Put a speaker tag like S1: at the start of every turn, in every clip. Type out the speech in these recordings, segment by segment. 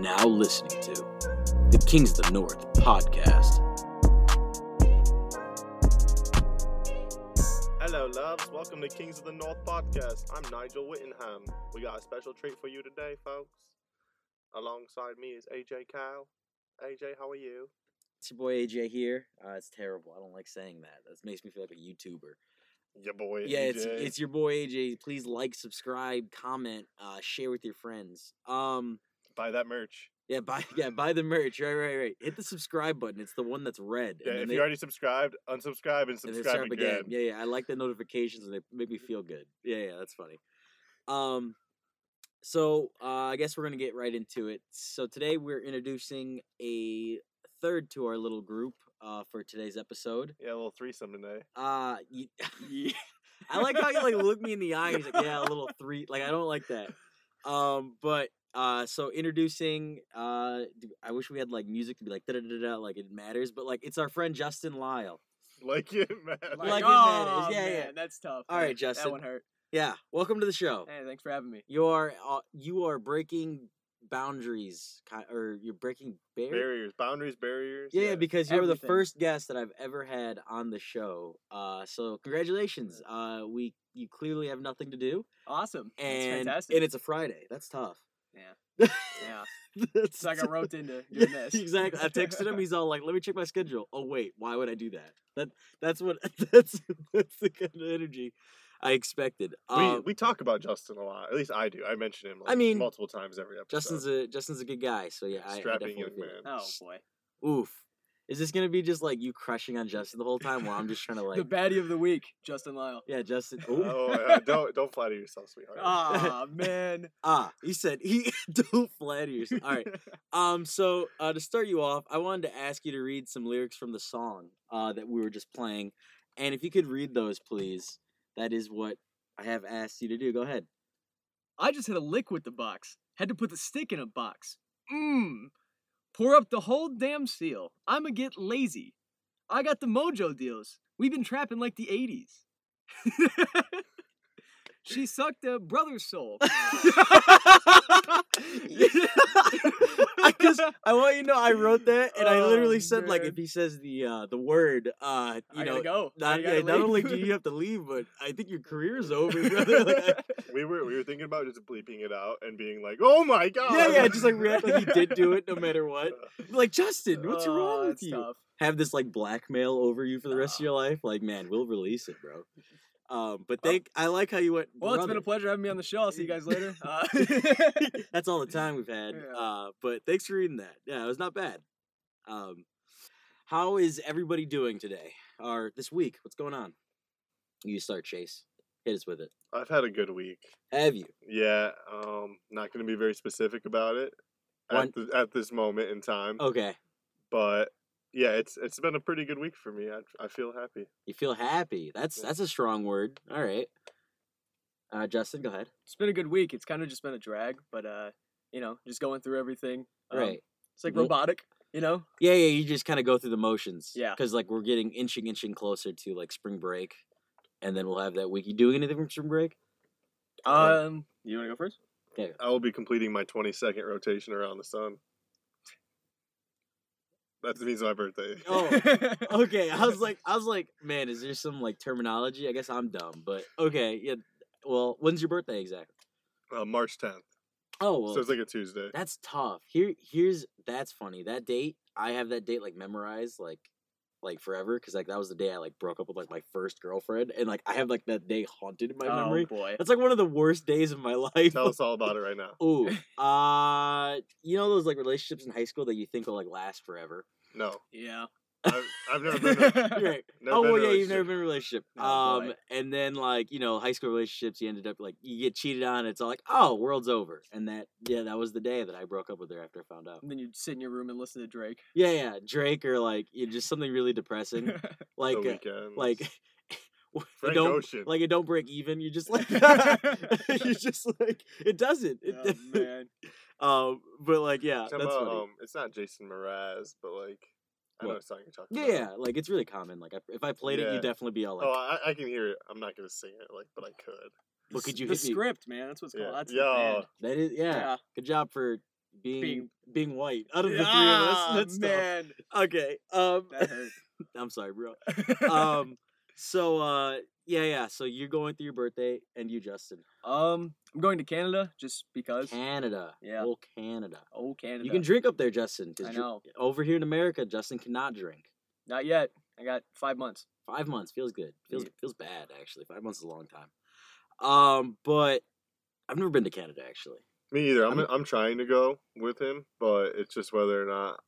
S1: now listening to the Kings of the North podcast.
S2: Hello, loves. Welcome to Kings of the North podcast. I'm Nigel Whittingham. We got a special treat for you today, folks. Alongside me is AJ Cal. AJ, how are you?
S1: It's your boy AJ here. Uh, it's terrible. I don't like saying that. That makes me feel like a YouTuber.
S2: Your boy.
S1: yeah, it's it's your boy AJ. Please like, subscribe, comment, uh, share with your friends. Um,
S2: buy that merch.
S1: yeah, buy yeah, buy the merch. Right, right, right. Hit the subscribe button. It's the one that's red.
S2: Yeah,
S1: then
S2: if
S1: they-
S2: you already subscribed, unsubscribe and
S1: and they
S2: subscribe
S1: start up
S2: again.
S1: Yeah, yeah. I like the notifications and they make me feel good. Yeah, yeah, that's funny. Um, so uh, I guess we're gonna get right into it. So today we're introducing a third to our little group uh, for today's episode.
S2: Yeah, a little threesome today.
S1: Uh, y- I like how you like look me in the eye. And he's like, yeah, a little three. Like I don't like that. Um, but uh, so introducing. Uh, d- I wish we had like music to be like da da da da. Like it matters, but like it's our friend Justin Lyle.
S2: Like it matters.
S1: Like- it matters. Yeah, yeah.
S3: That's tough.
S1: All right,
S3: "Oh, man.
S1: Justin.
S3: That one hurt.
S1: Yeah, welcome to the show.
S3: Hey, thanks for having me.
S1: You are uh, you are breaking boundaries, ki- or you're breaking barriers.
S2: barriers, boundaries, barriers.
S1: yeah, because you were the
S3: everything.
S1: first guest that I've ever had on the show. Uh, so congratulations. Uh, we you clearly have nothing to do,
S3: Awesome. that's
S1: and
S3: fantastic.
S1: and it's a Friday. That's tough.
S3: Yeah.
S1: Yeah,
S3: yeah.
S1: that's
S3: It's like I roped into doing this.
S1: exactly. I texted him. He's all like, "Let me check my schedule." Oh wait, why would I do that? That that's what that's that's the kind of energy I expected.
S2: we,
S1: Um,
S2: we talk about Justin a lot. At least I do. I mention him. Like,
S1: I mean,
S2: multiple times every episode.
S1: Justin's a Justin's a good guy, so yeah, I- I,
S2: strapping
S1: definitely
S2: young
S1: feel it.
S2: man.
S3: Oh boy.
S1: Oof. Is this gonna be just like you crushing on Justin the whole time while I'm just trying to like
S3: the baddie of the week, Justin Lyle.
S1: Yeah, Justin. Oh.
S2: Oh, uh, don't don't flatter yourself, sweetheart.
S3: Ah man.
S1: Ah, he said he don't flatter yourself. All right. Um, so uh to start you off, I wanted to ask you to read some lyrics from the song uh that we were just playing. And if you could read those, please. That is what I have asked you to do. Go ahead.
S3: I just hit a lick with the box. Had to put the stick in a box. Mmm. Pour up the whole damn seal. I'ma get lazy. I got the mojo deals. We've been trapping like the 80s. she sucked a brother's soul.
S1: Because I want you to know I wrote that and I
S3: Oh,
S1: literally said like
S3: man.
S1: if he says the uh the word uh you
S3: I
S1: know
S3: gotta go. I
S1: Not,
S3: gotta
S1: yeah, not
S3: leave.
S1: only do you have to leave, but I think your career is over, brother. Like,
S2: We were we were thinking about just bleeping it out and being like, oh my
S1: I-
S2: god. Uh,
S1: yeah, yeah, just like react like you did do it no matter what. Like, Justin, what's
S3: Oh,
S1: wrong with
S3: that's
S1: you?
S3: tough.
S1: Have this like blackmail over you for the rest of
S3: Nah.
S1: your life? Like, man, we'll release it, bro. Um, but thank I like how you went.
S3: Well, it's been a
S1: "Brother."
S3: pleasure having me on the show. I'll see you guys later. Uh,
S1: That's all the time we've had.
S3: Yeah.
S1: Uh, but thanks for reading that. Yeah, it was not bad. Um, how is everybody doing today or this week? What's going on? You start, Chase. Hit us with it.
S2: I've had a good week.
S1: Have you?
S2: Yeah, um, not going to be very specific about it
S1: One- Oh.
S2: at, th- at this moment in time,
S1: Okay.
S2: but yeah, it's it's been a pretty good week for me. I I feel happy.
S1: You feel happy. That's
S2: Yeah.
S1: that's a strong word. All right. Uh, Justin, go ahead.
S3: it's been a good week. It's kind of just been a drag, but uh, you know, just going through everything. Um,
S1: Right.
S3: It's like
S1: Well-
S3: robotic, you know.
S1: Yeah, yeah. You just kind of go through the motions.
S3: Yeah.
S1: Because like we're getting inching, inching closer to like spring break, and then we'll have that week. You doing anything from spring break? Alright.
S3: Um, you want to go first?
S2: I will be completing my 22nd rotation around the sun. That means my birthday.
S1: Oh. Okay. I was like, I was like, man, is there some like terminology? I guess I'm dumb, but okay. Yeah. Well, when's your birthday exactly?
S2: Uh, March 10th,
S1: Oh, well,
S2: so it's like a Tuesday.
S1: that's tough. Here, here's that's funny. That date, I have that date like memorized, like like forever, because like that was the day I like broke up with like my first girlfriend, and like I have like that day haunted in my
S3: oh
S1: memory.
S3: boy.
S1: That's like one of the worst days of my life.
S2: Tell us all about it right now.
S1: Ooh, uh, you know those like relationships in high school that you think will like last forever.
S2: No,
S3: Yeah.
S2: I've, I've never been. in-
S1: You're right.
S2: Never
S1: oh
S2: been in
S1: well,
S2: a
S1: yeah, you've never
S2: relationship.
S1: been in a relationship.
S3: Oh,
S1: um,
S3: boy.
S1: and then like you know, high school relationships, you ended up like you get cheated on. And it's all like, oh, world's over. And that yeah, that was the day that I broke up with her after I found out.
S3: And then you'd sit in your room and listen to Drake.
S1: Yeah, yeah, Drake or like you just something really depressing, like
S2: the
S1: uh,
S2: weekend.
S1: like it
S2: Frank
S1: don't
S2: Ocean.
S1: like it don't break even. You just like you
S3: oh
S1: just like it doesn't.
S2: Oh,
S1: It doesn't.
S3: man.
S1: Um, but like yeah,
S2: Talking
S1: that's
S2: about,
S1: funny.
S2: um, it's not Jason Mraz, but like I know
S1: What?
S2: what song you're talking
S1: yeah,
S2: about.
S1: yeah, like it's really common. Like I, if I played it,
S2: uh Yeah.
S1: you'd definitely be all like,
S2: oh, I, I can hear it. I'm not gonna sing it, like, but I could.
S1: Well, could you
S3: the
S1: hit me-
S3: script, man? That's what's
S2: Yeah.
S3: called. That's the
S2: Yo.
S3: band.
S1: "That is yeah,
S3: Yeah.
S1: good job for being being,
S3: Being- Ah,
S1: white out of the three of us. That's tough.
S3: man,
S1: Okay. Um
S3: that hurt.
S1: I'm sorry, bro. Um so uh yeah, yeah. So you're going through your birthday and you Justin.
S3: um, I'm going to Canada just because.
S1: Canada.
S3: Yeah.
S1: Oh Canada.
S3: oh, Canada.
S1: You can drink up there, Justin. 'cause
S3: I
S1: dr-
S3: know.
S1: Over here in America, Justin cannot drink.
S3: Not yet. I got five months.
S1: Five months feels good. Feels
S3: Yeah.
S1: feels bad actually. Five months is a long time. Um, but I've never been to Canada actually.
S2: Me either. I'm
S1: I'm-
S2: I'm trying to go with him, but it's just whether or not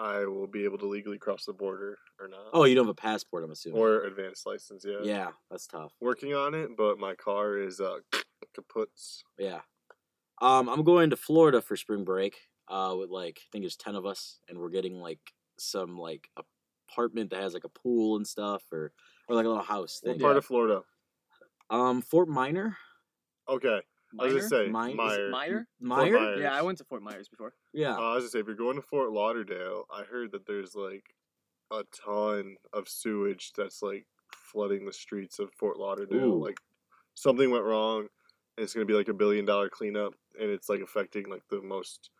S2: I will be able to legally cross the border or not.
S1: Oh, you don't have a passport, I'm assuming.
S2: or advanced license. Yeah.
S1: yeah, that's tough.
S2: Working on it, but my car is uh kaputs.
S1: Yeah. Um, I'm going to Florida for spring break. Uh, with like I think there's ten of us, and we're getting like some like apartment that has like a pool and stuff, or or like a little house
S2: What
S1: thing.
S2: part of Florida?
S1: Um, Fort Minor.
S2: Okay. I was
S3: Minor?
S2: gonna say
S1: Mine- is it
S2: Meyer.
S3: Meyer?
S1: Meyer.
S2: Myers.
S3: Yeah, I went to Fort Myers before.
S1: Yeah.
S2: Uh, I was gonna say if you're going to Fort Lauderdale, I heard that there's like a ton of sewage that's like flooding the streets of Fort Lauderdale.
S1: Ooh.
S2: Like something went wrong, and it's gonna be like a billion dollar cleanup, and it's like affecting like the most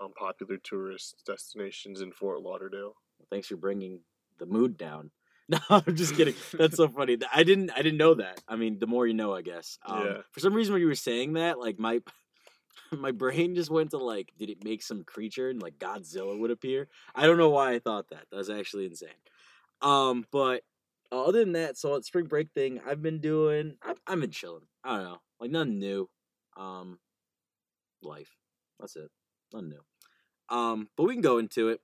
S2: um, popular tourist destinations in Fort Lauderdale.
S1: Thanks for bringing the mood down. No, I'm just kidding. That's so funny. Th- I didn't. I didn't know that. I mean, the more you know, I guess. Um,
S2: Yeah.
S1: For some reason, when you were saying that, like my my brain just went to like, did it make some creature and like Godzilla would appear? I don't know why I thought that. That was actually insane. Um, but uh, other than that, so it's spring break thing. I've been doing. I've, I've been chilling. I don't know, like nothing new. Um, life. That's it. Nothing new. Um, but we can go into it.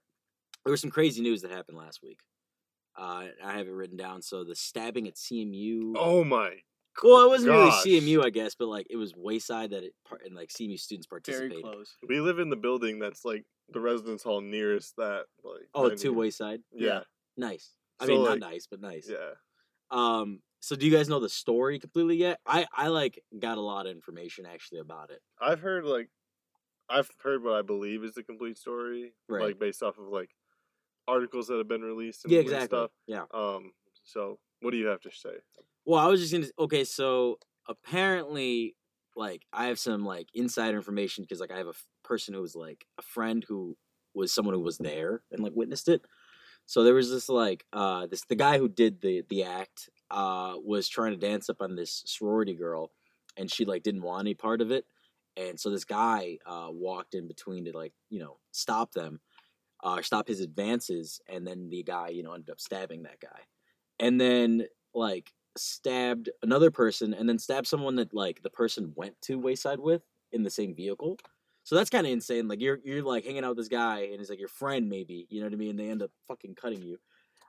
S1: There was some crazy news that happened last week. Uh, I have it written down. So the stabbing at CMU.
S2: Oh my!
S1: well, it wasn't
S2: gosh.
S1: really CMU, I guess, but like it was Wayside that it part and like CMU students
S3: Very
S1: participated.
S3: close.
S2: We live in the building that's like the residence hall nearest that. Like
S1: Oh,
S2: venue.
S1: to Wayside.
S2: Yeah,
S1: Nice. I
S2: So,
S1: mean,
S2: like-
S1: not nice, but nice.
S2: yeah.
S1: Um. So do you guys know the story completely yet? I I like got a lot of information actually about it.
S2: I've heard like I've heard what I believe is the complete story,
S1: Right.
S2: like based off of like articles that have been released and
S1: yeah.
S2: weird
S1: Exactly.
S2: stuff.
S1: Yeah.
S2: Um, so what do you have to say?
S1: Well, I was just gonna. s- Okay, so apparently, like, I have some like insider information because like I have a f- person who was like a friend who was someone who was there and like witnessed it. So there was this like uh this the guy who did the the act uh was trying to dance up on this sorority girl, and she like didn't want any part of it, and so this guy uh walked in between to like you know stop them, uh stop his advances, and then the guy you know ended up stabbing that guy, and then like stabbed another person and then stabbed someone that like the person went to Wayside with in the same vehicle. So that's kind of insane. Like you're you're like hanging out with this guy and he's like your friend maybe, you know what I mean? And they end up fucking cutting you.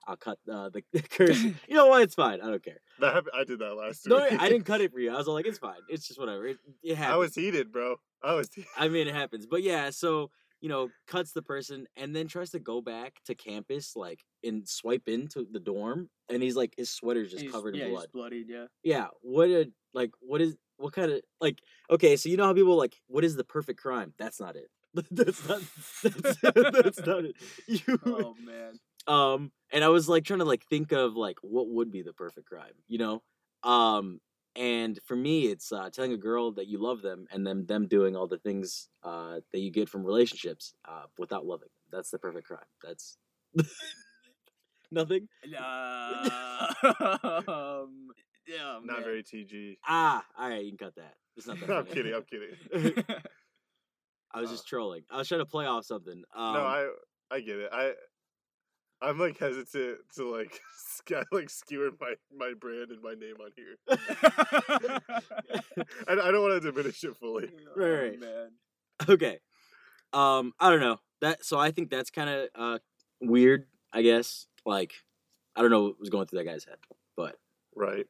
S1: I'll cut uh, the, the curse. You know what? It's fine. I don't care.
S2: That hap- I did that last
S1: No,
S2: week.
S1: I didn't cut it for you. I was all like, it's fine. It's just whatever. It, it happens.
S2: I was heated, bro. I was. Heated.
S1: I mean, it happens. But yeah, so you know, cuts the person and then tries to go back to campus, like and swipe into the dorm, and he's like, his sweater's just
S3: He's-
S1: covered in
S3: yeah,
S1: blood.
S3: He's bloodied, yeah.
S1: Yeah. What a like what is what kind of like okay, so you know how people like what is the perfect crime? That's not it. that's not that's, that's not it. You
S3: Oh man.
S1: um and I was like trying to like think of like what would be the perfect crime, you know? Um and for me it's uh telling a girl that you love them and then them doing all the things uh that you get from relationships uh without loving. them. That's the perfect crime. That's nothing.
S3: um, yeah,
S2: Not
S3: man.
S2: very TG.
S1: Ah, all right, you can cut that. It's Oh, not that.
S2: I'm
S1: funny.
S2: kidding. I'm kidding.
S1: I was
S2: Uh,
S1: just trolling. I was trying to play off something. Um,
S2: no, I I get it. I I'm like hesitant to like sc- like skewer my my brand and my name on here. I, I don't want to diminish it fully.
S1: Right,
S3: Oh,
S1: right.
S3: man.
S1: okay. Um, I don't know that. So I think that's kind of uh weird. I guess like I don't know what was going through that guy's head, but
S2: Right.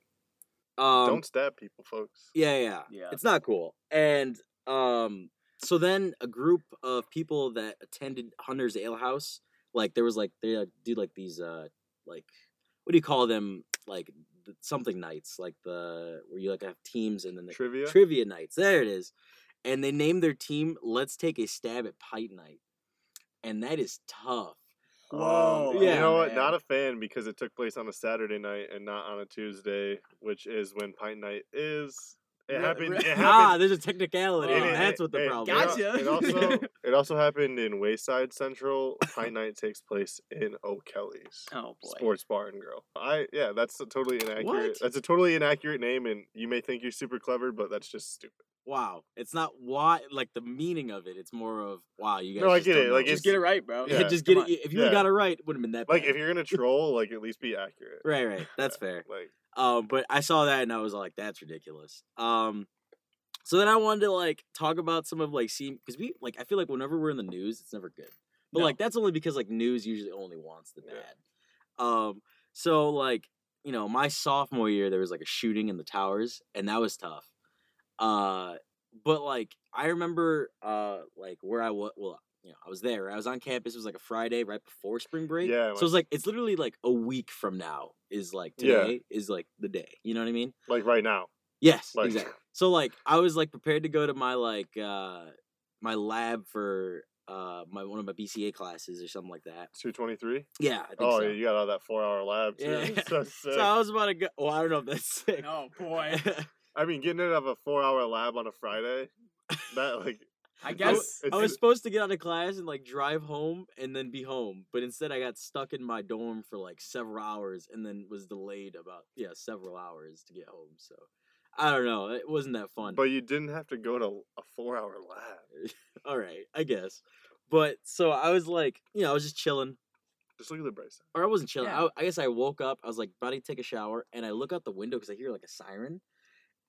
S1: um,
S2: don't stab people, folks.
S1: Yeah, yeah,
S3: Yeah.
S1: It's not cool. And um, so then a group of people that attended Hunter's Ale House, like there was like they uh, do like these uh like what do you call them like th- something nights like the where you like have teams and then the
S2: Trivia.
S1: trivia nights. There it is. And they named their team "Let's Take a Stab at Pite Night," and that is tough.
S3: Oh, Whoa.
S1: Um, yeah.
S2: You know what?
S3: man.
S2: Not a fan because it took place on a Saturday night and not on a Tuesday, which is when Pint Night is. It
S3: Yeah,
S2: happened.
S3: right.
S2: It
S1: Ah,
S2: happened.
S1: there's a technicality.
S3: It- it-
S1: That's what the
S2: it-
S1: problem.
S2: oh, it al-
S1: is.
S3: Gotcha.
S2: It also, it also happened in Wayside Central. High Night takes place in O'Kelly's.
S3: Oh boy.
S2: Sports Bar and Grill. I yeah, that's a totally inaccurate.
S1: What?
S2: That's a totally inaccurate name, and you may think you're super clever, but that's just stupid.
S1: Wow, it's not why like the meaning of it. It's more of wow. You guys.
S2: No, I
S1: just
S2: get
S1: don't
S2: it,
S1: know
S2: like,
S1: this.
S3: Just get it right, bro.
S1: Yeah,
S2: Yeah,
S1: just
S3: come
S1: get it. e, If you would've
S2: Yeah.
S1: got it right, it wouldn't have been that bad.
S2: Like if you're gonna troll, like at least be accurate.
S1: right, right, that's fair.
S2: Like
S1: Um, but I saw that and I was like, that's ridiculous. Um, so then I wanted to like talk about some of like seeing because we like I feel like whenever we're in the news, it's never good. But
S3: No.
S1: like that's only because like news usually only wants the
S2: Yeah.
S1: bad. Um, so like you know my sophomore year there was like a shooting in the towers and that was tough. Uh, but like I remember uh like where I was well you know I was there I was on campus it was like a Friday right before spring break
S2: Yeah,
S1: so it's like it's literally like a week from now is like
S2: Yeah.
S1: today is like the day you know what I mean
S2: like right now.
S1: Yes,
S2: Like-
S1: exactly. So like I was like prepared to go to my like uh my lab for uh my one of my BCA classes or something like that.
S2: Two twenty three.
S1: Yeah, I think
S2: Oh,
S1: so.
S2: yeah, you got out of that four hour lab too.
S1: Yeah.
S2: So sick.
S1: So I was about to go. Well, I don't know if that's sick.
S3: Oh boy.
S2: I mean, getting out of a four hour lab on a Friday, that like
S3: I
S1: w-
S3: guess
S1: I
S2: it's-
S1: was supposed to get out of class and like drive home and then be home, but instead I got stuck in my dorm for like several hours and then was delayed about yeah several hours to get home. So I don't know. It wasn't that fun.
S2: but you didn't have to go to a four hour lab.
S1: all right, I guess. But so I was like, you know, I was just chilling.
S2: Just look at the bright side.
S1: or I wasn't chilling.
S3: Yeah.
S1: I, I guess I woke up. I was like about to take a shower, and I look out the window because I hear like a siren,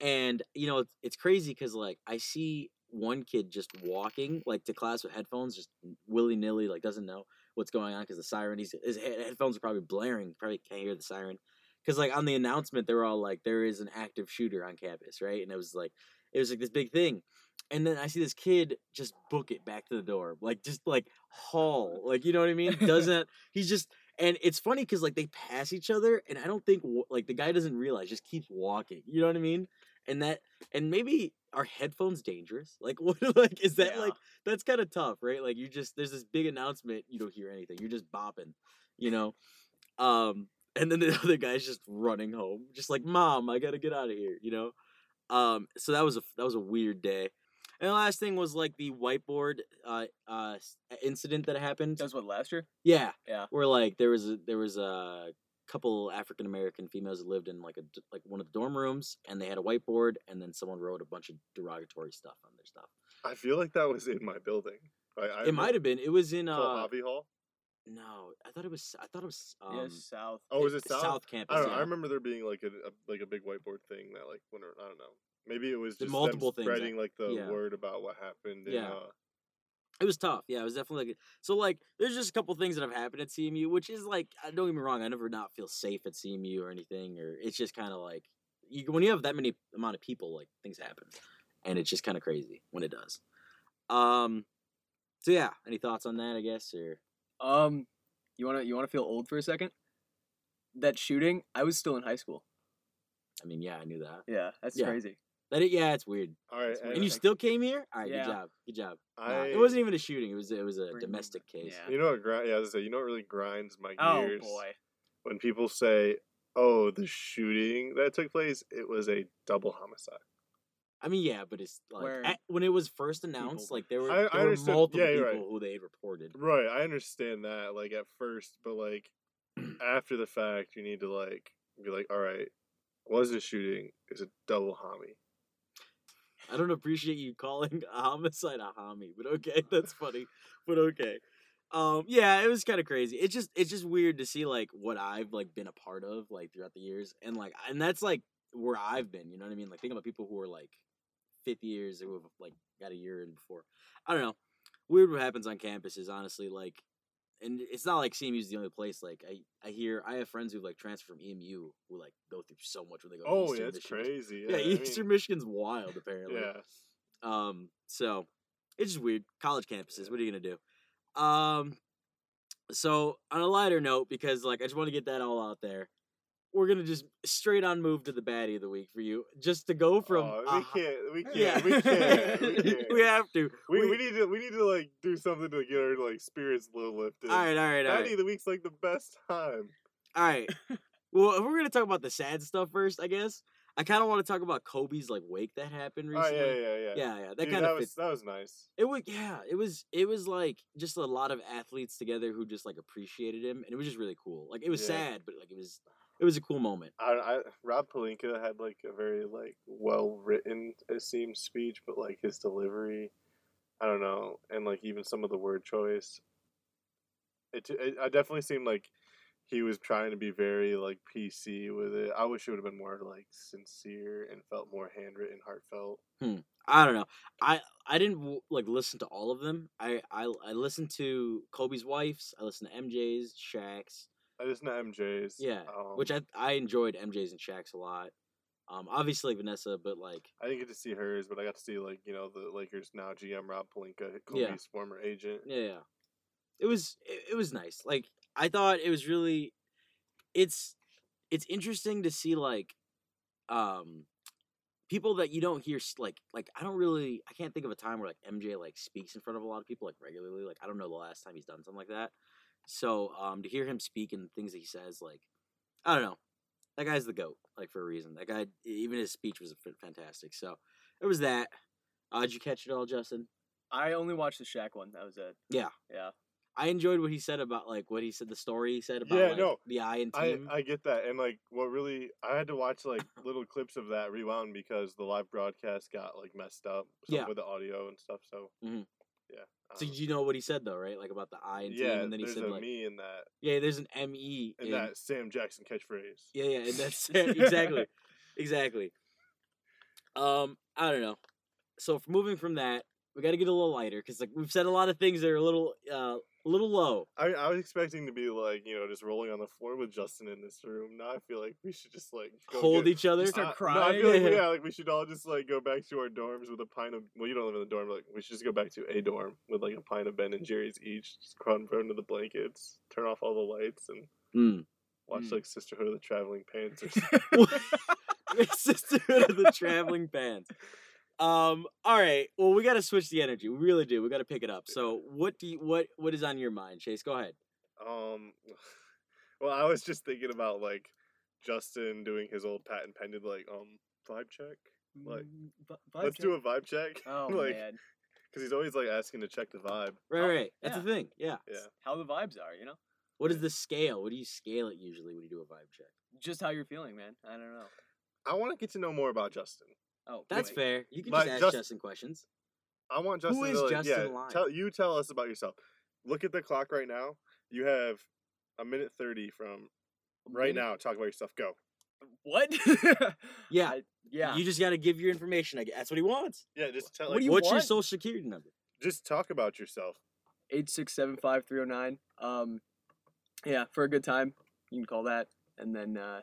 S1: and you know it's, it's crazy because like I see one kid just walking like to class with headphones, just willy nilly, like doesn't know what's going on because the siren. He's, his he- headphones are probably blaring. Probably can't hear the siren because like on the announcement they were all like there is an active shooter on campus, right? And it was like it was like this big thing. And then I see this kid just book it back to the door, like just like haul, like you know what I mean? Doesn't he's just and it's funny because like they pass each other, and I don't think wa- like the guy doesn't realize, just keeps walking. You know what I mean? And that, and maybe are headphones dangerous? Like what? Like is that
S3: Yeah.
S1: like that's kind of tough, right? Like you just there's this big announcement, you don't hear anything, you're just bopping, you know. Um, and then the other guy's just running home, just like mom, I gotta get out of here, you know. Um, so that was a that was a weird day. And the last thing was like the whiteboard uh, uh, s- incident that happened.
S3: that's what last year.
S1: Yeah.
S3: Yeah.
S1: Where like there was a, there was a couple African American females that lived in like a d- like one of the dorm rooms, and they had a whiteboard, and then someone wrote a bunch of derogatory stuff on their stuff.
S2: I feel like that was in my building. Like, I
S1: it might have been. It was in
S2: called
S1: uh
S2: Hobby Hall.
S1: no, I thought it was I thought it was um,
S3: yeah, South.
S2: Oh, was it
S1: the
S2: South?
S1: Campus.
S2: I don't know.
S1: yeah.
S2: I remember there being like a, a like a big whiteboard thing that like when I don't know. Maybe it was
S1: The
S2: just
S1: multiple
S2: them
S1: things that-
S2: spreading like the
S1: yeah.
S2: word about what happened. And,
S1: Yeah.
S2: Uh,
S1: It was tough. Yeah, it was definitely like so. Like, there's just a couple things that have happened at CMU, which is like, I don't get me wrong, I never not feel safe at CMU or anything, or it's just kind of like, you when you have that many amount of people, like things happen, and it's just kind of crazy when it does. Um, so yeah, any thoughts on that? I guess or
S3: Um, you wanna you wanna feel old for a second? That shooting, I was still in high school.
S1: I mean, yeah, I knew that.
S3: Yeah, that's
S1: Yeah.
S3: crazy.
S1: That it, yeah, it's weird.
S2: all right,
S3: That's
S1: And you
S3: Yeah.
S1: still came here? All right,
S3: Yeah.
S1: good job, good job. Nah,
S2: I,
S1: it wasn't even a shooting. It was it was a
S3: Bring-
S1: domestic case.
S3: yeah.
S2: You know what grind? Yeah, I was gonna say, you know what really grinds my
S3: Oh
S2: gears
S3: boy.
S2: when people say, "Oh, the shooting that took place, it was a double homicide."
S1: I mean, yeah, but it's like
S3: Where
S1: at- when it was first announced,
S3: people-
S1: like there were,
S2: I- I
S1: there were
S2: understand-
S1: multiple
S2: yeah,
S1: people
S2: you're right.
S1: who they had reported.
S2: Right, I understand that. Like at first, but like after the fact, you need to like be like, "All right, was a shooting? Is a double homie?"
S1: I don't appreciate you calling a homicide a homie, but okay, that's funny. But okay. Um, yeah, it was kind of crazy. It's just it's just weird to see like what I've like been a part of like throughout the years, and like and that's like where I've been. You know what I mean? Like think about people who are like fifth years who have like got a year in before. I don't know. Weird what happens on campus is honestly like, and it's not like CMU is the only place. Like I I hear I have friends who like transfer from EMU who like go through so much when they go. to
S2: Oh,
S1: Eastern
S2: yeah, that's
S1: Michigan.
S2: crazy.
S1: Yeah,
S2: I
S1: Eastern
S2: mean,
S1: Michigan's wild apparently.
S2: Yeah.
S1: Um, so it's just weird. College campuses. What are you gonna do? Um, so on a lighter note, because like I just want to get that all out there, we're gonna just straight on move to the baddie of the week for you, just to go from.
S2: Aw,
S1: a
S2: Oh, we
S1: hi-
S2: can't, we can't,
S1: yeah.
S2: we can't, we can't.
S1: we have to.
S2: We, we need to we need to like do something to get our like spirits a little lifted.
S1: all right, all right, all
S2: Daddy
S1: right,
S2: of the week's like the best time.
S1: all right. Well, if we're gonna talk about the sad stuff first, I guess. I kind of want to talk about Kobe's like wake that happened
S2: Oh
S1: recently.
S2: yeah, yeah, yeah.
S1: yeah, yeah, that
S2: Dude,
S1: kind of
S2: that was
S1: fits.
S2: that was nice.
S1: It was yeah, it was it was like just a lot of athletes together who just like appreciated him, and it was just really cool. Like it was
S2: Yeah.
S1: sad, but like it was it was a cool moment.
S2: I, I Rob Palinka had like a very like well written it seems speech, but like his delivery, I don't know, and like even some of the word choice, it, it I definitely seemed like he was trying to be very like PC with it. I wish it would have been more like sincere and felt more handwritten, heartfelt.
S1: I don't know. I I didn't w- like listen to all of them. I I, I listened to Kobe's wife's. I listened to MJ's, Shaq's,
S2: I just know MJ's,
S1: Yeah,
S2: um,
S1: which I I enjoyed MJ's and Shaq's a lot. Um, obviously like Vanessa, but like
S2: I didn't get to see hers, but I got to see like you know the Lakers now GM Rob Palinka, Kobe's
S1: Yeah.
S2: former agent.
S1: yeah, yeah. it was it, it was nice. Like I thought it was really, it's it's interesting to see like, um, people that you don't hear s- like like I don't really I can't think of a time where like MJ like speaks in front of a lot of people like regularly. Like I don't know the last time he's done something like that. So um, to hear him speak and the things that he says, like I don't know, that guy's the goat like for a reason. That guy even his speech was f- fantastic. So it was that. Uh, did you catch it all, Justin?
S3: I only watched the Shaq one. That was it.
S1: Yeah.
S3: Yeah.
S1: I enjoyed what he said about like what he said the story he said about
S2: Yeah,
S1: like,
S2: no,
S1: the I and
S2: I,
S1: team.
S2: I get that and like what really I had to watch like little clips of that rewound because the live broadcast got like messed up some-
S1: Yeah.
S2: with the audio and stuff so
S1: Mhm.
S2: yeah I
S1: so
S2: don't
S1: you know what he said though, right? Like about the I
S2: know.
S1: and
S2: yeah
S1: team, and then he
S2: there's
S1: said
S2: a
S1: like,
S2: me in that
S1: yeah, there's an M E
S2: in that Sam Jackson catchphrase
S1: Yeah, yeah, and that's exactly, exactly. Um, I don't know. So f- moving from that, we got to get a little lighter because like we've said a lot of things that are a little, uh, a little low.
S2: I, I was expecting to be like you know just rolling on the floor with Justin in this room now I feel like we should just like go
S1: Hold
S2: get-
S1: each other.
S3: Just start
S2: Uh,
S3: crying.
S2: No, I feel like,
S1: Yeah.
S2: yeah, like we should all just like go back to our dorms with a pint of. Well, you don't live in the dorm. But, like we should just go back to a dorm with like a pint of Ben and Jerry's each. Just crumble under the blankets, turn off all the lights, and
S1: Mm.
S2: watch
S3: Mm.
S2: like Sisterhood of the Traveling Pants. Or something.
S1: Sisterhood of the Traveling Bands. Um. All right. Well, we got to switch the energy. We really do. We got to pick it up. So, what do you, what what is on your mind, Chase? Go ahead.
S2: um, well, I was just thinking about like Justin doing his old patent pendant like um vibe check. Like,
S3: Mm, vi-
S2: Let's
S3: vibe
S2: do
S3: check.
S2: a vibe check.
S3: Oh
S2: like,
S3: man,
S2: because he's always like asking to check the vibe.
S1: Right.
S3: Oh,
S1: right. That's the thing. Yeah.
S2: Yeah.
S3: how the vibes are, you know,
S1: What is the scale? What do you scale it usually when you do a vibe check?
S3: just how you're feeling, man. I don't know.
S2: I want to get to know more about Justin.
S3: Oh,
S1: That's
S3: wait.
S1: fair. You can
S2: Like,
S1: just ask
S2: just-
S1: Justin questions.
S2: I want
S1: Who
S2: Justin.
S1: is
S2: to, like,
S1: Justin
S2: yeah,
S1: Lyon?
S2: Tell you tell us about yourself. Look at the clock right now. You have a minute thirty from right
S3: Minute-
S2: now. Talk about yourself. Go.
S3: What?
S1: Yeah.
S3: I- yeah.
S1: You just got to give your information. I guess. That's what he wants.
S2: Yeah, just tell.
S3: What
S2: Like,
S3: do you
S1: What's your
S3: want?
S1: social security number?
S2: Just talk about yourself.
S3: Eight six seven five three zero nine. Um, yeah, for a good time, you can call that. And then uh,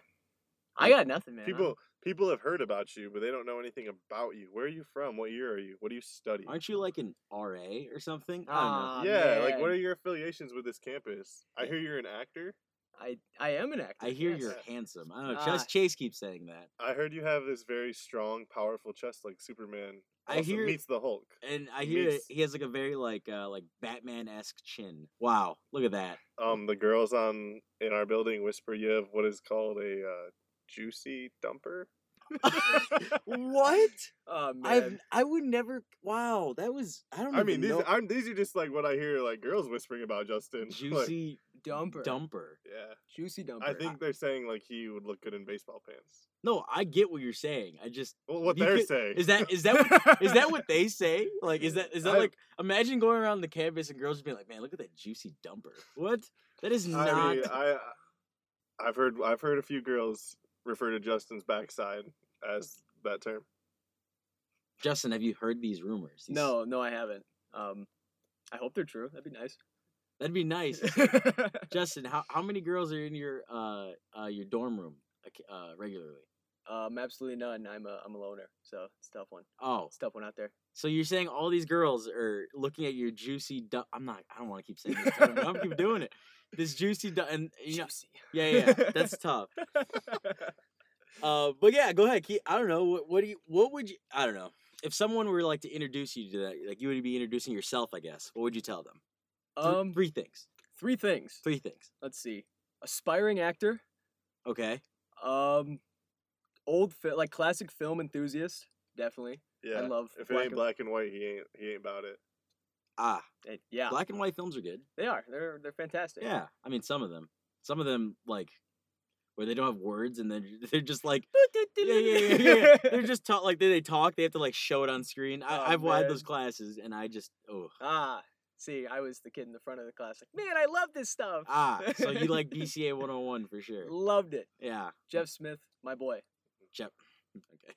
S3: I got nothing, man. I'm-
S2: People people have heard about you, but they don't know anything about you. Where are you from? What year are you? What do you study?
S1: Aren't you like an RA or something? I don't know.
S3: Ah,
S2: yeah, like what
S3: man.
S2: are your affiliations with this campus? I hear you're an actor.
S3: I I am an actor.
S1: I hear
S3: yes.
S1: you're
S2: yes.
S1: handsome. I don't know.
S3: Ah.
S1: Chase, Chase keeps saying that,
S2: I heard you have this very strong, powerful chest, like Superman.
S1: I
S2: Also
S1: hear-
S2: meets the Hulk.
S1: and I
S2: He
S1: hear
S2: makes-
S1: he has like a very like uh, like Batman esque chin. Wow, look at that.
S2: um the girls on in our building whisper you have what is called a uh, juicy dumper.
S1: what?
S3: Oh man.
S1: I've I would never. Wow, that was I don't.
S2: I mean,
S1: even
S2: these
S1: know-
S2: I'm, these are just like what I hear like girls whispering about Justin. Like,
S1: juicy
S3: dumper.
S1: dumper.
S2: yeah,
S3: Juicy dumper. Ah,
S2: I think they're saying like he would look good in baseball pants.
S1: No, I get what you're saying. I just
S2: Well, what
S1: You
S2: they're
S1: could-
S2: saying
S1: is that is that what, is that what they say? Like, is that is that
S2: I-
S1: like imagine going around the campus and girls just being like, man, look at that juicy dumper. What? That is not.
S2: I mean, uh I I've heard I've heard a few girls refer to Justin's backside as that term.
S1: Justin, have you heard these rumors? These-
S3: No, no, I haven't. Um, I hope they're true. That'd be nice.
S1: that'd be nice. Justin, how, how many girls are in your uh, uh your dorm room like, uh, regularly?
S3: um, absolutely none. I'm a I'm a loner, so it's a tough one.
S1: Oh,
S3: It's a tough one out there.
S1: so you're saying all these girls are looking at your juicy? Du- I'm not. I don't want to keep saying this. Term, but I'm keep doing it. This juicy du- and you know,
S3: Juicy.
S1: yeah, yeah, yeah, that's tough. Uh, but yeah, go ahead. Keith. I don't know. What, what do you? What would you? I don't know. If someone were like to introduce you to that, like you would be introducing yourself, I guess. What would you tell them? Th-
S3: um,
S1: three things.
S3: three things.
S1: Three things.
S3: Let's see. Aspiring actor.
S1: Okay.
S3: Um, old fi- like classic film enthusiast, definitely.
S2: Yeah,
S3: love
S2: If
S3: black
S2: it ain't
S3: and-
S2: black and white, he ain't he ain't about it.
S1: Ah,
S3: Eh, yeah,
S1: black and white films are good.
S3: they are. They're they're fantastic.
S1: Yeah, I mean some of them. Some of them like where they don't have words and then they're just like yeah, yeah, yeah, yeah, yeah. They're just taught like they, they talk. They have to like show it on screen. I,
S3: Oh,
S1: I've had
S3: man.
S1: those classes, and I just oh
S3: ah, see, I was the kid in the front of the class. Like, man, I love this stuff.
S1: ah. So you like BCA 101 for sure?
S3: Loved it.
S1: Yeah,
S3: Jeff Smith, my boy.
S1: Jeff.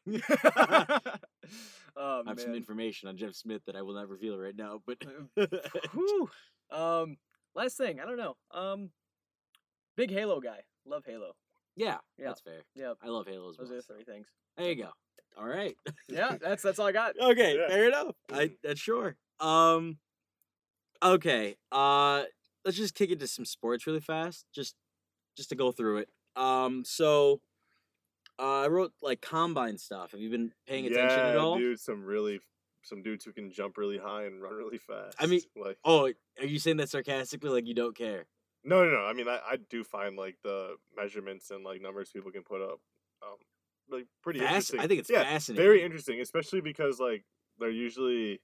S1: Okay, I
S3: oh
S1: have some
S3: man. Uh,
S1: information on Jeff Smith that I will not reveal right now. But
S3: Whew. Um, last thing, I don't know. Um, big Halo guy. Love Halo.
S1: yeah,
S3: Yeah.
S1: that's fair.
S3: Yeah,
S1: I love Halo as well.
S3: those are the
S1: so-
S3: three things.
S1: There you go. All right.
S3: Yeah, that's that's all I got.
S1: Okay,
S2: Yeah. Mm.
S1: fair enough. I that's sure. Um Okay. Uh let's just kick it to some sports really fast. Just just to go through it. Um so uh, I wrote like combine stuff. Have you been paying attention at
S2: Yeah,
S1: all?
S2: dude. Some really some dudes who can jump really high and run really fast.
S1: I mean-
S2: like
S1: Oh, are you saying that sarcastically like you don't care?
S2: no, no, no. I mean, I, I do find like the measurements and like numbers people can put up, um, like pretty
S1: Fasc-
S2: interesting.
S1: I think it's
S2: yeah,
S1: fascinating.
S2: very interesting, especially because like they're usually.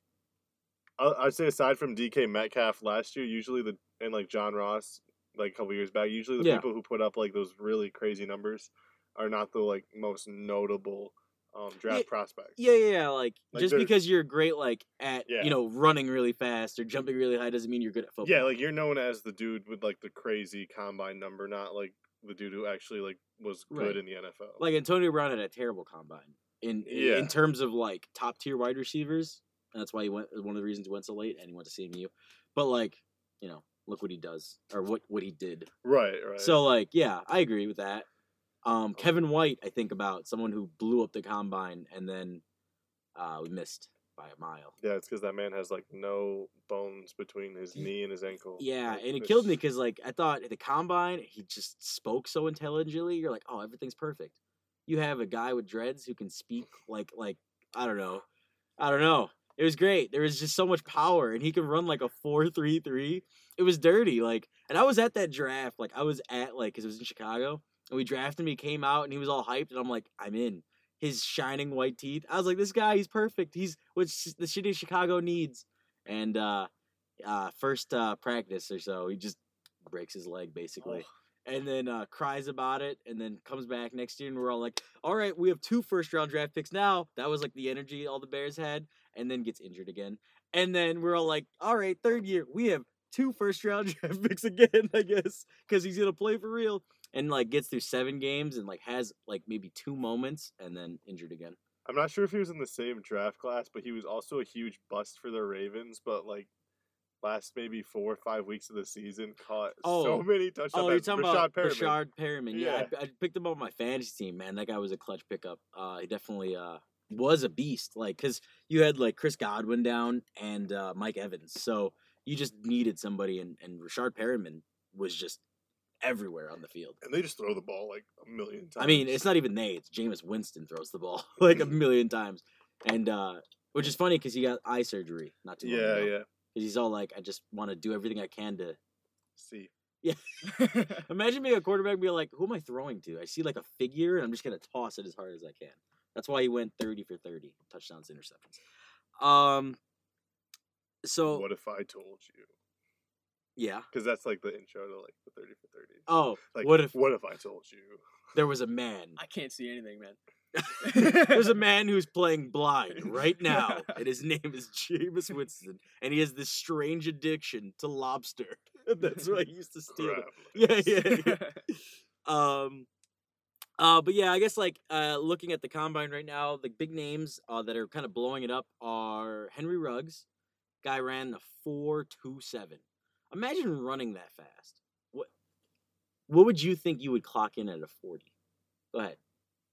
S2: I- I'd say aside from DK Metcalf last year, usually the and like John Ross like a couple years back, usually the
S1: Yeah.
S2: people who put up like those really crazy numbers are not the like most notable um, draft
S1: Yeah,
S2: prospects.
S1: Yeah, yeah, yeah. Like,
S2: Like,
S1: just
S2: they're-
S1: because you're great, like at
S2: Yeah.
S1: you know running really fast or jumping really high, doesn't mean you're good at football.
S2: Yeah, like you're known as the dude with like the crazy combine number, not like the dude who actually like was good
S1: Right.
S2: in the NFL.
S1: like Antonio Brown had a terrible combine in in-
S2: Yeah.
S1: in terms of like top tier wide receivers. And that's why he went one of the reasons he went so late and he went to CMU. But like, you know, look what he does or what what he did.
S2: right, right.
S1: So like, yeah, I agree with that. Um, Kevin White, I think about someone who blew up the combine and then uh, we missed by a mile.
S2: yeah, it's because that man has like no bones between his
S1: Ye-
S2: knee and his ankle.
S1: Yeah,
S2: Like,
S1: and it
S2: it's-
S1: killed me because like I thought at the combine he just spoke so intelligently. You're like, oh, everything's perfect. You have a guy with dreads who can speak like like I don't know, I don't know. It was great. There was just so much power, and he could run like a four three three. It was dirty, like, and I was at that draft. Like I was at like because it was in Chicago, and we drafted him. He came out and he was all hyped, and I'm like, I'm in. His shining white teeth. I was like, this guy, he's perfect. He's what sh- the city of Chicago needs. And uh, uh, first uh, practice or so, he just breaks his leg basically, and then uh, cries about it, and then comes back next year, and we're all like, "All right, we have two first round draft picks now." That was like the energy all the Bears had, and then gets injured again, and then we're all like, "All right, third year, we have two first round draft picks again, I guess, because he's gonna play for real." And like gets through seven games and like has like maybe two moments and then injured again.
S2: I'm not sure if he was in the same draft class, but he was also a huge bust for the Ravens. But like last maybe four or five weeks of the season, caught
S1: Oh.
S2: so many touchdowns.
S1: Oh, you're talking
S2: Rashad
S1: about
S2: Perriman.
S1: Rashad Perriman. Yeah,
S2: Yeah.
S1: I, I picked him up on my fantasy team, man. That guy was a clutch pickup. Uh, he definitely uh, was a beast. Like, because you had like Chris Godwin down and uh, Mike Evans, so you just needed somebody, and and Rashad Perriman was just everywhere on the field.
S2: And they just throw the ball like a million times.
S1: I mean, it's not even they. It's Jameis Winston throws the ball like
S2: Mm-hmm.
S1: a million times, and uh, which is funny because he got eye surgery not too long
S2: yeah,
S1: ago.
S2: yeah.
S1: Because he's all like, I just want to do everything I can to
S2: See,
S1: Imagine being a quarterback and be like, who am I throwing to? I see like a figure and I'm just gonna toss it as hard as I can. That's why he went 30 for 30 touchdowns, interceptions. Um so
S2: what if I told you?
S1: yeah.
S2: Because that's like the intro to like the thirty for thirty.
S1: Oh,
S2: Like,
S1: what if
S2: what if I told you?
S1: there was a man?
S3: I can't see anything, man.
S1: There's a man who's playing blind right now, and his name is Jameis Winston, and he has this strange addiction to lobster. That's why he used to steal it.
S2: Crab
S1: Yeah,
S2: legs.
S1: yeah, yeah. Um, uh, but yeah, I guess like uh, looking at the combine right now, the big names uh, that are kind of blowing it up are Henry Ruggs. Guy ran a four two seven. Imagine running that fast. What what would you think you would clock in at a forty? Go ahead,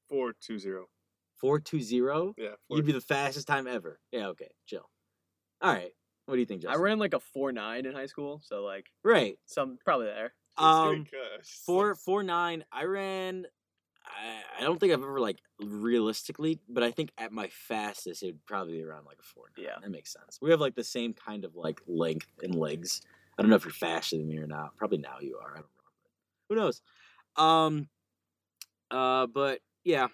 S2: Four two zero.
S1: four two zero.
S2: Yeah. Four,
S1: You'd be the fastest time ever. Yeah, okay, chill. All right, what do you think,
S3: I
S1: Justin?
S3: ran like a four nine in high school, so like
S1: right.
S3: some probably there.
S1: Um,
S2: gosh.
S1: four four nine. I ran. I, I don't think I've ever like realistically, but I think at my fastest it would probably be around like a four. nine.
S3: Yeah.
S1: that makes sense. We have like the same kind of like length and legs. I don't know if you're faster than me or not. Probably now you are. I don't know. Who knows? Um. Uh. But yeah,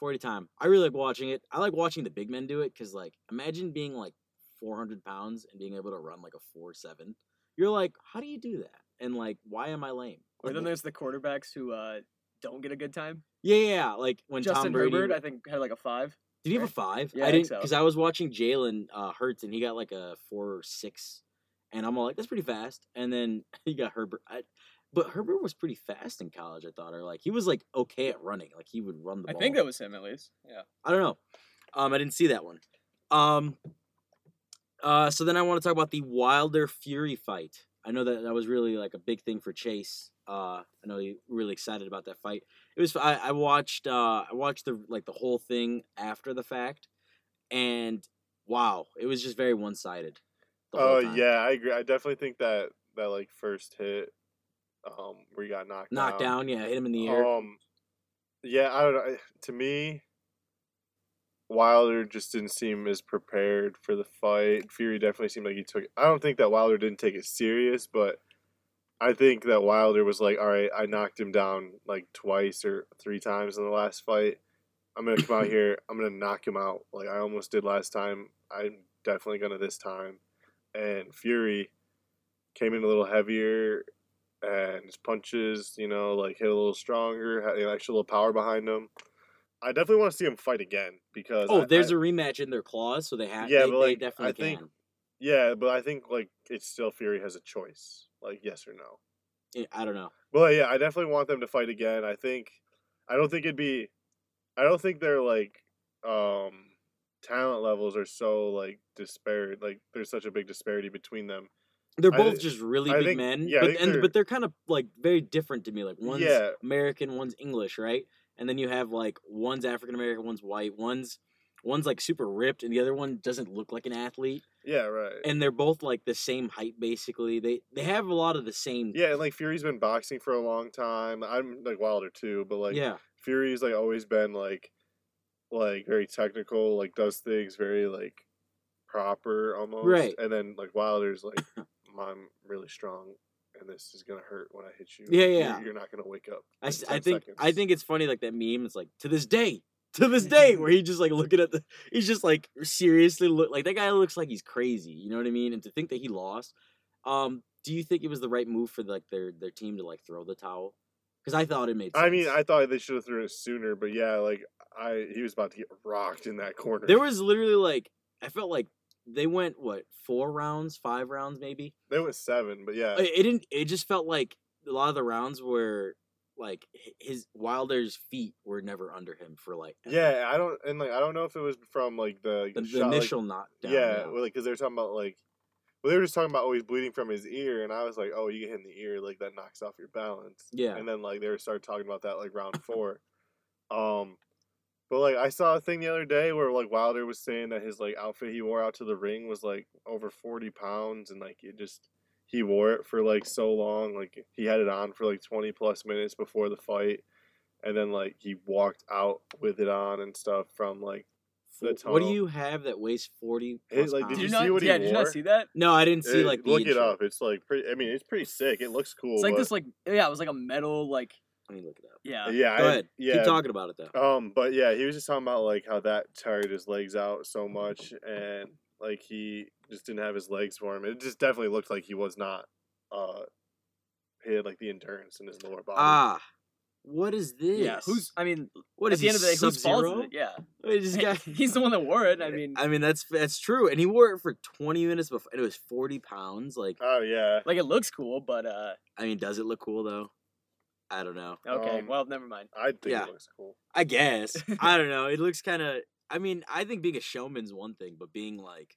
S1: forty time. I really like watching it. I like watching the big men do it because, like, imagine being like four hundred pounds and being able to run like a four seven. You're like, how do you do that? And like, why am I lame?
S3: Or
S1: Like,
S3: then
S1: wh-
S3: there's the quarterbacks who uh, don't get a good time.
S1: yeah, yeah, yeah, like when Tom
S3: Justin
S1: Brady.
S3: Herbert, I think, had like a five.
S1: Did he have a
S3: right?
S1: five?
S3: Yeah,
S1: I
S3: I
S1: didn't
S3: think so.
S1: because I was watching Jalen uh, Hurts and he got like a four or six, and I'm all like, that's pretty fast. And then he got Herbert, I, but Herbert was pretty fast in college. I thought, or like he was like okay at running, like he would run the
S3: I
S1: ball.
S3: think that was him at least. Yeah.
S1: I don't know. Um, I didn't see that one. Um, uh, so then I want to talk about the Wilder Fury fight. I know that that was really like a big thing for Chase. Uh, I know you were really excited about that fight. It was. I, I watched. Uh, I watched the like the whole thing after the fact, and wow, it was just very one sided.
S2: Oh yeah, I agree. I definitely think that that like first hit, um, where he got knocked
S1: Knocked down. Yeah, hit him in the air.
S2: Um, yeah, I don't know. I- To me, Wilder just didn't seem as prepared for the fight. Fury definitely seemed like he took. I don't think that Wilder didn't take it serious, but I think that Wilder was like, "All right, I knocked him down like twice or three times in the last fight. I'm gonna come out here. I'm gonna knock him out. Like I almost did last time. I'm definitely gonna this time." And Fury came in a little heavier and his punches, you know, like hit a little stronger, had an extra little power behind him. I definitely want to see him fight again because
S1: oh,
S2: I-
S1: there's
S2: I-
S1: a rematch in their claws, so they have.
S2: Yeah,
S1: Yeah,
S2: but, like,
S1: they
S2: I
S1: definitely
S2: think-
S1: can.
S2: yeah, but I think like it's still Fury has a choice, like yes or no.
S1: Yeah, Eh, I don't know.
S2: Well, yeah, I definitely want them to fight again. I think I don't think it'd be I don't think their like um talent levels are so like disparate. Like there's such a big disparity between them.
S1: They're
S2: I
S1: both
S2: thi-
S1: just really
S2: I
S1: big
S2: think-
S1: men,
S2: yeah, I
S1: but
S2: think
S1: and
S2: they're-
S1: but they're kind of like very different to me. Like one's
S2: Yeah.
S1: American, one's English, right? And then you have like one's African American, one's white, one's one's like super ripped, and the other one doesn't look like an athlete.
S2: Yeah, right.
S1: And they're both like the same height, basically. They they have a lot of the same.
S2: yeah, and like Fury's been boxing for a long time. I'm like Wilder too, but like
S1: yeah.
S2: Fury's like always been like like very technical, like does things very like proper almost.
S1: Right.
S2: And then like Wilder's like I'm really strong and this is gonna hurt when I hit you.
S1: Yeah,
S2: You're-
S1: yeah.
S2: You're, not gonna wake up.
S1: I,
S2: in
S1: s- I
S2: 10
S1: think I
S2: seconds."
S1: think it's funny like that meme. It's like to this day, to this day, where he just like looking at the. He's just like seriously look like that guy looks like he's crazy. You know what I mean? And to think that he lost. Um, do you think it was the right move for like their their team to like throw the towel? Because I thought it made. sense.
S2: I mean, I thought they should have threw it sooner, but yeah, like I he was about to get rocked in that corner.
S1: there was literally like I felt like they went what four rounds, five rounds maybe.
S2: they went seven, but yeah,
S1: It, it didn't. It just felt like a lot of the rounds were like h- his Wilder's feet were never under him for like ever.
S2: yeah. I don't and like I don't know if it was from like the,
S1: the, the
S2: shot, like-
S1: initial knockdown.
S2: yeah, well, like because they were talking about like, well, they were just talking about oh he's bleeding from his ear, and I was like, oh, you get hit in the ear, like that knocks off your balance.
S1: Yeah.
S2: And then like they were started talking about that like round four, um, but like I saw a thing the other day where like Wilder was saying that his like outfit he wore out to the ring was like over forty pounds, and like it just he wore it for like so long, like he had it on for like twenty plus minutes before the fight. And then like he walked out with it on and stuff from like
S1: Fo-
S2: the
S1: What do
S2: tunnel.
S1: you have that weighs forty?
S2: Hey,
S1: plus
S2: like, did
S1: pounds?
S2: you see what he
S3: yeah, did you not
S2: wore?
S3: see that?
S1: No, I didn't see
S2: It-
S1: like the
S2: Eh, look it
S1: intro.
S2: up. It's like pretty. I mean, it's pretty sick. It looks cool.
S3: It's like
S2: but-
S3: this, like yeah, it was like a metal, like
S1: Let me look it up.
S3: yeah.
S2: yeah,
S1: Go
S2: I-
S1: ahead.
S2: yeah.
S1: Keep talking about it though.
S2: Um, but yeah, he was just talking about like how that tired his legs out so much, and like he just didn't have his legs for him. It just definitely looked like he was not. Uh, he had like the endurance in his lower body.
S1: ah, what is this?
S3: Yeah, who's? I mean,
S1: what
S3: at
S1: is
S3: the end of the day,
S1: sub
S3: who's fault is
S1: zero?
S3: it? Yeah,
S1: This guy.
S3: he's the one that wore it. I mean,
S1: I mean, that's that's true, and he wore it for twenty minutes before, and it was forty pounds. Like,
S2: oh yeah.
S3: like it looks cool, but uh,
S1: I mean, does it look cool though? I don't know.
S3: okay,
S2: Um,
S3: well, never mind.
S2: I think
S1: yeah.
S2: it looks cool.
S1: I guess I don't know. It looks kind of. I mean, I think being a showman's one thing, but being like,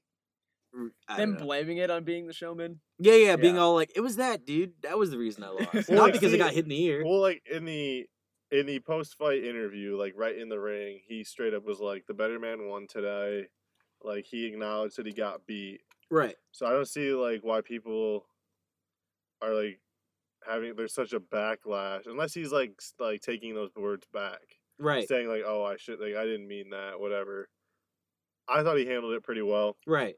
S1: r- I
S3: Them
S1: don't know.
S3: blaming it on being the showman.
S1: yeah, yeah, being
S3: Yeah.
S1: all like, it was that dude. That was the reason I lost,
S2: Well,
S1: not
S2: like,
S1: because I
S2: see-
S1: got hit in the ear.
S2: Well, like in the in the post fight interview, like right in the ring, he straight up was like, "The better man won today." Like he acknowledged that he got beat,
S1: right.
S2: So I don't see like why people are like having there's such a backlash unless he's like s- like taking those words back,
S1: Right.
S2: saying like oh I should like I didn't mean that whatever. I thought he handled it pretty well,
S1: Right.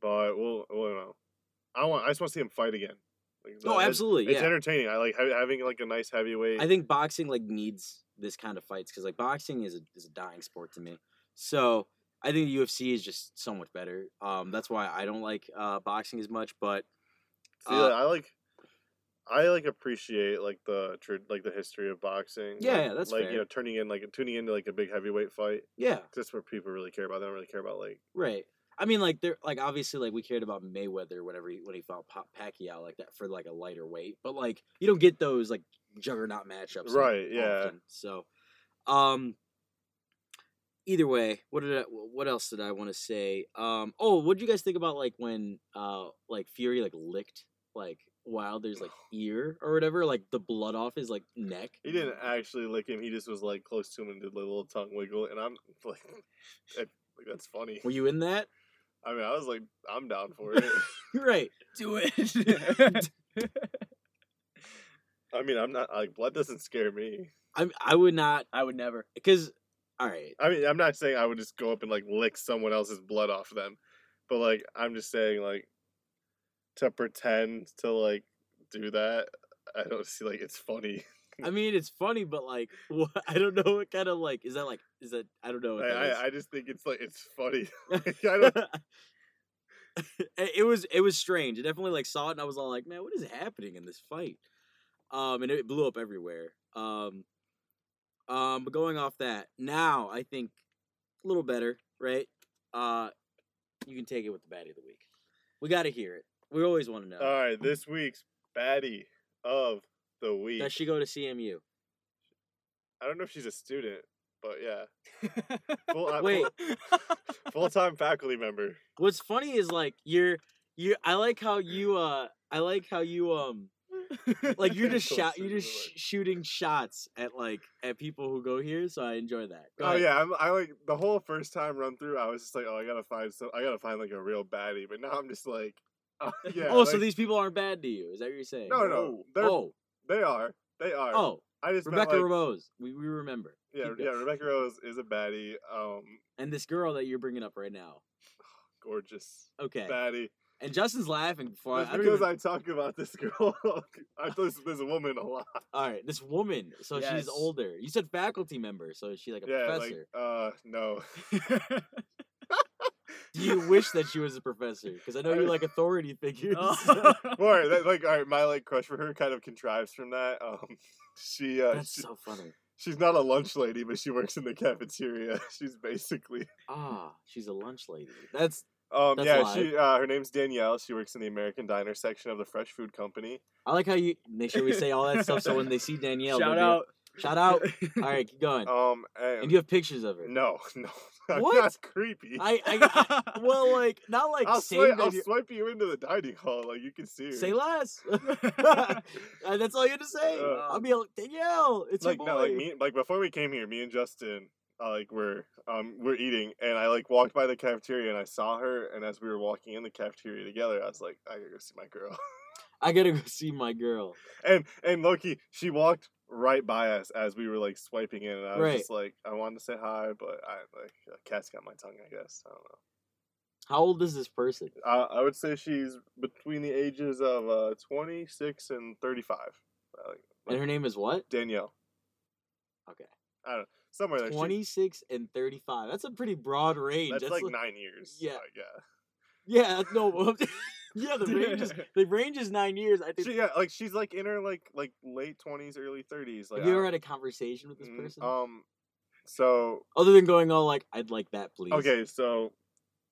S2: but we'll we'll know. I want I just want to see him fight again. Like,
S1: Oh,
S2: that- it's-
S1: absolutely.
S2: It's
S1: yeah.
S2: entertaining. I like ha- having like a nice heavyweight.
S1: I think boxing like needs this kind of fights because like boxing is a is a dying sport to me. So I think the UFC is just so much better. Um, that's why I don't like uh, boxing as much. But
S2: See,
S1: Uh,
S2: like, I like, I like appreciate like the tr- like the history of boxing.
S1: Yeah,
S2: like,
S1: yeah, that's
S2: like
S1: fair.
S2: you know turning in like tuning into like a big heavyweight fight.
S1: yeah,
S2: 'cause That's what people really care about. They don't really care about like
S1: right. I mean, like they're like obviously like we cared about Mayweather whenever he, when he fought Pop Pacquiao like that for like a lighter weight, but like you don't get those like juggernaut matchups,
S2: Right, yeah.
S1: often. So, um, either way, what did I, what else did I want to say? Um, oh, what did you guys think about like when uh like Fury like licked like Wilder's like ear or whatever, like the blood off his like neck?
S2: he didn't actually lick him. He just was like close to him and did a little tongue wiggle. And I'm like, that- like, that's funny.
S1: Were you in that?
S2: I mean, I was like, I'm down for it.
S1: right.
S3: Do it.
S2: I mean, I'm not like blood doesn't scare me.
S1: I I would not
S3: I would never.
S1: because all right.
S2: I mean, I'm not saying I would just go up and like lick someone else's blood off them, but like I'm just saying like to pretend to like do that. I don't see like it's funny.
S1: I mean, it's funny, but like, what, I don't know what kind of like is that like is that I don't know.
S2: I,
S1: What that is.
S2: I, I just think it's like it's funny. Like, I don't,
S1: it it was it was strange. I definitely like saw it and I was all like, man, what is happening in this fight? Um, and it blew up everywhere. Um, um, but going off that, now I think a little better, right? Uh, you can take it with the baddie of the week. We got to hear it. We always want to know.
S2: all right, this week's baddie of the week.
S1: Does she go to CMU?
S2: I don't know if she's a student, but yeah,
S3: Oh.
S2: full uh,
S1: Wait.
S2: full time faculty member.
S1: What's funny is like you're you. I like how you. Uh, I like how you. Um, like you're just
S2: Close
S1: shot.
S2: to
S1: You're
S2: the
S1: just sh-
S2: mic.
S1: shooting shots at like at people who go here. So I enjoy that. Go
S2: Oh
S1: ahead.
S2: yeah, I'm, I like the whole first time run through. I was just like, oh, I gotta find some. I gotta find like a real baddie. But now I'm just like, oh, yeah.
S1: oh, so
S2: like-
S1: these people aren't bad to you? Is that what you're saying?
S2: No, no,
S3: Whoa.
S2: they're
S1: Oh,
S2: they are they are.
S1: oh,
S2: I just meant,
S1: Rebecca
S2: like,
S1: Rose. We we remember.
S2: yeah,
S1: Keep
S2: yeah.
S1: going.
S2: Rebecca Rose is a baddie. Um,
S1: And this girl that you're bringing up right now.
S2: gorgeous
S1: Okay.
S2: baddie.
S1: And Justin's laughing before I,
S2: That's
S1: I don't
S2: because
S1: even.
S2: I talk about this girl. I talk this this woman a lot.
S1: All right, this woman. So
S3: Yes.
S1: she's older. You said faculty member, so is she like a
S2: Yeah, like
S1: professor?
S2: uh, no.
S1: Do you wish that she was a professor? Because I know you like authority figures.
S2: Oh, Or that, like, all right, my like crush for her kind of contrives from that. Um, she uh,
S1: That's
S2: she-
S1: so funny.
S2: she's not a lunch lady, but she works in the cafeteria. She's basically
S1: Ah, she's a lunch lady. That's
S2: um
S1: That's
S2: yeah.
S1: live.
S2: She uh, her name's Danielle. She works in the American Diner section of the Fresh Food Company.
S1: I like how you make sure we say all that stuff so when they see Danielle,
S3: Shout
S1: they'll
S3: out.
S1: be- shout out. All right, keep going.
S2: Um, and,
S1: and you have pictures of her.
S2: no, no,
S1: What?
S2: that's creepy.
S1: I, I, I- well, like not like
S2: I'll,
S1: say
S2: swi- I'll swipe you into the dining hall, like you can see her.
S1: say less. Uh, that's all you had to say.
S2: Uh,
S1: I'll be like Danielle. It's
S2: like
S1: your boy.
S2: no, like me, like before we came here, me and Justin, uh, like we're um we're eating, and I like walked by the cafeteria and I saw her, and as we were walking in the cafeteria together, I was like, I gotta go see my girl,
S1: I gotta go see my girl.
S2: and and Loki, she walked right by us as we were like swiping in, and I was
S1: Right.
S2: just like, I wanted to say hi, but I like a cat's got my tongue, I guess. I don't know.
S1: How old is this person?
S2: Uh, I would say she's between the ages of uh, 26 and 35. Uh, like,
S1: And her name is what?
S2: Danielle.
S1: Okay.
S2: I don't know. Somewhere there. she-
S1: Twenty six and thirty five. That's a pretty broad range.
S2: That's like
S1: li-
S2: nine years.
S1: Yeah.
S2: Like, yeah.
S1: yeah, no, yeah. The range is the range is nine years. I think.
S2: She, yeah, like she's like in her like like late twenties, early thirties. Like
S1: Have you
S2: I
S1: ever
S2: don't-
S1: had a conversation with this
S2: Mm,
S1: person?
S2: Um, so
S1: Other than going all like, I'd like that, please.
S2: okay, so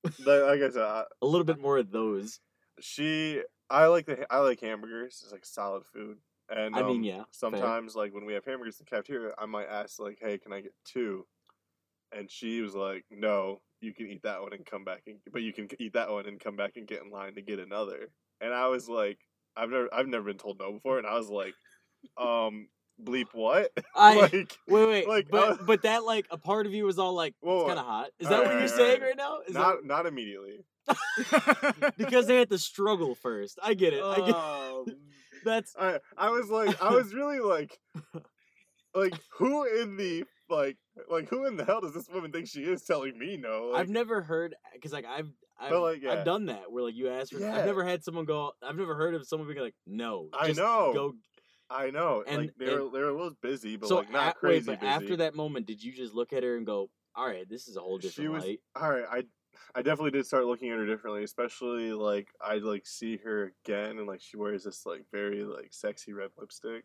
S2: the, like I said, I,
S1: A little bit more of those.
S2: she I like the ha- I like hamburgers. It's like solid food, and
S1: I mean,
S2: um,
S1: yeah, fair.
S2: Sometimes, like when we have hamburgers in the cafeteria, I might ask like, "Hey, can I get two? And she was like, "No, you can eat that one and come back and but you can eat that one and come back and get in line to get another." And I was like, "I've never I've never been told no before," and I was like, "Um, bleep what?"
S1: I
S2: like.
S1: wait, wait,
S2: like,
S1: but
S2: uh,
S1: but that like a part of you was all like,
S2: Whoa,
S1: it's kind of hot. Is that
S2: alright,
S1: what you're
S2: alright,
S1: saying
S2: alright.
S1: right now? Is
S2: not not immediately.
S1: that, because they had to struggle first. I get it. I get
S3: Oh,
S1: that's
S2: I I was like I was really like like who in the like like who in the hell does this woman think she is telling me no? Like,
S1: I've never heard because like I've I've,
S2: like, yeah.
S1: I've done that where like you ask for I've
S2: Yeah.
S1: never had someone go I've never heard of someone being like no
S2: I
S1: just
S2: know.
S1: go
S2: I know.
S1: And-
S2: like they were
S1: and-
S2: they were a little busy, but
S1: so
S2: like not
S1: a-
S2: crazy
S1: wait, but
S2: busy.
S1: after that moment, did you just look at her and go, "All right, this is a whole
S2: She
S1: different
S2: was-
S1: light"?
S2: all right, I I definitely did start looking at her differently, especially like I like see her again and like she wears this like very like sexy red lipstick.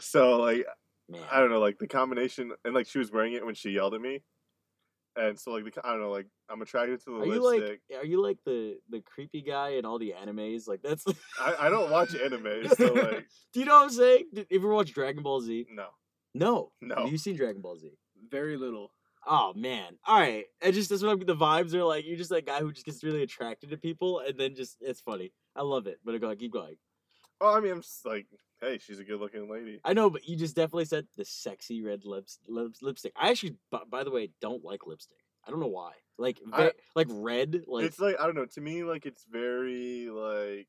S2: So like
S1: Man,
S2: I don't know, like the combination, and like she was wearing it when she yelled at me, and so like the co- I don't know, like I'm attracted to the
S1: are you
S2: lipstick.
S1: like are you like the the creepy guy in all the animes? Like that's.
S2: I, I don't watch anime, so like
S1: Do you know what I'm saying? Did you ever watch Dragon Ball Z?
S2: no,
S1: No.
S2: no.
S1: Have you seen Dragon Ball Z?
S3: Very little.
S1: Oh man. All right. I just that's what I'm the vibes are like. You're just that guy who just gets really attracted to people and then just it's funny. I love it. But go keep going.
S2: Well, I mean, I'm just like, hey, she's a good-looking lady.
S1: I know, but you just definitely said the sexy red lips, lips lipstick. I actually by, by the way don't like lipstick. I don't know why. Like
S2: I-
S1: ve- like red like
S2: it's like I don't know. To me, like it's very like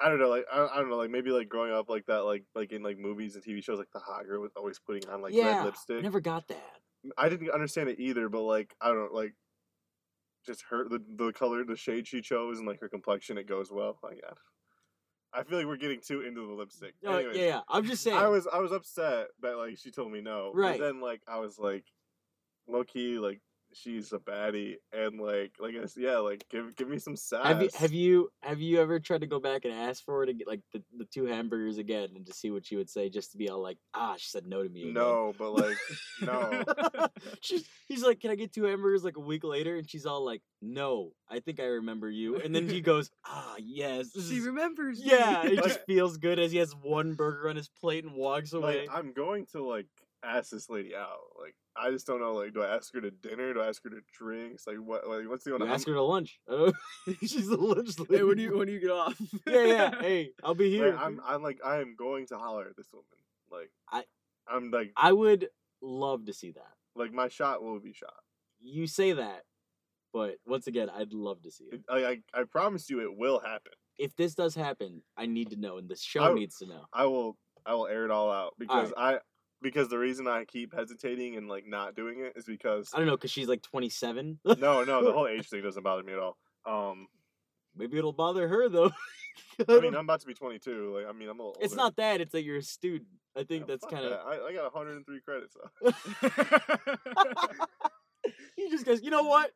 S2: I don't know. Like I, I don't know. Like maybe like growing up like that. Like like in like movies and TV shows, like the hot girl was always putting on like
S1: yeah,
S2: red lipstick.
S1: Never got that.
S2: I didn't understand it either, but like I don't know, like just her the, the color, the shade she chose, and like her complexion, it goes well. Like I, I feel like we're getting too into the lipstick.
S1: No,
S2: Anyways,
S1: yeah, yeah. I'm just saying.
S2: I was I was upset that like she told me no. but
S1: Right.
S2: then like I was like, low key like she's a baddie, and like like I s- yeah like give give me some sass.
S1: have you have you have you ever tried to go back and ask for her to get like the, the two hamburgers again and to see what she would say just to be all like ah she said no to me again.
S2: No, but like no.
S1: she's, he's like, "Can I get two hamburgers?" Like a week later, and she's all like, "No, I think I remember you." And then he goes, "Ah, yes, this
S3: She
S1: is-
S3: remembers. me.
S1: yeah." It just
S2: Like-
S1: feels good as he has one burger on his plate and walks away.
S2: Like I'm going to like ask this lady out. Like I just don't know. Like do I ask her to dinner? Do I ask her to drinks? Like what? Like what's the one?
S1: you
S2: I'm-
S1: ask her to lunch. Uh, she's the lunch lady.
S3: Hey, when do you when do you get off?
S1: yeah, yeah. Hey, I'll be
S2: like,
S1: here.
S2: I'm I'm like I am going to holler at this woman. Like
S1: I-
S2: I'm like
S1: I would love to see that.
S2: like my shot will be shot.
S1: You say that, but once again, I'd love to see it.
S2: It, I, I I promise you it will happen.
S1: If this does happen, I need to know, and the show
S2: w-
S1: needs to know.
S2: I will I will air it all out because I because the reason I keep hesitating and like not doing it is because
S1: I don't know, cause she's like 27.
S2: no no the whole age thing doesn't bother me at all. Um,
S1: Maybe it'll bother her though. Um,
S2: I mean I'm about to be 22. Like I mean I'm a little.
S1: It's
S2: older.
S1: not that. It's that you're a student. I think
S2: Yeah,
S1: that's
S2: fuck
S1: kind of
S2: that. I, I got 103 credits. though.
S1: he just goes. You know what,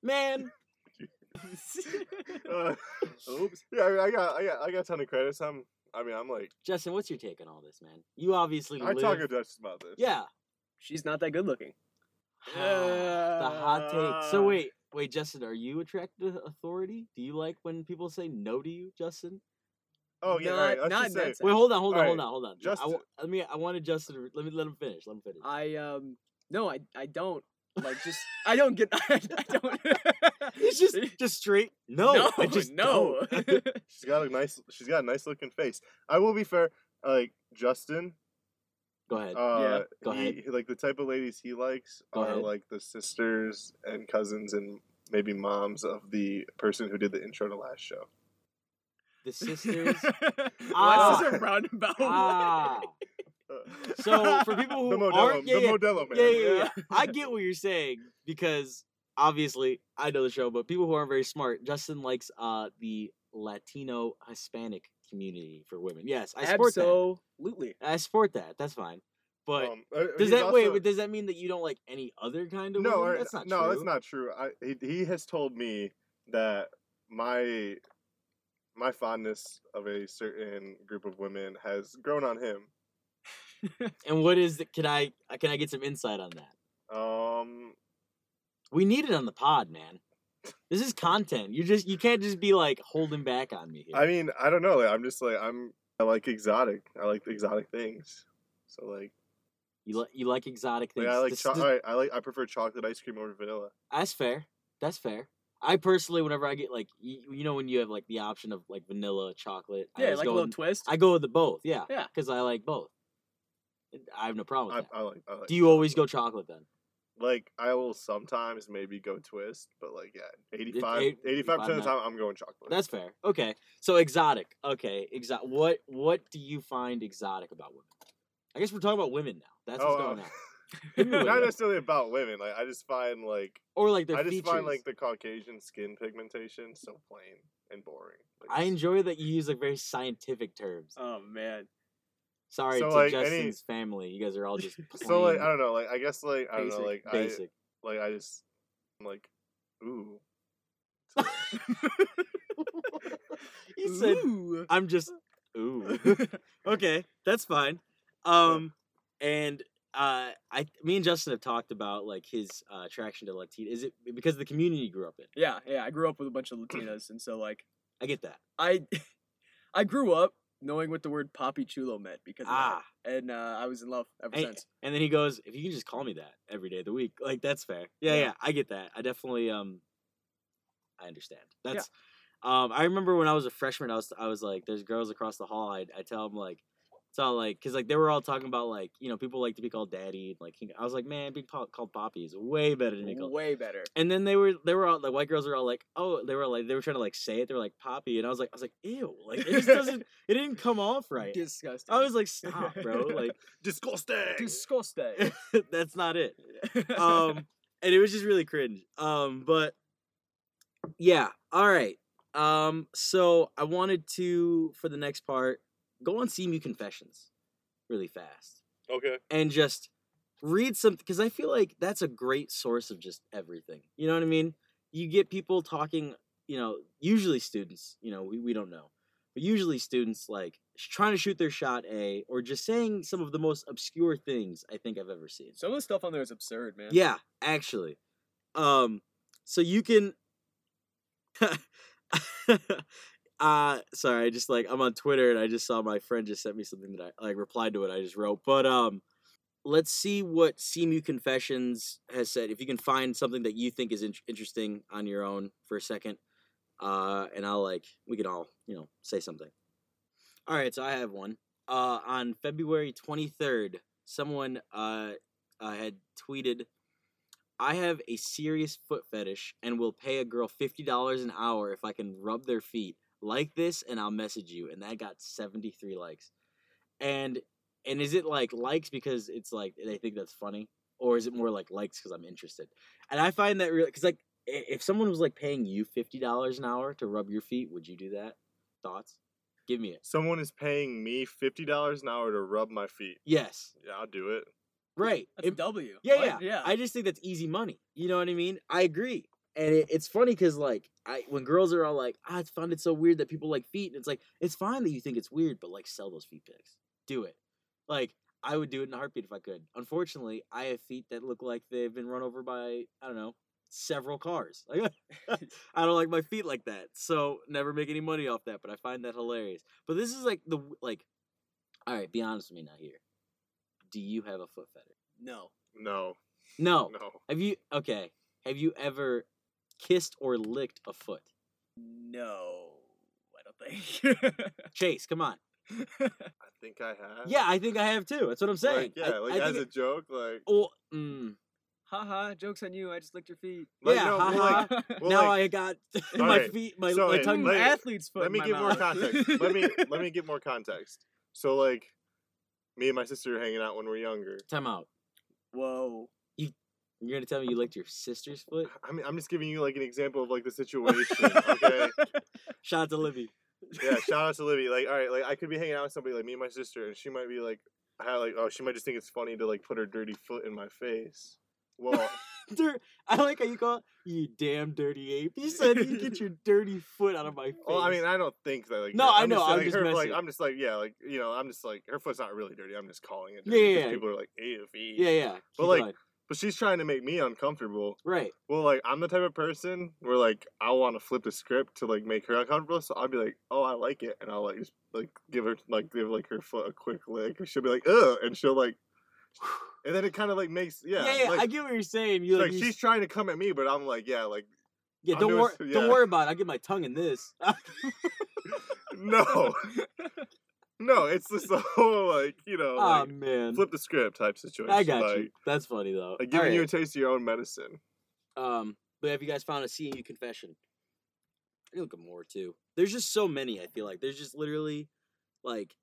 S1: man?
S2: Uh, Oops. Yeah, I, I got, I got, I got a ton of credits. I'm, I mean, I'm like,
S1: Justin, what's your take on all this, man? You obviously
S2: I
S1: live.
S2: talk to Dutch about this.
S1: yeah.
S3: She's not that good looking.
S1: the hot take. So
S3: Uh,
S1: wait, wait, Justin, are you attracted to authority? Do you like when people say no to you, Justin?
S2: Oh yeah. all right,
S3: Not-
S2: let's just
S3: not
S2: say,
S3: that
S1: Wait, hold on, hold on,
S2: Alright,
S1: hold on, hold on. Yeah, I, wa-
S2: Justin- Uh,
S1: let me. I wanted Justin. To, let me let him finish. Let him finish.
S3: I um no, I I don't like just I don't get I, don't.
S1: He's just just straight. No,
S3: no,
S1: I just
S3: no.
S1: don't."
S2: she's got a nice, she's got a nice looking face. I will be fair. Like Justin,
S1: Go ahead.
S2: uh,
S1: Go
S2: he-
S1: ahead.
S2: he- like the type of ladies he likes
S1: Go
S2: are
S1: ahead.
S2: like the sisters and cousins and maybe moms of the person who did the intro to last show.
S1: the sisters.
S3: Well,
S1: Ah.
S3: that's just a roundabout. way.
S1: ah. So for people
S2: the
S1: who
S2: Modelo,
S1: aren't, yeah,
S2: the
S1: yeah,
S2: Modelo man.
S1: yeah, yeah, yeah. I get what you're saying because obviously I know the show, but people who aren't very smart, Justin likes uh the Latino Hispanic community for women. Yes, I support
S3: Absolutely.
S1: that. I support that. That's fine. But
S2: Um, uh,
S1: does
S2: he's
S1: that wait?
S2: also-
S1: but Does that mean that you don't like any other kind of
S2: no,
S1: women?
S2: or-
S1: that's not
S2: no,
S1: true.
S2: that's not true. I he, he has told me that my my fondness of a certain group of women has grown on him.
S1: And what is? it- Can I uh, can I get some insight on that?
S2: Um,
S1: We need it on the pod, man. This is content. You just you can't just be like holding back on me. Here.
S2: I mean, I don't know. Like, I'm just like I'm. I like exotic. I like the exotic things. So like,
S1: you like you like exotic
S2: like
S1: things.
S2: I like
S1: This-
S2: cho-
S1: this-
S2: all right, I like I prefer chocolate ice cream over vanilla.
S1: That's fair. That's fair. I personally, whenever I get like, you, you know, when you have like the option of like vanilla, chocolate, I
S3: Yeah,
S1: always
S3: like a
S1: go
S3: little
S1: with-
S3: twist.
S1: I go with the both. Yeah.
S3: Yeah.
S1: Because I like both. And I have no problem
S2: I,
S1: with that.
S2: I like. I like
S1: Do you always go chocolate then?
S2: Like I will sometimes maybe go twist, but like yeah, 85
S1: eight-
S2: 85 percent of the
S1: now.
S2: time I'm going chocolate.
S1: That's fair. Okay. So exotic. Okay. Exotic. What What do you find exotic about women? I guess we're talking about women now. That's what's
S2: Oh,
S1: going
S2: uh,
S1: on.
S2: Not
S1: Everywhere.
S2: necessarily about women. Like I just find like
S1: or like their
S2: I just
S1: features.
S2: find like the Caucasian skin pigmentation so plain and boring. Like,
S1: I
S2: it's-
S1: enjoy that you use like very scientific terms.
S3: Oh man,
S1: Sorry
S2: Uh, so,
S1: to
S2: like, any-
S1: Justin's family, you guys are all just plain
S2: So like I don't know. Like I guess like I don't know.
S3: Basic,
S2: Like I
S1: basic.
S2: like I just I'm like ooh.
S1: he said, "Ah,
S3: Ooh.
S1: "I'm just ooh." okay, that's fine. Um, and uh, I, me and Justin have talked about like his uh, attraction to Latina. Is it because of the community you grew up in?
S3: yeah, yeah. I grew up with a bunch of Latinas, and so like
S1: I get that.
S3: I, I grew up knowing what the word papi chulo meant because of that,
S1: Ah,
S3: and uh, I was in love ever
S1: and,
S3: since.
S1: and then he goes, "If you can just call me that every day of the week, like that's fair." Yeah, yeah,
S3: Yeah.
S1: I get that. I definitely, um, I understand. That's, um, I remember when I was a freshman, I was, I was like, "There's girls across the hall." I, I tell them like. It's all like, cause like they were all talking about like, you know, people like to be called daddy. Like, he- I was like, man, being po- called Poppy is way better than being called
S3: Way better.
S1: And then they were they were all the white girls were all like, oh, they were like they were trying to like say it. They were like poppy, and I was like, I was like, ew, like it just doesn't it didn't come off right.
S3: Disgusting.
S1: I was like, stop, bro, like
S2: Disgusting.
S3: disgusting.
S1: that's not it. Um, and it was just really cringe. Um, but yeah, all right. Um, so I wanted to for the next part go on CMU confessions really fast
S2: Okay.
S1: and just read something because I feel like that's a great source of just everything. You know what I mean? You get people talking, you know, usually students, you know, we, we don't know, but usually students like sh- trying to shoot their shot A or just saying some of the most obscure things I think I've ever seen.
S3: Some of the stuff on there is absurd, man.
S1: Yeah, actually. Um so you can uh sorry, I just like I'm on Twitter and I just saw my friend just sent me something that I like replied to what I just wrote. But um let's see what CMU Confessions has said. If you can find something that you think is in- interesting on your own for a second. Uh and I'll like we can all, you know, say something. All right, so I have one. Uh on February 23rd, someone uh uh, had tweeted, I have a serious foot fetish and will pay a girl $50 an hour if I can rub their feet like this and I'll message you. And that got 73 likes. And and is it like likes because it's like they think that's funny or is it more like likes because I'm interested? And I find that really cuz like i- if someone was like paying you $50 an hour to rub your feet, would you do that? Thoughts? Give me it.
S2: Someone is paying me fifty dollars an hour to rub my feet.
S1: Yes.
S2: Yeah, I'll do it.
S1: Right.
S3: That's a
S1: If-
S3: W.
S1: Yeah,
S3: What?
S1: yeah, I just think that's easy money. You know what I mean? I agree, and it, it's funny because like I when girls are all like, "Ah, I found it so weird that people like feet," and it's like it's fine that you think it's weird, but like sell those feet pics, do it. Like I would do it in a heartbeat if I could. Unfortunately, I have feet that look like they've been run over by I don't know several cars. Like I don't like my feet like that, so never make any money off that. But I find that hilarious. But this is like the w- like, all right, be honest with me now here. Do you have a foot fetish?
S3: no.
S2: No,
S1: Oh.
S2: no.
S1: Have you okay? Have you ever kissed or licked a foot?
S3: No. I don't think.
S1: Chase, come on.
S2: I think I have.
S1: Yeah, I think I have too. That's what I'm saying.
S2: Uh, Like, yeah,
S1: I,
S2: like
S1: I
S2: as a
S1: think
S2: joke, like.
S1: it- well, mm,
S3: Haha, jokes on you. I just licked your feet.
S2: like,
S1: yeah,
S2: no,
S1: ha
S2: well,
S1: ha.
S2: like- well,
S1: now
S2: like,
S1: I got my
S2: Alright,
S1: feet, my,
S2: so
S1: my
S2: it-
S1: tongue.
S2: let-
S3: athlete's foot.
S2: let
S3: in
S2: me
S3: my
S2: give more
S3: mouth.
S2: context. let me let me give more context. So like, me and my sister were hanging out when we were younger.
S1: Time out.
S3: Whoa.
S1: You're gonna tell me you licked your sister's foot?
S2: I mean, I'm just giving you like an example of like the situation. Okay.
S1: Shout out to Libby.
S2: yeah, shout out to Libby. Like, all right, like I could be hanging out with somebody like me and my sister, and she might be like, how like, oh, she might just think it's funny to like put her dirty foot in my face. Well,
S1: Dirt. I like how you call it, you damn dirty ape. You said you get your dirty foot out of my face.
S2: well, I mean, I don't think that like.
S1: No,
S2: her-
S1: I
S2: I'm
S1: know,
S2: Just,
S1: I'm
S2: like,
S1: just
S2: her, like,
S1: messing.
S2: I'm just like, yeah, like you know, I'm just like, her foot's not really dirty. I'm just calling it.
S1: Yeah,
S2: Dirty
S1: yeah,
S2: 'cause
S1: yeah.
S2: People are like, ew, ew.
S1: yeah, yeah. keep
S2: like-
S1: going.
S2: But she's trying to make me uncomfortable.
S1: right.
S2: Well, like I'm the type of person where like I want to flip the script to like make her uncomfortable, so I'll be like, "Oh, I like it," and I'll like just like give her like give like her foot a quick lick, and she'll be like, "Ugh," and she'll like, and then it kind of like makes yeah,
S1: yeah, yeah.
S2: like,
S1: I get what you're saying. You
S2: like,
S1: like, you
S2: she's trying to come at me, but I'm like, yeah, like
S1: Yeah,
S2: I'm
S1: don't
S2: doing
S1: worry.
S2: s-
S1: Don't
S2: yeah.
S1: worry about it. I get my tongue in this.
S2: no, no, it's just the whole like you
S1: oh
S2: know like,
S1: man,
S2: flip the script type situation.
S1: I got
S2: like,
S1: you. That's funny though.
S2: Like giving you a
S1: Alright,
S2: taste of your own medicine.
S1: um, but have you guys found a CU confession? I can look at more too. There's just so many. I feel like there's just literally, like,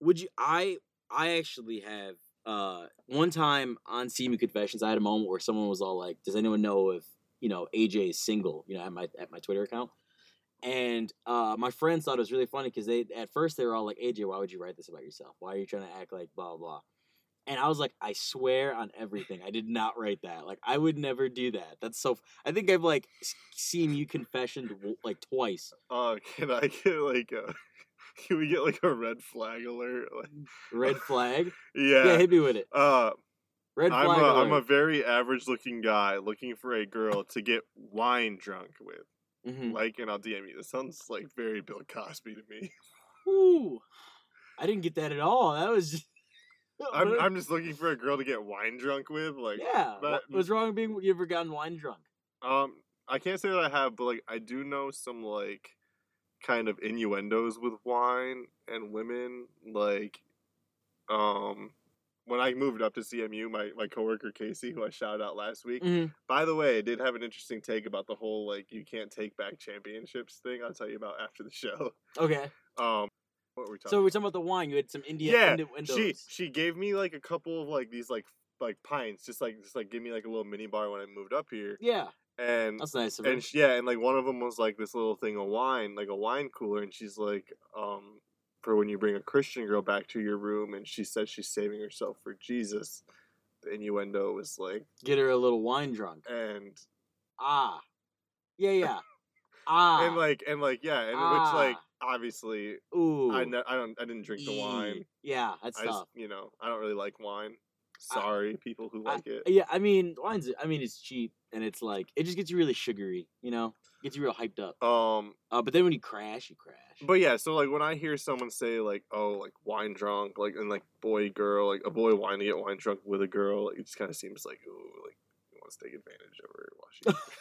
S1: would you? I I actually have uh, one time on CMU Confessions, I had a moment where someone was all like, "Does anyone know if you know AJ is single?" You know, at my at my Twitter account, and uh, my friends thought it was really funny because they at first they were all like, "AJ, why would you write this about yourself? Why are you trying to act like blah blah?" blah?" And I was like, "I swear on everything, I did not write that. Like, I would never do that. That's so. f- I think I've like s- CMU Confessioned w- like twice,
S2: Uh, can I get like a? Can we get like a red flag alert? Like,
S1: red flag.
S2: yeah.
S1: Yeah, hit me with it.
S2: uh,
S1: Red flag.
S2: I'm a, I'm a
S1: alert.
S2: very average looking guy looking for a girl to get wine drunk with.
S1: Mhm.
S2: Like, and I'll DM you. This sounds like very Bill Cosby to me.
S3: Ooh.
S1: I didn't get that at all. That was. Just...
S2: I'm, I'm just looking for a girl to get wine drunk with. Like,
S1: yeah.
S2: that-
S1: what- what's wrong with being? You ever gotten wine drunk?
S2: um, I can't say that I have, but like, I do know some like kind of innuendos with wine and women. Like, um, when I moved up to CMU, my my coworker Casey, who I shouted out last week,
S1: Mhm.
S2: By the way, I did have an interesting take about the whole like you can't take back championships thing. I'll tell you about after the show.
S1: Okay.
S2: Um, what were we talking?
S1: So we're talking about the wine. You had some India
S2: Yeah,
S1: Indo-
S2: about?
S1: Indos.
S2: she she gave me like a couple of like these like like pints, just like just like give me like a little mini bar when I moved up here,
S1: Yeah,
S2: and
S1: that's nice of her.
S2: and she, yeah, and like one of them was like this little thing of wine, like a wine cooler, and she's like, um, for when you bring a Christian girl back to your room, and she says she's saving herself for Jesus. The innuendo was like,
S1: Get her a little wine drunk.
S2: and
S1: Ah. Yeah, yeah. Ah.
S2: and like and like yeah, and which like obviously
S1: ooh.
S2: I, ne- I don't I didn't drink the wine.
S1: ee. Yeah, that's
S2: I s-
S1: tough.
S2: you know I don't really like wine.
S1: I-
S2: Sorry, people who like it.
S1: Yeah, I mean, wine's. I mean, it's cheap and it's like it just gets you really sugary. You know, gets you real hyped up.
S2: Um,
S1: Uh, but then when you crash, you crash.
S2: but yeah, so like when I hear someone say like oh like wine drunk like and like boy girl like a boy wanting to get wine drunk with a girl, like, it just kind of seems like ooh like he wants to take advantage of her while she.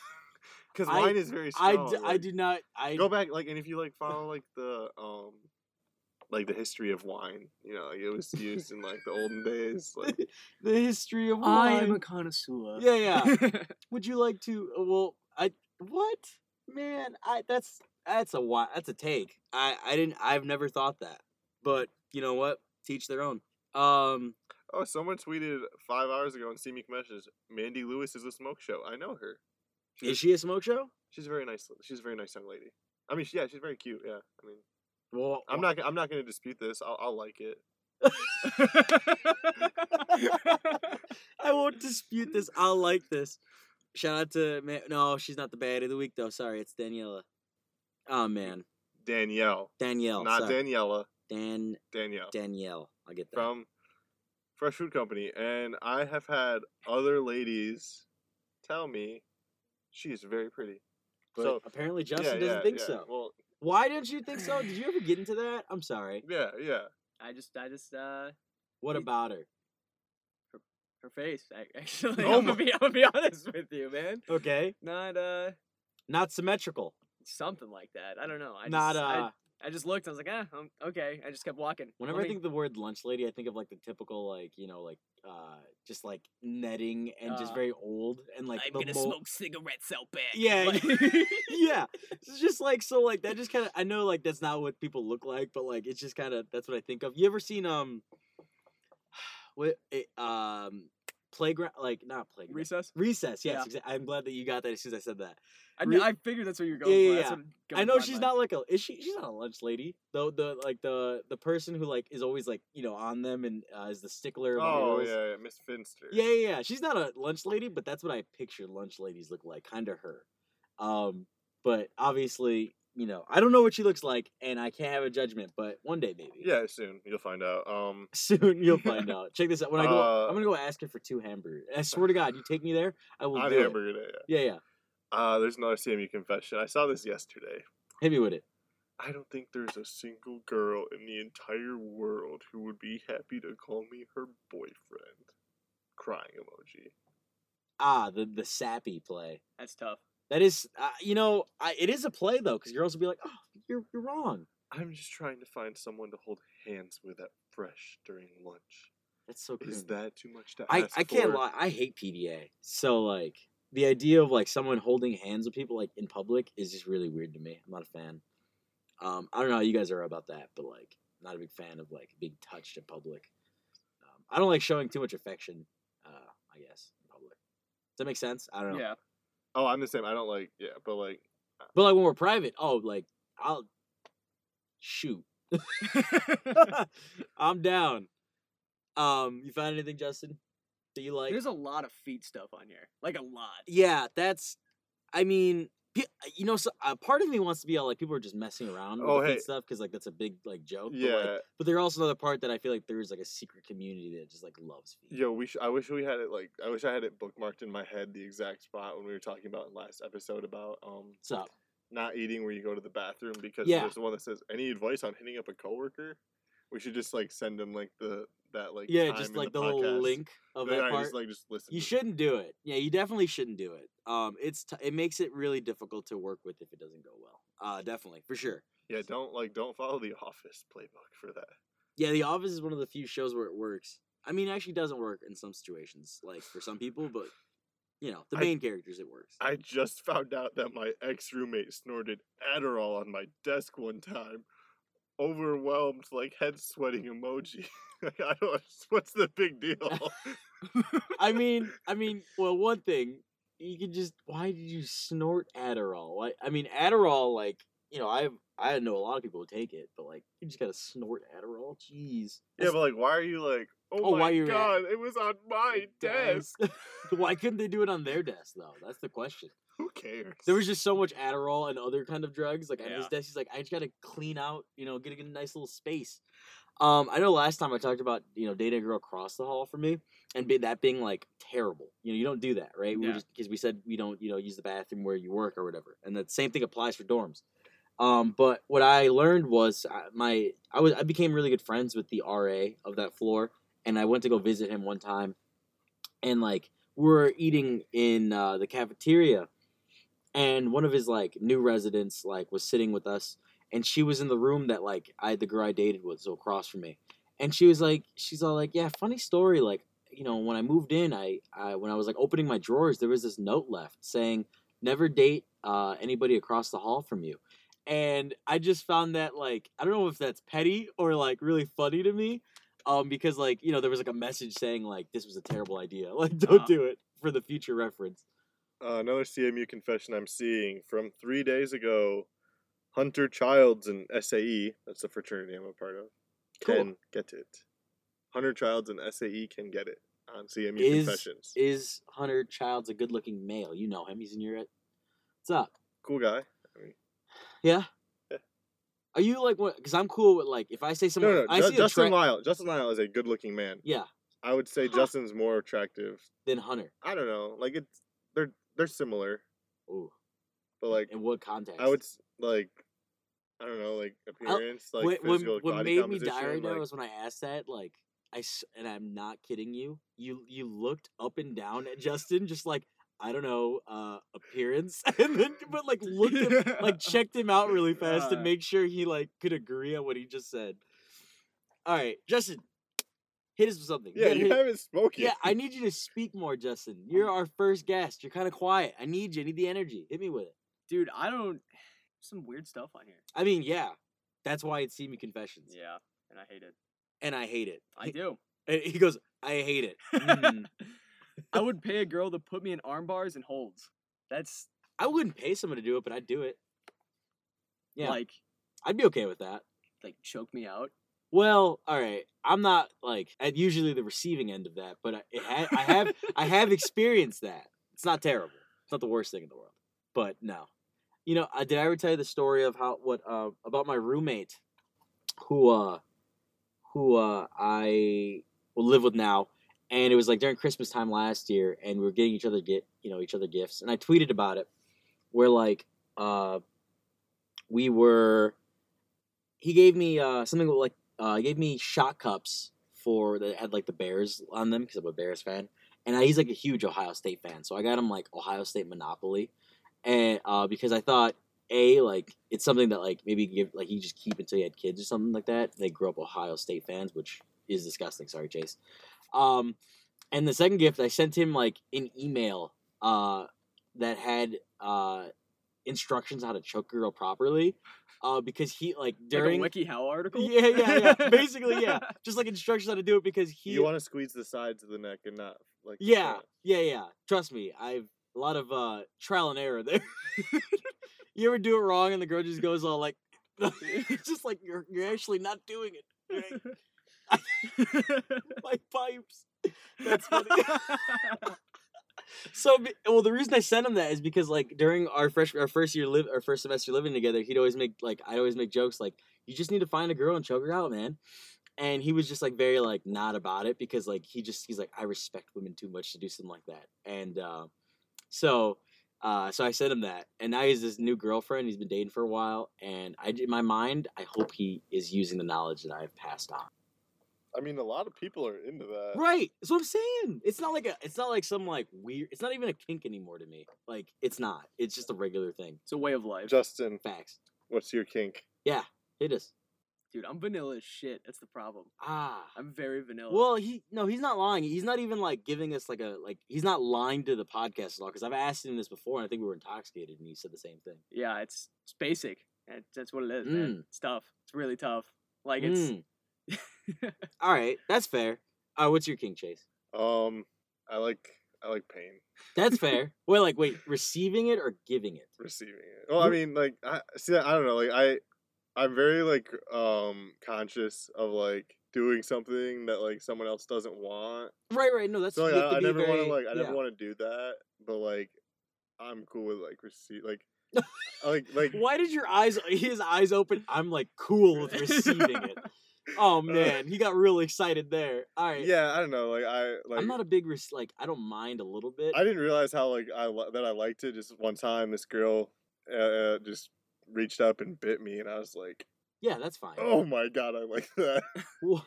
S2: Because
S1: I-
S2: wine is very
S1: I,
S2: strong.
S1: d- I
S2: like,
S1: do not. I
S2: go back like and if you like follow like the um like the history of wine, you know, like it was used in like the olden days. Like
S1: the history of
S3: I
S1: wine.
S3: am a connoisseur.
S1: Yeah, yeah. Would you like to? uh, Well, I what man? I that's that's a wi- that's a take. I I didn't. I've never thought that. But you know what? Teach their own. Um.
S2: Oh, someone tweeted five hours ago on See Me Commissions, Mandy Lewis is a smoke show. I know her.
S1: Is she a smoke show?
S2: She's a very nice. She's a very nice young lady. I mean, she, yeah, she's very cute. Yeah, I mean,
S1: Well,
S2: I'm not. I'm not going to dispute this. I'll, I'll like it.
S1: I won't dispute this. I'll like this. Shout out to man. No, she's not the bad of the week though. Sorry, it's Daniela. Oh man,
S2: Danielle,
S1: Danielle.
S2: not
S1: sorry.
S2: Daniela.
S1: Dan.
S2: Danielle
S1: Danielle. I'll get that.
S2: from Fresh Food Company, and I have had other ladies tell me she is very pretty.
S1: but
S2: so-
S1: apparently
S2: Yeah,
S1: Justin doesn't
S2: yeah,
S1: think
S2: yeah.
S1: so.
S2: Well,
S1: Why don't you think so? Did you ever get into that? I'm sorry.
S2: yeah, yeah.
S3: I just, I just, uh,
S1: What
S3: It-
S1: about her?
S3: her face. ac- Actually,
S2: Oh
S3: I'm, gonna
S2: my-
S3: be, I'm gonna be honest with you, man.
S1: Okay.
S3: Not uh,
S1: Not symmetrical.
S3: something like that. I don't know. I
S1: Not
S3: just,
S1: uh
S3: I, I just looked. I was like, ah, um, okay. I just kept walking. Let
S1: whenever I
S3: me-
S1: think the word lunch lady, I think of like the typical like, you know, like uh just like netting and just
S3: Uh,
S1: very old and like
S3: I'm
S1: the
S3: gonna
S1: mo-
S3: smoke cigarettes out back.
S1: Yeah,
S3: Like-
S1: yeah. It's just like so like that just kinda I know like that's not what people look like, but like it's just kinda that's what I think of. You ever seen um what it, um playground like not playground
S3: recess.
S1: recess, yes,
S3: Yeah.
S1: exa- I'm glad that you got that as soon as I said that.
S3: I,
S1: Re-
S3: kn- I figured that's where you're going.
S1: Yeah,
S3: for.
S1: yeah,
S3: That's
S1: yeah.
S3: what
S1: I
S3: going
S1: know
S3: by
S1: she's
S3: mine.
S1: not like a is she she's not a lunch lady though the like the the person who like is always like you know on them and uh, is the stickler about
S2: Oh
S1: rules.
S2: yeah, yeah, Miss Finster.
S1: yeah yeah yeah she's not a lunch lady but that's what I picture lunch ladies look like kind of her um but obviously you know I don't know what she looks like and I can't have a judgment but one day maybe
S2: Yeah, soon you'll find out. Um,
S1: soon you'll find out check this out when I go
S2: Uh,
S1: I'm gonna go ask her for two hamburgers I swear to God you take me there I will
S2: on
S1: do it.
S2: hamburger day.
S1: yeah yeah
S2: Uh, there's another CMU confession. I saw this yesterday.
S1: hit me with it
S2: I don't think there's a single girl in the entire world who would be happy to call me her boyfriend. Crying emoji.
S1: ah the the sappy play.
S3: That's tough.
S1: That is, uh, you know, I, it is a play though, because girls will be like, "Oh, you're you're wrong."
S2: I'm just trying to find someone to hold hands with at fresh during lunch.
S1: That's so crazy.
S2: Is that too much to
S1: Hmm. I
S2: ask
S1: I can't
S2: for?
S1: lie. I hate PDA. So like the idea of like someone holding hands with people like in public is just really weird to me. I'm not a fan. Um, I don't know how you guys are about that, but like, not a big fan of like being touched in public. Um, I don't like showing too much affection. Uh, I guess in public. Does that make sense? I don't know.
S3: Yeah.
S2: Oh, I'm the same. I don't like. Yeah, but like,
S1: But like when we're private, oh, like I'll shoot. I'm down. Um, you found anything, Justin? That you like?
S3: There's a lot of feet stuff on here. Like a lot.
S1: yeah, that's. I mean, pe- you know, so, uh, part of me wants to be all like people are just messing around with
S2: Oh,
S1: the
S2: hey.
S1: feet stuff because like that's a big like joke.
S2: yeah.
S1: But, like, but there's also another part that I feel like there is like a secret community that just like loves feet.
S2: Yo, we sh- I wish we had it like I wish I had it bookmarked in my head the exact spot when we were talking about last episode about um
S1: What's up?
S2: not eating where you go to the bathroom because
S1: Yeah.
S2: there's one that says any advice on hitting up a coworker. We should just like send them like the that like
S1: yeah,
S2: time
S1: just
S2: in
S1: like the,
S2: the,
S1: little
S2: podcast.
S1: link of
S2: Then
S1: that
S2: I
S1: part.
S2: just like just listen.
S1: you
S2: to it.
S1: shouldn't do it. Yeah, you definitely shouldn't do it. Um, it's t- it makes it really difficult to work with if it doesn't go well. Uh, definitely for sure.
S2: Yeah, don't like don't follow the office playbook for that.
S1: Yeah, The Office is one of the few shows where it works. I mean, it actually doesn't work in some situations, like for some people, but you know, the
S2: I-
S1: main characters it works.
S2: I just found out that my ex roommate snorted Adderall on my desk one time. Overwhelmed, like head sweating emoji. like, I don't. What's the big deal?
S1: I mean, I mean, well, one thing you could just why did you snort Adderall? Why, I mean, Adderall, like you know, I I know a lot of people who take it, but like you just gotta snort Adderall. Jeez,
S2: Yeah, but like, why are you like? Oh,
S1: Oh,
S2: my
S1: why you at
S2: god, it was on my desk.
S1: why couldn't they do it on their desk though? That's the question.
S2: Who cares?
S1: There was just so much Adderall and other kind of drugs. Like on his
S3: Yeah.
S1: desk, he's like, I just gotta clean out, you know, get a, get a nice little space. Um, I know last time I talked about you know dating a girl across the hall from me and be, that being like terrible. You know, you don't do that, right? We
S3: Yeah.
S1: just because we said we don't, you know, use the bathroom where you work or whatever, and that same thing applies for dorms. Um, but what I learned was I, my I was I became really good friends with the RA of that floor, and I went to go visit him one time, and like we were eating in uh, the cafeteria, and one of his like new residents like was sitting with us, and she was in the room that like I the girl I dated was across from me, and she was like she's all like yeah funny story like you know when I moved in I, I when I was like opening my drawers there was this note left saying never date uh, anybody across the hall from you. And I just found that like I don't know if that's petty or like really funny to me, um, because like you know there was like a message saying like this was a terrible idea, like don't
S3: Ah.
S1: do it for the future reference.
S2: Uh, another CMU confession I'm seeing from three days ago. Hunter Childs and SAE. That's the fraternity I'm a part of.
S1: Cool.
S2: Can get it. Hunter Childs and SAE can get it on CMU
S1: Is-
S2: confessions.
S1: Is Hunter Childs a good-looking male? You know him. He's in your. What's up?
S2: cool guy.
S1: Yeah.
S2: Yeah.
S1: Are you like what? Because I'm cool with like if I say
S2: Eh. No,
S1: someone
S2: no,
S1: I
S2: Ju-
S1: see
S2: Justin
S1: a tra-
S2: Lyle. Justin Lyle is a good-looking man.
S1: yeah
S2: I would say
S1: Huh.
S2: Justin's more attractive.
S1: then Hunter.
S2: I don't know. Like it's they're they're similar,
S1: Ooh,
S2: but like
S1: in what context?
S2: I would s- like, I don't know, like appearance, like
S1: what, what-
S2: physical
S1: what made
S2: body
S1: me
S2: composition.
S1: die right now
S2: like,
S1: was when I asked that. Like I s- and I'm not kidding you. You you looked up and down at Justin, just like I don't know uh appearance, and then but like looked him, like checked him out really fast to
S3: Uh.
S1: make sure he like could agree on what he just said. All right, Justin, hit us with something.
S2: yeah,
S1: gotta
S2: you
S1: hit-
S2: haven't spoken.
S1: yeah, I need you to speak more,
S3: Oh.
S1: Justin. You're our first guest. You're kind of quiet. I need you. I need the energy. Hit me with it.
S3: Dude, I don't. Some weird stuff on here.
S1: I mean, yeah, that's why it's Semi Confessions,
S3: Yeah, and I hate it.
S1: and I hate it.
S3: I do. Mm-hmm.
S1: And he goes, I hate it. Mm.
S3: I would pay a girl to put me in arm bars and holds. That's
S1: I wouldn't pay someone to do it, but I'd do it. Yeah.
S3: like
S1: I'd be okay with that.
S3: like choke me out.
S1: Well, all right. I'm not like at usually the receiving end of that, but I, it ha- I have I have experienced that. It's not terrible. It's not the worst thing in the world. But no, you know, I, did I ever tell you the story of how what uh, about my roommate, who uh, who uh, I will live with now, and it was like during Christmas time last year, and we were getting each other get you know each other gifts, and I tweeted about it, where like uh, we were, he gave me uh something like uh he gave me shot cups for that had like the Bears on them because I'm a Bears fan, and I, he's like a huge Ohio State fan, so I got him like Ohio State Monopoly, and uh, because I thought a like it's something that like maybe you could give like you just keep until you had kids or something like that. They grew up Ohio State fans, which is disgusting. Sorry, Chase. Um, and the second gift I sent him like an email uh that had uh instructions how to choke girl properly, uh, because he like
S3: During
S1: during
S3: like a WikiHow article.
S1: yeah yeah yeah basically yeah just like instructions how to do it because he
S2: you want to squeeze the sides of the neck and not like the
S1: Yeah,
S2: front.
S1: yeah, yeah. Trust me, I've a lot of uh trial and error there. you ever do it wrong and the girl just goes all like, it's just like you're you're actually not doing it. right? My pipes. That's funny. So be- well, the reason I sent him that is because like during our fresh our first year live our first semester living together, he'd always make like I'd always make jokes like you just need to find a girl and choke her out, man. And he was just like very like not about it because like he just he's like I respect women too much to do something like that. And uh, so uh, so I sent him that, and now he's this new girlfriend. He's been dating for a while, and I in my mind I hope he is using the knowledge that I've passed on.
S2: I mean, a lot of people are into that.
S1: Right. That's what I'm saying. It's not like a it's not like some like weird it's not even a kink anymore to me. Like it's not. It's just a regular thing.
S3: It's a way of life.
S2: Justin,
S1: Facts.
S2: what's your kink?
S1: Yeah, it is.
S3: Dude, I'm vanilla as shit. That's the problem.
S1: Ah.
S3: I'm very
S2: Oh.
S3: vanilla.
S1: Well, he no, he's not lying. He's not even like giving us like a like he's not lying to the podcast at all because I've asked him this before and I think we were intoxicated and he said the same thing.
S3: yeah, it's, it's basic. That- that's what it is, man. It's tough. It's really tough. Like it's
S1: Mm. all right, that's fair. Uh, what's your king chase?
S2: Um, I like I like pain,
S1: That's fair. well, like wait, receiving it or giving it?
S2: receiving it. Well, I
S1: Who-
S2: mean, like I see. I don't know. Like I, I'm very like um conscious of like doing something that like someone else doesn't want.
S1: Right, right. No, that's
S2: So like,
S1: you have
S2: I,
S1: to
S2: I
S1: be
S2: never want
S1: very-
S2: to like I never
S1: yeah.
S2: want to do that. But like I'm cool with like receive like I like like
S1: Why did your eyes his eyes open? I'm like cool with receiving it. Oh man, he got real excited there. All right.
S2: Uh, yeah. I don't know. Like I like
S1: I'm not a big res- like I don't mind a little bit.
S2: I didn't realize how like I li- that I liked it. Just one time, this girl uh, uh, just reached up and bit me, and I was like,
S1: yeah, that's fine.
S2: "Oh my god, I like that."
S1: Wha-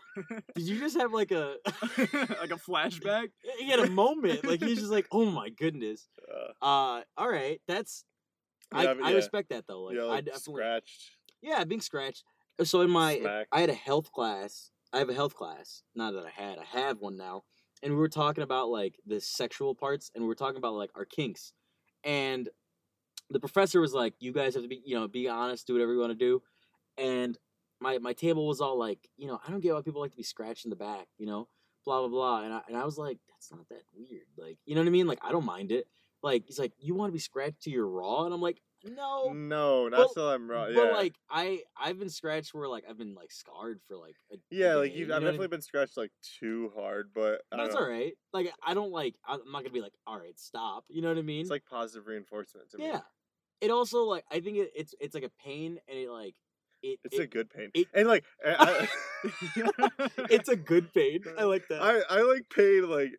S1: Did you just have like a
S3: like a flashback.
S1: he had a moment like he's just like oh my goodness.
S2: Uh,
S1: Uh all right, that's I,
S2: Yeah, but
S1: I
S2: yeah.
S1: respect that though. Like
S2: you know,
S1: I
S2: like,
S1: definitely
S2: scratched.
S1: Yeah, being scratched. Uh, So in my eh,
S2: Smacked.
S1: I had a health class. I have a health class. Not that I had, I have one now. And we were talking about like the sexual parts and we were talking about like our kinks. And the professor was like, You guys have to be you know, be honest, do whatever you want to do. And my my table was all like, you know, I don't get why people like to be scratched in the back, you know, blah blah blah. And I and I was like, That's not that weird. Like, you know what I mean? Like I don't mind it. Like he's like, You want to be scratched to your raw? And I'm like, No.
S2: No, not
S1: Oh, Well,
S2: till I'm raw.
S1: But
S2: Yeah,
S1: like I, I've been scratched where like I've been like scarred for like a
S2: yeah,
S1: a
S2: like
S1: day,
S2: you've,
S1: know
S2: I've
S1: what I
S2: definitely
S1: mean?
S2: been scratched like too hard, but I don't
S1: That's
S2: know.
S1: all right. Like I don't like. I'm not gonna be like, all right, stop. You know what I mean?
S2: It's like positive reinforcement to me.
S1: yeah. It also like I think it, it's it's like a pain and it like it
S2: it's a
S1: it,
S2: good pain,
S1: it-
S2: and like I,
S1: it's a good pain. I like
S2: I,
S1: that.
S2: I, I like pain like.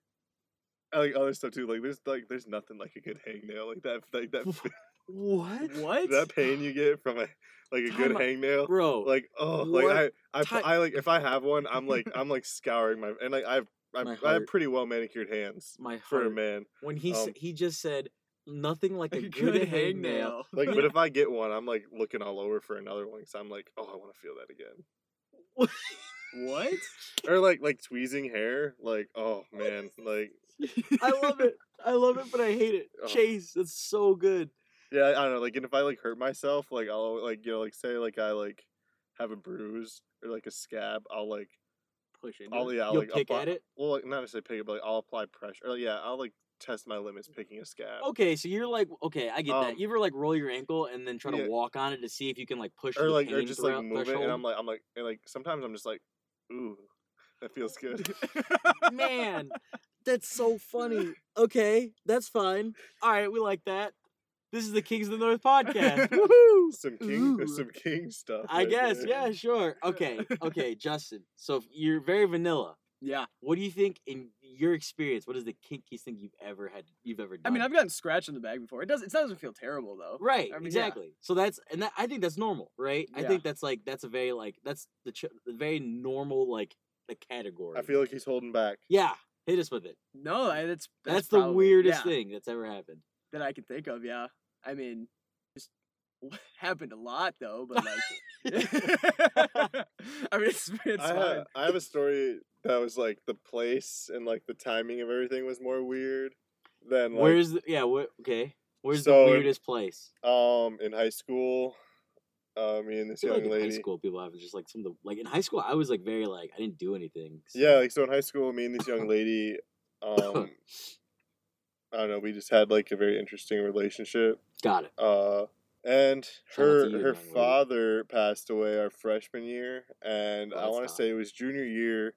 S2: I like other stuff too. Like there's like there's nothing like a good hangnail like that. Like that
S1: what,
S3: what?
S2: that pain you get from a like a good
S1: Time out.
S2: hangnail.
S1: bro?
S2: Like oh,
S1: What
S2: like I I,
S1: ti-
S2: I like if I have one, I'm like I'm like scouring my and like I've I've,
S1: My
S2: I have
S1: heart.
S2: pretty well manicured hands
S1: my
S2: for a
S1: heart.
S2: man.
S1: When he s
S2: um,
S1: he just said nothing like a,
S3: Like
S1: good, hangnail.
S2: Like, but if I get one, I'm like looking all over for another one because I'm like, oh, I want to feel that again.
S3: What?
S2: Or like like tweezing hair, like oh man, like
S1: I love it. I love it, but I hate it.
S2: Oh.
S1: Chase, that's so good.
S2: yeah, I don't know. Like, and if I like hurt myself, like I'll like you know like say like I like have a bruise or like a scab, I'll like
S3: Push into
S2: I'll
S3: it.
S2: yeah I'll,
S1: You'll
S2: like
S1: pick
S2: apply-
S1: at it.
S2: Well, like, not necessarily pick it, but like, I'll apply pressure. Or, yeah, I'll like test my limits
S1: Mm.
S2: picking a scab.
S1: Okay, so you're like okay, I get
S2: Um,
S1: that. You ever like roll your ankle and then try
S2: yeah.
S1: to walk on it to see if you can like push
S2: or
S1: the
S2: like or
S1: pain
S2: just like
S1: throughout
S2: move it and
S1: threshold?
S2: I'm like I'm like and like sometimes I'm just like, ooh, that feels good.
S1: Man, that's so funny. Okay, that's fine. All right, we like that. This is the Kings of the North podcast. Woohoo!
S2: some king
S3: Ooh.
S2: some king stuff.
S1: I
S2: right
S1: guess,
S2: there.
S1: yeah, sure. Okay, okay, Justin. So if you're very vanilla.
S3: yeah.
S1: What do you think in your experience? What is the kinkiest thing you've ever had? You've ever
S3: I
S1: done?
S3: mean, I've gotten scratched in the back before. It doesn't. It doesn't feel terrible though.
S1: Right,
S3: I mean, yeah.
S1: exactly. So that's and that, I think that's normal, right? I
S3: Yeah.
S1: think that's like that's a very like that's the, ch- the very normal like the category.
S2: I feel like he's holding back.
S1: yeah, hit us with it.
S3: No, I- that's
S1: That's,
S3: that's,
S1: the
S3: probably-
S1: weirdest
S3: yeah,
S1: thing that's ever happened.
S3: that I can think of. Yeah. I mean, just happened a lot though, but like. I mean, it's, it's
S2: I
S3: fine.
S2: have, I have a story that was like the place and like the timing of everything was more weird than like
S1: Where's the yeah? Wh- okay, Where's
S2: So-
S1: the weirdest place?
S2: Um, in high school, uh, me and
S1: I
S2: this
S1: feel
S2: young
S1: like in high
S2: lady.
S1: school, people have just like some of the like in high school. I was like very like I didn't do anything. so-
S2: Yeah, like so in high school, me and this young lady. Um, I don't know. We just had like a very interesting relationship.
S1: got it.
S2: Uh, and
S1: Shout out
S2: her
S1: to you,
S2: her
S1: young lady.
S2: father passed away our freshman year, and
S1: Oh,
S2: I
S1: that's
S2: want to
S1: tough.
S2: say it was junior year,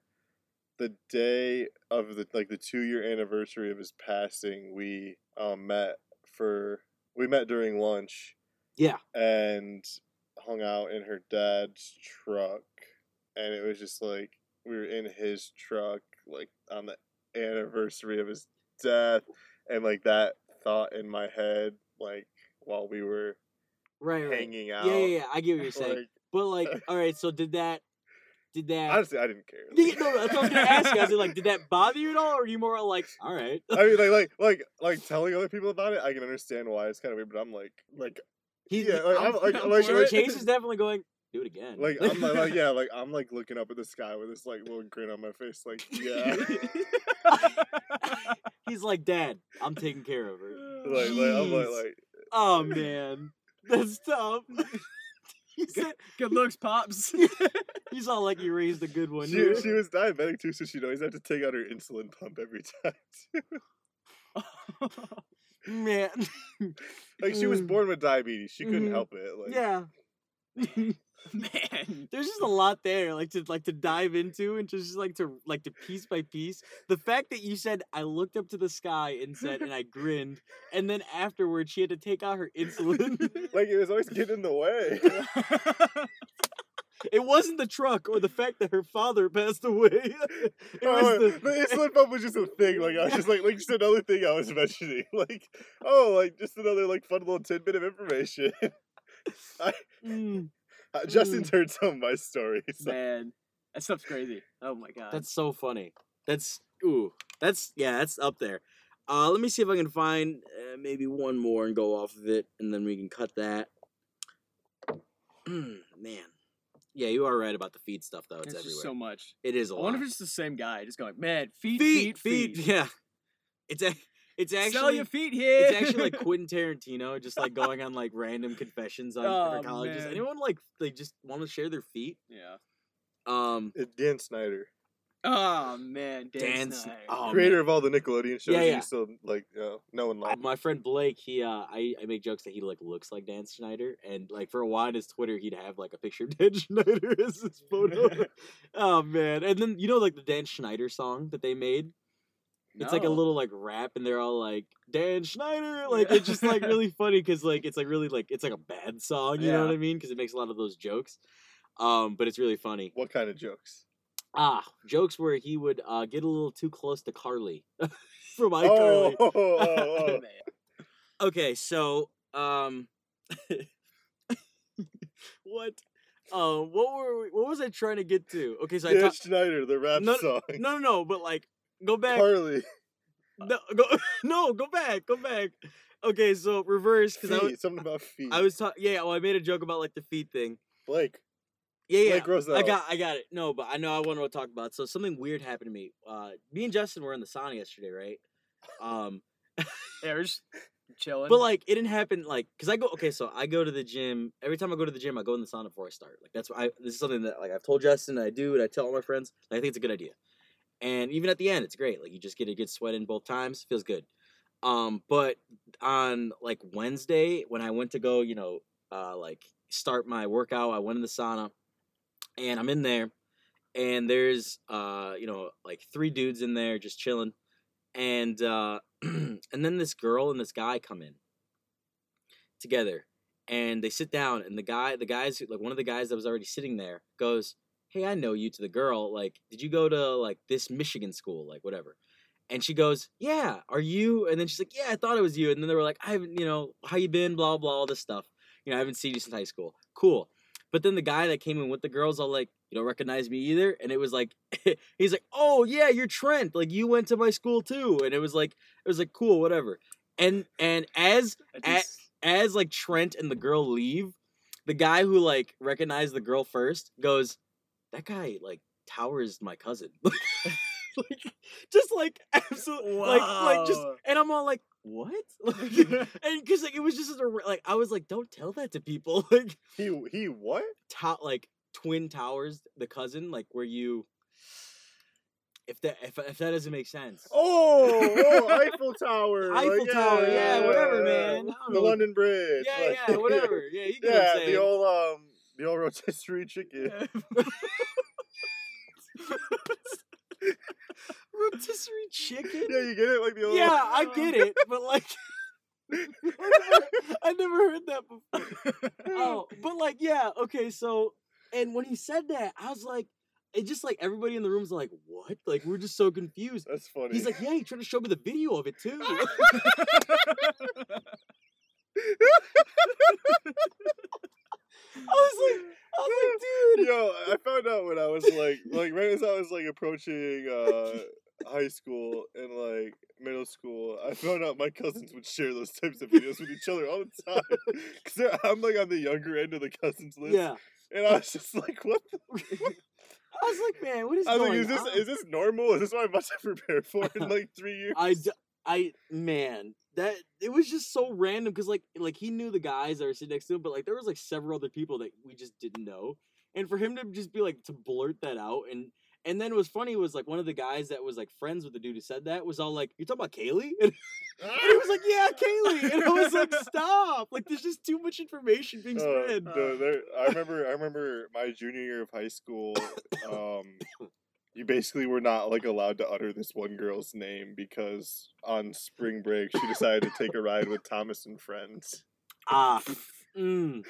S2: the day of the like the two year anniversary of his passing. We um, met for we met during lunch
S1: Yeah,
S2: and hung out in her dad's truck, and it was just like we were in his truck like on the anniversary of his death, and like that thought in my head like while we were
S1: right, right.
S2: hanging out.
S1: Yeah, yeah, yeah. I get what you're saying.
S2: Like,
S1: but like, all right. So did that? Did that?
S2: honestly, I didn't care.
S1: Yeah, no, that's what I was gonna ask. you. I was like, did that bother you at all, or are you more like, all right?
S2: I mean, like, like, like, like telling other people about it, I can understand why it's kind of weird, but I'm like, like,
S1: He's
S2: yeah, like, I'm, like,
S3: I'm
S2: like,
S3: for
S1: so
S2: like-
S3: it.
S1: Chase is definitely going. Do it again.
S2: like, uh I'm like, like, yeah, like, I'm like looking up at the sky with this like little grin on my face, like, yeah,
S1: he's like, Dad, I'm taking care of her.
S2: like, like, I'm like,
S1: Jeez.
S2: like,
S1: Oh man, that's tough. he said,
S3: Good looks, pops.
S1: he's all like, you raised a good one.
S2: she,
S1: here."
S2: she was diabetic too, so she'd always have to take out her insulin pump every time. too.
S1: man,
S2: like, she was
S1: Mm.
S2: born with diabetes, she couldn't
S1: Mhm.
S2: help it. Like,
S1: yeah.
S3: Man,
S1: There's just a lot there, like to like to dive into and just like to like to piece by piece. The fact that you said I looked up to the sky and said and I grinned, and then afterward she had to take out her insulin.
S2: like it was always getting in the way.
S1: it wasn't the truck or the fact that her father passed away. it
S2: Oh,
S1: was
S2: the
S1: the
S2: insulin pump was just a thing. Like I was just like, like just another thing I was mentioning. Like, oh, like just another like fun little tidbit of information.
S1: Mm,
S2: Uh, Justin turned some of my stories.
S3: man, that stuff's crazy. Oh my god.
S1: that's so funny. That's ooh. That's yeah. That's up there. Uh, let me see if I can find uh, maybe one more and go off of it, and then we can cut that. Mm, Man, yeah, you are right about the feed stuff though. It's
S3: There's
S1: everywhere.
S3: just so much.
S1: It is a
S3: I
S1: lot.
S3: wonder if it's the same guy, just going, man, feet,
S1: feet,
S3: feet,
S1: feet, Yeah, it's a, it's
S3: Sell
S1: actually
S3: your feet here.
S1: it's actually like Quentin Tarantino just like going on like random confessions on
S3: Oh,
S1: different colleges.
S3: man.
S1: Anyone like they just want to share their feet?
S3: yeah.
S1: Um,
S2: Uh, Dan Snyder,
S3: Oh man, Dan.
S1: Dan Sn-
S3: Snyder.
S1: oh,
S2: creator of all the Nickelodeon shows,
S1: Yeah,
S2: yeah,
S1: yeah.
S2: you still like uh, no one liked.
S1: my friend Blake, he uh, I I make jokes that he like looks like Dan Schneider, and like for a while on his Twitter, he'd have like a picture of Dan Schneider as his photo. oh man! And then you know like the Dan Schneider song that they made. It's like a
S3: No.
S1: little like rap, and they're all like Dan Schneider. Like it's just like
S3: Yeah.
S1: really funny because like it's like really like it's like a bad song. You know what
S3: Yeah.
S1: I mean? Because it makes a lot of those jokes. Um, but it's really funny.
S2: What kind of jokes?
S1: Ah, jokes where he would uh get a little too close to Carly from iCarly.
S2: oh, oh, oh,
S3: Man.
S1: Okay, so um, what? Uh, what were we, what was I trying to get to? Okay, so
S2: oh.
S1: I
S2: Dan
S1: talked.
S2: Schneider, the rap
S1: No,
S2: song.
S1: No, no, no, but like, go back.
S2: Carly,
S1: No, go, no, go back, go back. Okay, so reverse because I was
S2: feet, something about feet.
S1: I was talking. Yeah, well, I made a joke about like the feet thing.
S2: Blake.
S1: Yeah, yeah.
S2: Blake Rosell.
S1: I got, I got it. No, but I know I want to talk about. So something weird happened to me. Uh, me and Justin were in the sauna yesterday, right? Um,
S3: Yeah, we're just chilling.
S1: But like it didn't happen like because I go okay, so I go to the gym every time I go to the gym, I go in the sauna before I start. Like that's what I this is something that like I've told Justin, I do, and I tell all my friends. and I think it's a good idea, and even at the end, it's great. Like you just get a good sweat in both times, feels good. Um, but on like Wednesday when I went to go, you know, uh, like start my workout, I went in the sauna, and I'm in there, and there's uh, you know, like three dudes in there just chilling, and uh, and then this girl and this guy come in together and they sit down and the guy the guys who- like one of the guys that was already sitting there goes hey i know you to the girl like did you go to like this michigan school like whatever and she goes yeah are you and then she's like yeah i thought it was you and then they were like i haven't you know how you been blah blah all this stuff you know i haven't seen you since high school cool but then the guy that came in with the girls all like you don't recognize me either and it was like he's like oh yeah you're trent like you went to my school too and it was like it was like cool whatever and and as
S3: At
S1: at-
S3: least-
S1: as like Trent and the girl leave, the guy who like recognized the girl first goes, "That guy like towers my cousin." like just like absolutely like like just
S3: Wow.
S1: and I'm all like what like, and because like it was just such a ra- like I was like don't tell that to people like
S2: He he what?
S1: to- like twin towers the cousin like where you if that if, if that doesn't make sense
S2: Oh, oh, Eiffel Tower. like,
S1: Eiffel Tower, yeah, whatever, man. I don't
S2: The
S1: know.
S2: London Bridge.
S1: Oh. yeah
S2: like-
S1: yeah whatever yeah you get what
S2: yeah,
S1: I'm saying
S2: the old um, the old rotisserie chicken.
S1: rotisserie chicken
S2: Yeah, you get it, like the old.
S1: yeah I get it but like I never heard that before. oh, but like, yeah, okay, so and when he said that, I was like, it just like everybody in the room's like, what? Like we're just so confused.
S2: That's funny.
S1: He's like, yeah, he tried to show me the video of it too. I was like, I was like, dude.
S2: Yo, I found out when I was like, like right as I was like approaching uh, high school and like middle school, I found out my cousins would share those types of videos with each other all the time. Cause I'm like on the younger end of the cousins list,
S1: Yeah,
S2: and I was just like, what? The?
S1: I was like, man, what is
S2: I was
S1: going
S2: like, is this
S1: on?
S2: is this normal? Is this what I'm about to prepare for in like three years?
S1: I, d- I, man, that it was just so random because like, like he knew the guys that were sitting next to him, but like there was like several other people that we just didn't know, and for him to just be like to blurt that out and. And then what's funny was like one of the guys that was like friends with the dude who said that was all like, "You talking about Kaylee?" And he was like, "Yeah, Kaylee." And I was like, "Stop! Like, there's just too much information being
S2: Oh,
S1: spread."
S2: no, there- I remember. I remember my junior year of high school. Um, you basically were not like allowed to utter this one girl's name because on spring break she decided to take a ride with Thomas and friends.
S1: Ah, mm,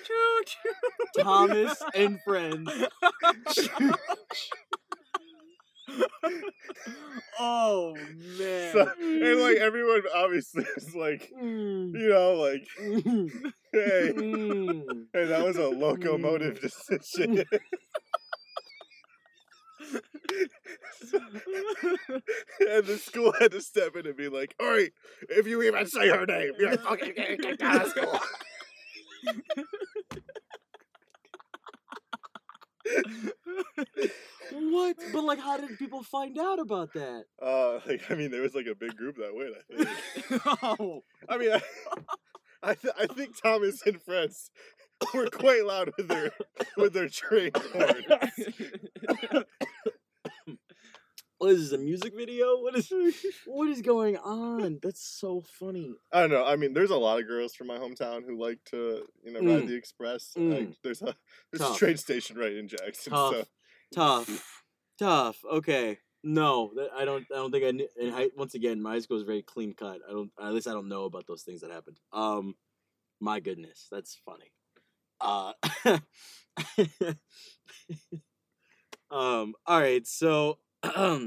S1: Thomas and friends.
S3: oh man.
S2: So, and like everyone obviously was like,
S1: Mm,
S2: you know, like
S1: mm,
S2: hey,
S1: mm.
S2: hey that was a locomotive decision. and the school had to step in and be like, all right, if you even say her name, you're fucking getting kicked out of school.
S1: What? But like, how did people find out about that?
S2: Uh, like I mean, there was like a big group that went. I think.
S3: oh.
S2: I mean, I, I, th- I think Thomas and friends were quite loud with their with their train horn.
S1: What is Oh, this? A music video? What is? What is going on? That's so funny.
S2: I don't know. I mean, there's a lot of girls from my hometown who like to you know ride
S1: Mm.
S2: the express.
S1: Mm.
S2: Like, there's a there's
S1: Tough.
S2: a train station right in Jackson.
S1: Tough,
S2: So
S1: tough, tough. Okay. No, that, I don't. I don't think I. knew- And I, once again, my high school is very clean cut. I don't. At least I don't know about those things that happened. Um, my goodness, that's funny. Uh, um. All right. So, the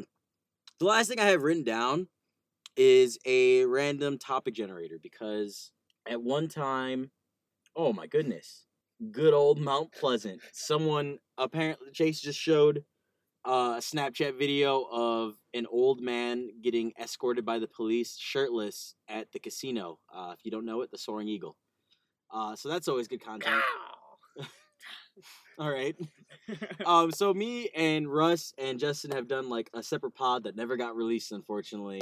S1: last thing I have written down is a random topic generator because at one time, oh my goodness, good old Mount Pleasant. Someone apparently Chase just showed uh, a Snapchat video of an old man getting escorted by the police shirtless at the casino. Uh, if you don't know it, the Soaring Eagle. Uh, so that's always good content. All right. Um, so me and Russ and Justin have done like a separate pod that never got released, unfortunately,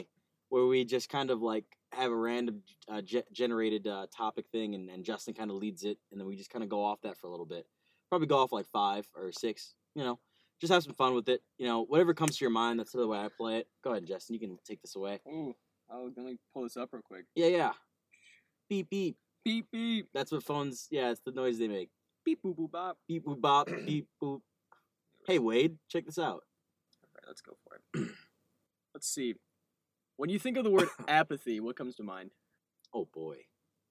S1: where we just kind of like have a random uh, ge- generated uh, topic thing, and, and Justin kind of leads it, and then we just kind of go off that for a little bit. Probably go off like five or six, you know. Just have some fun with it, you know. Whatever comes to your mind, that's the way I play it. Go ahead, Justin. You can take this away.
S3: Ooh. Oh, let me pull this up real quick.
S1: Yeah, yeah. Beep beep.
S3: Beep beep.
S1: That's what phones. Yeah, it's the noise they make.
S3: Beep boop boop bop.
S1: Beep boop bop. beep boop. Hey Wade, check this out.
S3: Alright, let's go for it. let's see. When you think of the word apathy, what comes to mind?
S1: Oh boy.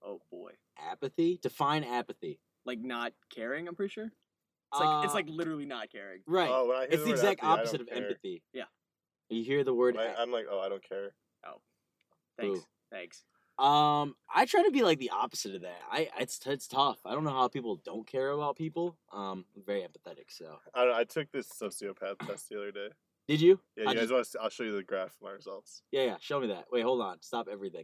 S3: Oh boy.
S1: apathy define apathy
S3: Like not caring, I'm pretty sure. It's like it's
S1: Uh,
S3: like literally not caring.
S1: right
S2: oh, when I hear
S1: it's the
S2: word
S1: exact
S2: apathy, I don't
S1: opposite of
S2: care.
S1: empathy
S3: Yeah.
S1: you hear the word
S2: I, I'm like, oh, I don't care.
S3: Thanks.
S1: Ooh.
S3: Thanks.
S1: a- um i try to be like the opposite of that i it's it's tough i don't know how people don't care about people um I'm very empathetic so
S2: I, don't- I took this sociopath test the other day.
S1: did you
S2: Yeah,
S1: I
S2: you guys
S1: just-
S2: want? To, I'll show you the graph of my results.
S1: yeah yeah show me that wait hold on stop everything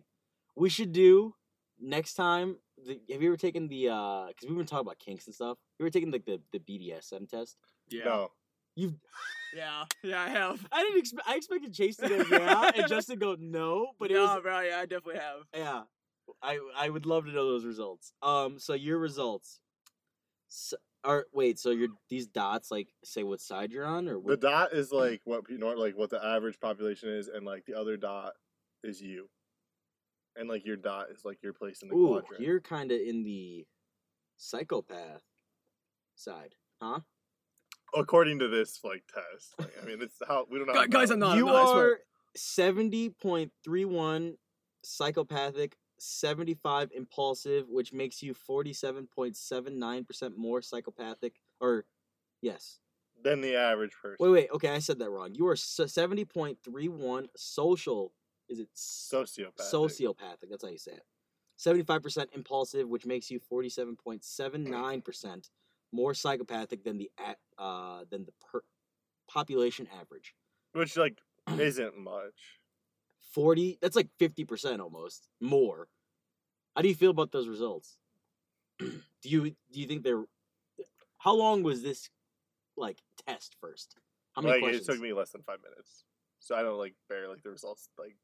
S1: we should do next time the, have you ever taken the uh because we've been talking about kinks and stuff you ever taken like the, the bdsm test
S3: Yeah.
S2: No,
S1: You've
S3: Yeah, yeah, I have.
S1: I didn't expect I expected Chase to go yeah and Justin go no, but it
S3: yeah,
S1: was
S3: bro, yeah, I definitely have.
S1: yeah. I I would love to know those results. Um, so your results. So, are wait, so your these dots like say what side you're on or
S2: The
S1: what?
S2: dot is like what you know, like what the average population is, and like the other dot is you, and like your dot is like your place in the
S1: Ooh,
S2: quadrant.
S1: you're kind of in the psychopath side, huh?
S2: According to this like test, like, I mean, it's how we don't know. how
S3: Gu-
S2: to
S3: guys,
S2: know.
S3: I'm not- No,
S1: you
S3: no, I swear.
S1: are seventy point three one psychopathic, seventy five impulsive, which makes you forty seven point seven nine percent more psychopathic. Or yes,
S2: Then the average person.
S1: wait, wait, okay, I said that wrong. You are seventy point three one social. Is it so
S2: sociopath.
S1: sociopathic? That's how you say it. Seventy five percent impulsive, which makes you forty seven point seven nine percent more psychopathic than the a- uh than the per- population average.
S2: which like isn't much.
S1: 40 that's like 50% almost more how do you feel about those results do you do you think they're how long was this like test first how many
S2: Like
S1: questions
S2: it took me less than five minutes, so I don't like bear like the results. Like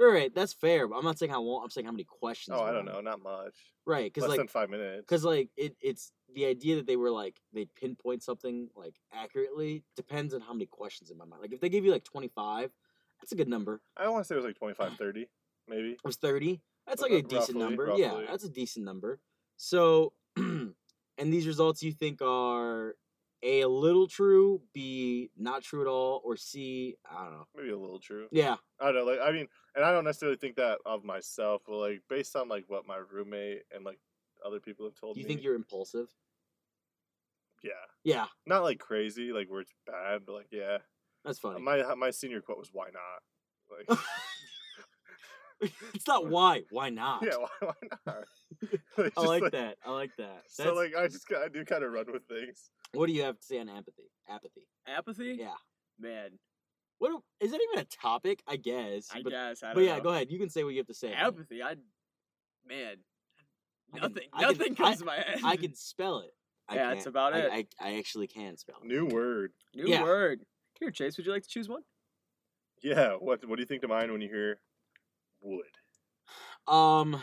S1: all right that's fair but i'm not saying how long i'm saying how many questions
S2: oh,
S1: were
S2: I
S1: on
S2: don't
S1: it.
S2: know, not much.
S1: right
S2: Less
S1: because like
S2: than five minutes.
S1: because like it, it's the idea that they were like they pinpoint something like accurately depends on how many questions in my mind like if they give you like 25 that's a good number
S2: I want to say it was like 25, 30, maybe.
S1: was 30. That's like
S2: Uh,
S1: a decent
S2: roughly,
S1: number. Yeah,
S2: roughly.
S1: that's a decent number. So, and these results you think are A, a little true, B, not true at all, or C, I don't know.
S2: Maybe a little true.
S1: Yeah,
S2: I don't know. Like I mean, and I don't necessarily think that of myself, but like based on like what my roommate and like other people have told
S1: you
S2: me.
S1: think you're impulsive?
S2: Yeah,
S1: Yeah,
S2: not like crazy, like where it's bad, but like yeah.
S1: that's funny.
S2: My my senior quote was why not? Like
S1: it's not why, why not?
S2: yeah, why, why not? It's
S1: I
S2: just,
S1: like, that. I like that.
S2: So
S1: That's-
S2: like I just ki- I do kind of run with things.
S1: what do you have to say on empathy? Apathy.
S3: Apathy?
S1: Yeah.
S3: Man,
S1: What do- is that even a topic? I guess.
S3: I
S1: but
S3: guess. I
S1: but
S3: don't
S1: yeah,
S3: know.
S1: go ahead. You can say what you have to say. on it.
S3: Apathy, I. Man.
S1: I can-
S3: Nothing.
S1: I can-
S3: nothing
S1: I-
S3: comes to my head.
S1: I can spell it. I
S3: Yeah,
S1: can't-
S3: that's about
S1: I-
S3: it.
S1: I, I actually can spell it.
S2: New word.
S3: New
S1: yeah.
S3: word. Here, Chase, would you like to choose one?
S2: Yeah. What what do you think to mine when you hear wood?
S1: Um,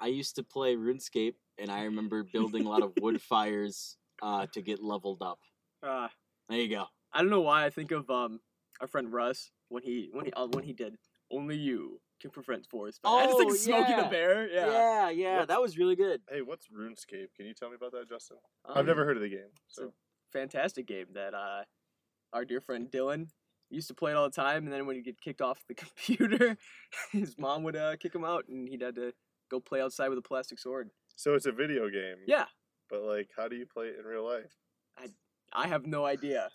S1: I used to play RuneScape, and I remember building a lot of wood fires uh, to get leveled up.
S3: Uh,
S1: There you go.
S3: I don't know why I think of um our friend Russ when he when he uh, when he did only you can prevent forest. fire." I just think
S1: Oh,
S3: of Smokey
S1: yeah.
S3: the Bear. Yeah.
S1: yeah, yeah,
S2: What's-
S1: that was really good.
S2: Hey, what's RuneScape? Can you tell me about that, Justin?
S3: Um,
S2: I've never heard of the game. So
S3: fantastic game that uh, our dear friend Dylan used to play it all the time. And then when he'd get kicked off the computer, his mom would uh, kick him out, and he'd had to go play outside with a plastic sword.
S2: so it's a video game.
S3: Yeah,
S2: But like, how do you play it in real life?
S3: I have no idea.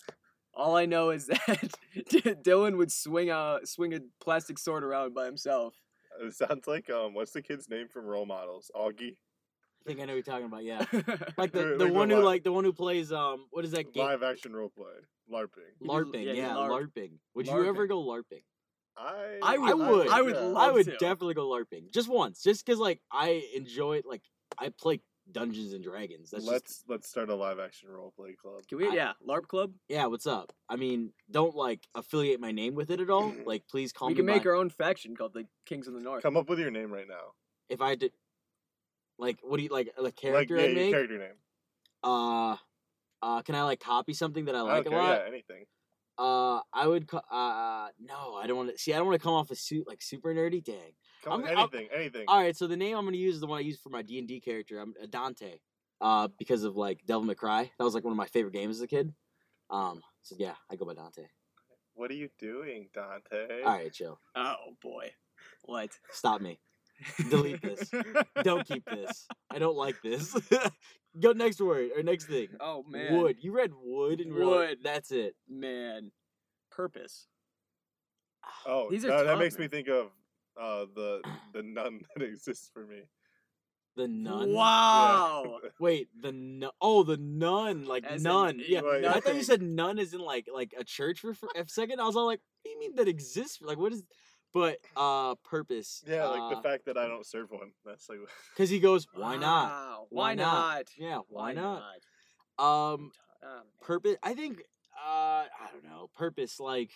S3: All I know is that D- Dylan would swing a swing a plastic sword around by himself.
S2: It sounds like um, what's the kid's name from Role Models? Augie.
S1: I think I know what you're talking about. Yeah, like
S2: Wait,
S1: the,
S2: wait,
S1: the
S2: no,
S1: one who
S2: live.
S1: like the one who plays um what is that game?
S2: Live action roleplay. LARPing.
S3: You do-
S1: LARPing.
S3: yeah,
S1: Yeah,
S3: you LARP.
S1: LARPing. Would you ever
S3: LARPing.
S1: go LARPing?
S2: I
S3: I
S1: would- I would- I
S3: would
S2: yeah.
S3: love-
S1: I would
S3: to.
S1: definitely go LARPing just once, just because like I enjoy like I play Dungeons and Dragons. That's
S2: Let's
S1: just
S2: let's start a live action roleplay club.
S3: Can we?
S1: I-
S3: yeah, LARP club.
S1: yeah. What's up? I mean, don't like affiliate my name with it at all. Like, please call
S3: we
S1: me.
S3: can
S1: by-
S3: make our own faction called the Kings of the North.
S2: Come up with your name right now.
S1: if I did, like, what do you like? Like character
S2: like
S1: I
S2: yeah, your
S1: make.
S2: character name.
S1: Uh, uh, can I like copy something that I
S2: I
S1: like
S2: don't
S1: a
S2: care.
S1: lot?
S2: Yeah, anything.
S1: Uh, I would. Co- uh, no, I don't want to. See, I don't want to come off as suit like super nerdy. Dang. I'm-
S2: Come
S1: I'm-
S2: anything, anything.
S1: All right, so the name I'm gonna use is the one I use for my D and D character. I'm uh, Dante. Uh, because of like Devil May Cry, that was like one of my favorite games as a kid. Um, so yeah, I go by Dante.
S2: What are you doing, Dante?
S1: All right, chill.
S3: Oh boy, what?
S1: Stop me. Delete this. Don't keep this. I don't like this. go next word or next thing.
S3: Oh man,
S1: Wood. You read wood and wood.
S3: Wood.
S1: That's it.
S3: man, purpose.
S2: Oh,
S3: These are
S2: no, that
S3: tough,
S2: makes me
S3: man.
S2: think of uh, the the nun that exists for me.
S1: The nun.
S3: Wow.
S1: Wait, the nun. Oh, the nun. Like
S3: As in
S1: nun.
S3: it-
S1: yeah.
S2: Right.
S1: I thought you
S3: nothing.
S1: said nun is in like like a church for, for a second. I was all like, what do you mean that exists? Like, what is? But uh, purpose.
S2: Yeah, like the
S1: Ah.
S2: fact that I don't serve one. That's like
S1: Because he goes, why not?
S3: Wow, Why,
S1: Why
S3: not?
S1: not? Yeah, why, not? Um,
S3: Um,
S1: purpose. I think. Uh, don't know, purpose like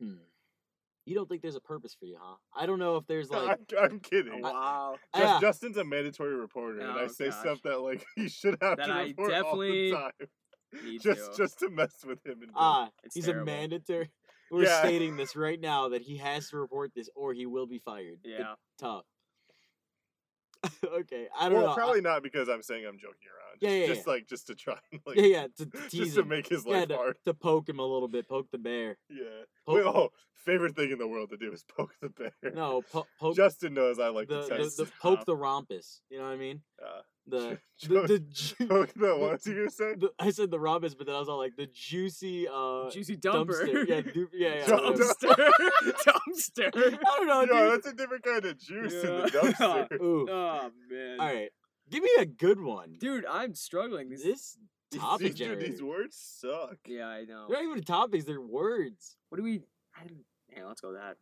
S1: hmm. You don't think there's a purpose for you, huh? I don't know if there's like ah,
S2: I'm, I'm kidding.
S1: I-
S3: Wow.
S2: Just,
S1: yeah.
S2: Justin's a mandatory reporter, and I
S3: Oh,
S2: say
S3: gosh.
S2: stuff that like he should have
S3: That
S2: to
S3: I
S2: report
S3: definitely
S2: all the time,
S3: need
S2: just
S3: to.
S2: just to mess with him. And
S1: ah,
S3: It's
S1: he's
S3: terrible.
S1: a mandatory. We're
S2: Yeah.
S1: stating this right now that he has to report this or he will be fired. Good
S3: Yeah.
S1: talk. okay, I don't
S2: well,
S1: know. I-
S2: probably not because I'm saying I'm joking around.
S1: Yeah,
S2: Just,
S1: yeah,
S2: just
S1: yeah.
S2: like just to try, and, like,
S1: yeah, yeah, to, to tease
S2: just to
S1: him.
S2: make his
S1: yeah,
S2: life
S1: to,
S2: hard.
S1: to poke him a little bit, poke the bear.
S2: Yeah.
S1: Poke,
S2: Wait, oh, favorite thing in the world to do is poke the bear.
S1: No, po- poke
S2: Justin knows I
S1: the,
S2: like
S1: the,
S2: to Um, test.
S1: the poke the rompus. You know what I mean?
S2: uh,
S1: The
S2: ju-
S1: the, the, ju-
S2: poke the what was you gonna say?
S1: the I said the rompus, but then I was all like the juicy uh
S3: Juicy
S1: dumpster.
S3: dumper.
S1: Yeah, du- yeah, yeah.
S2: Dump-
S1: whatever.
S3: dumpster. dumpster.
S1: I don't know,
S2: Yo,
S1: dude.
S2: that's a different kind of juice in the
S3: Yeah.
S2: dumpster.
S1: Ooh,
S3: Oh man.
S1: all right. Give me a good one.
S3: Dude, I'm struggling. These-
S1: This
S2: These-
S1: topic
S2: these, dude, these
S1: generator.
S2: words suck.
S3: Yeah, I know.
S1: They're not even topics. They're words.
S3: What do we? I didn't, yeah, let's go with that.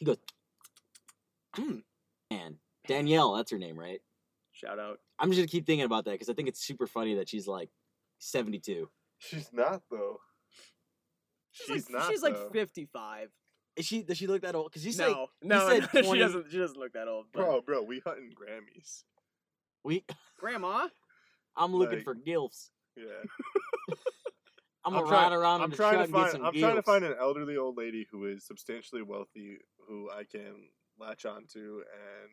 S1: He goes,
S3: Mm.
S1: man, Danielle, that's her name, right?
S3: Shout out.
S1: I'm just gonna keep thinking about that because I think it's super funny that she's like 72.
S2: She's not though. She's,
S3: like,
S2: not.
S3: She's
S2: though.
S3: like 55.
S1: Is she? Does she look that old? Because she's like
S3: no, no,
S1: said
S3: no,
S1: 20.
S3: she doesn't. She doesn't look that old. But
S2: bro, bro. We hunting Grammys.
S1: we.
S3: grandma.
S1: I'm looking
S2: Like-
S1: for gilfs.
S2: Yeah,
S1: I'm,
S2: I'm
S1: gonna
S2: trying-
S1: ride around in
S2: I'm
S1: the
S2: trying
S1: truck
S2: to
S1: and get
S2: find.
S1: some
S2: I'm
S1: gilfs.
S2: trying to find an elderly old lady who is substantially wealthy, who I can latch onto and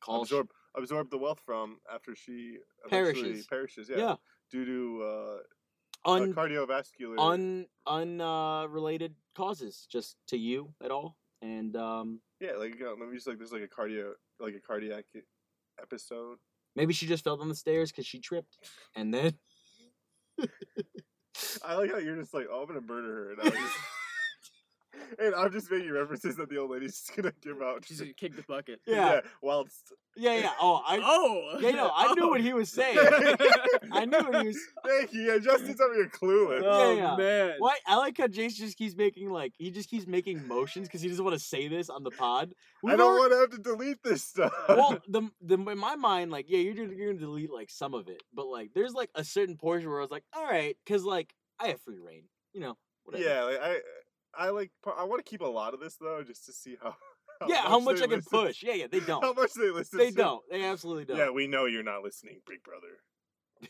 S1: Call sh-
S2: absorb absorb the wealth from after she eventually
S1: Perishes.
S2: perishes. Yeah,
S1: yeah.
S2: due to uh, uh,
S1: Un
S2: cardiovascular.
S1: un un uh, related causes, just to you at all. And um,
S2: yeah, like you know, maybe just like there's like a cardio, like a cardiac e-, episode.
S1: maybe she just fell down the stairs because she tripped, and then
S2: I like how you're just like, oh, I'm gonna murder her, and I'm just, and I'm just making references that the old lady's just gonna give out.
S3: She's gonna kick the bucket.
S1: yeah,
S2: while it's-
S1: yeah, yeah. Oh, I
S3: Oh.
S1: yeah, no, I knew what he was saying. I knew what he was
S2: Thank you. Yeah, Justin's over here clueless.
S3: Oh
S1: yeah.
S3: man.
S1: Why I like how Jason just keeps making like he just keeps making motions because he doesn't want to say this on the pod.
S2: I don't
S1: alre-
S2: want to have to delete this stuff.
S1: Well, the the in my mind, like yeah, you're gonna- you're gonna delete like some of it, but like there's like a certain portion where I was like, all right, because like I have free reign, you know. Whatever.
S2: yeah, like, I, I like. par- I want to keep a lot of this though, just to see how.
S1: yeah. How much
S2: they
S1: I can
S2: listen-
S1: push? Yeah, yeah. They
S2: How
S1: don't.
S2: much they listen?
S1: They
S2: to.
S1: don't. They absolutely don't.
S2: Yeah, we know you're not listening, Big Brother.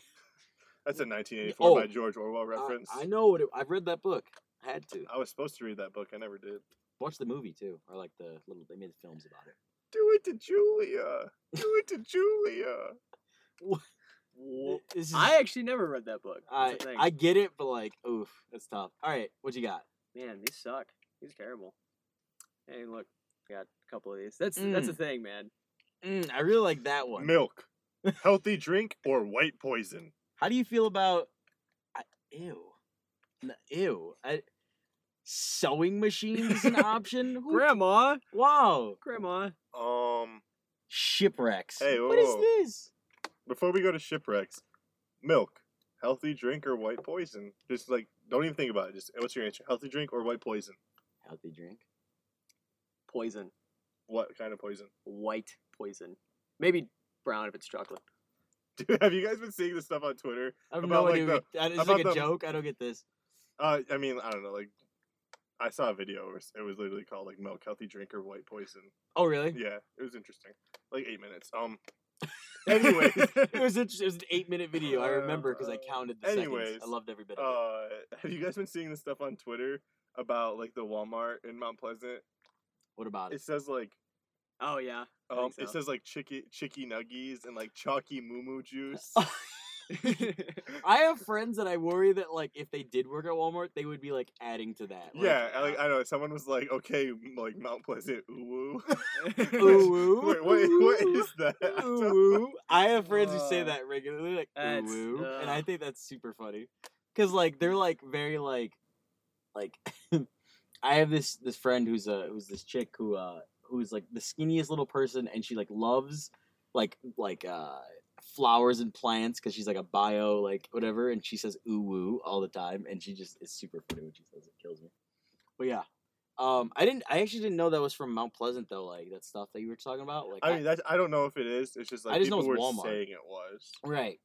S2: That's a 1984
S1: Oh.
S2: by George Orwell
S1: I-
S2: reference. Uh-huh.
S1: I, know what it, I've read that book. I had to
S2: I was supposed to read that book. I never did.
S1: watch the movie too, or like the little they made films about it.
S2: Do it to Julia. Do it to Julia.
S1: What?
S2: Wha-
S1: This is,
S3: I actually never read that book.
S1: I,
S3: That's the thing.
S1: I get it, but like, oof, that's tough. All right, what you got?
S3: man, these suck. These are terrible. Hey, look, I got a couple of these. That's that's the thing, man.
S1: Mm, I really like that one.
S2: Milk, healthy drink, or white poison?
S1: How do you feel about I, ew, N- ew? I, sewing machines is an option. Who-
S3: Grandma,
S1: wow,
S3: grandma.
S2: Um,
S1: shipwrecks.
S2: Hey,
S1: what is
S2: whoa.
S1: this?
S2: before we go to shipwrecks, milk, healthy drink, or white poison? Just like, don't even think about it. Just what's your answer? Healthy drink or white poison?
S1: Healthy drink.
S3: Poison.
S2: What kind of poison?
S3: White poison. Maybe brown if it's chocolate.
S2: Dude, have you guys been seeing this stuff on Twitter?
S1: I have
S2: About,
S1: no
S2: like,
S1: idea.
S2: the-
S1: what- that is
S2: about
S1: like a
S2: the-
S1: joke. I don't get this.
S2: Uh, I mean, I don't know. Like, I saw a video. Where it was literally called like milk, healthy drink, or white poison.
S1: Oh, really?
S2: Yeah, it was interesting. Like eight minutes. Um. Anyways,
S1: it was interesting. It was an eight-minute video. I remember because I
S2: Uh,
S1: counted the seconds.
S2: anyways,
S1: I loved every bit of it.
S2: uh, have you guys been seeing this stuff on Twitter about like the Walmart in Mount Pleasant?
S1: What about
S2: It
S1: it?
S2: says like
S3: Oh yeah. I
S2: um, it
S3: think so.
S2: says like chicky chicky nuggies and like chalky moo moo juice.
S1: Oh, I have friends that I worry that like if they did work at Walmart, they would be like adding to that.
S2: yeah, I, like I know someone was like, okay, m- like Mount Pleasant, ooh. ooh.
S1: Ooh,
S2: Wait, what, what
S1: ooh,
S2: is that? I don't-
S1: Ooh, I have friends who say
S3: Uh,
S1: that regularly, like
S3: that's-
S1: ooh, and
S3: uh.
S1: I think that's super funny, because like they're like very like, like, I have this this friend who's a who's this chick who uh who's like the skinniest little person, and she like loves like like uh flowers and plants because she's like a bio like whatever, and she says ooh woo all the time, and she just is super funny when she says it kills me. But yeah. Um, I didn't. I actually didn't know that was from Mount Pleasant though. Like that stuff that you were talking about. Like,
S2: I mean, that's, I don't know if it is. It's just like
S1: I just know
S2: people were
S1: it's Walmart.
S2: saying it was.
S1: Right.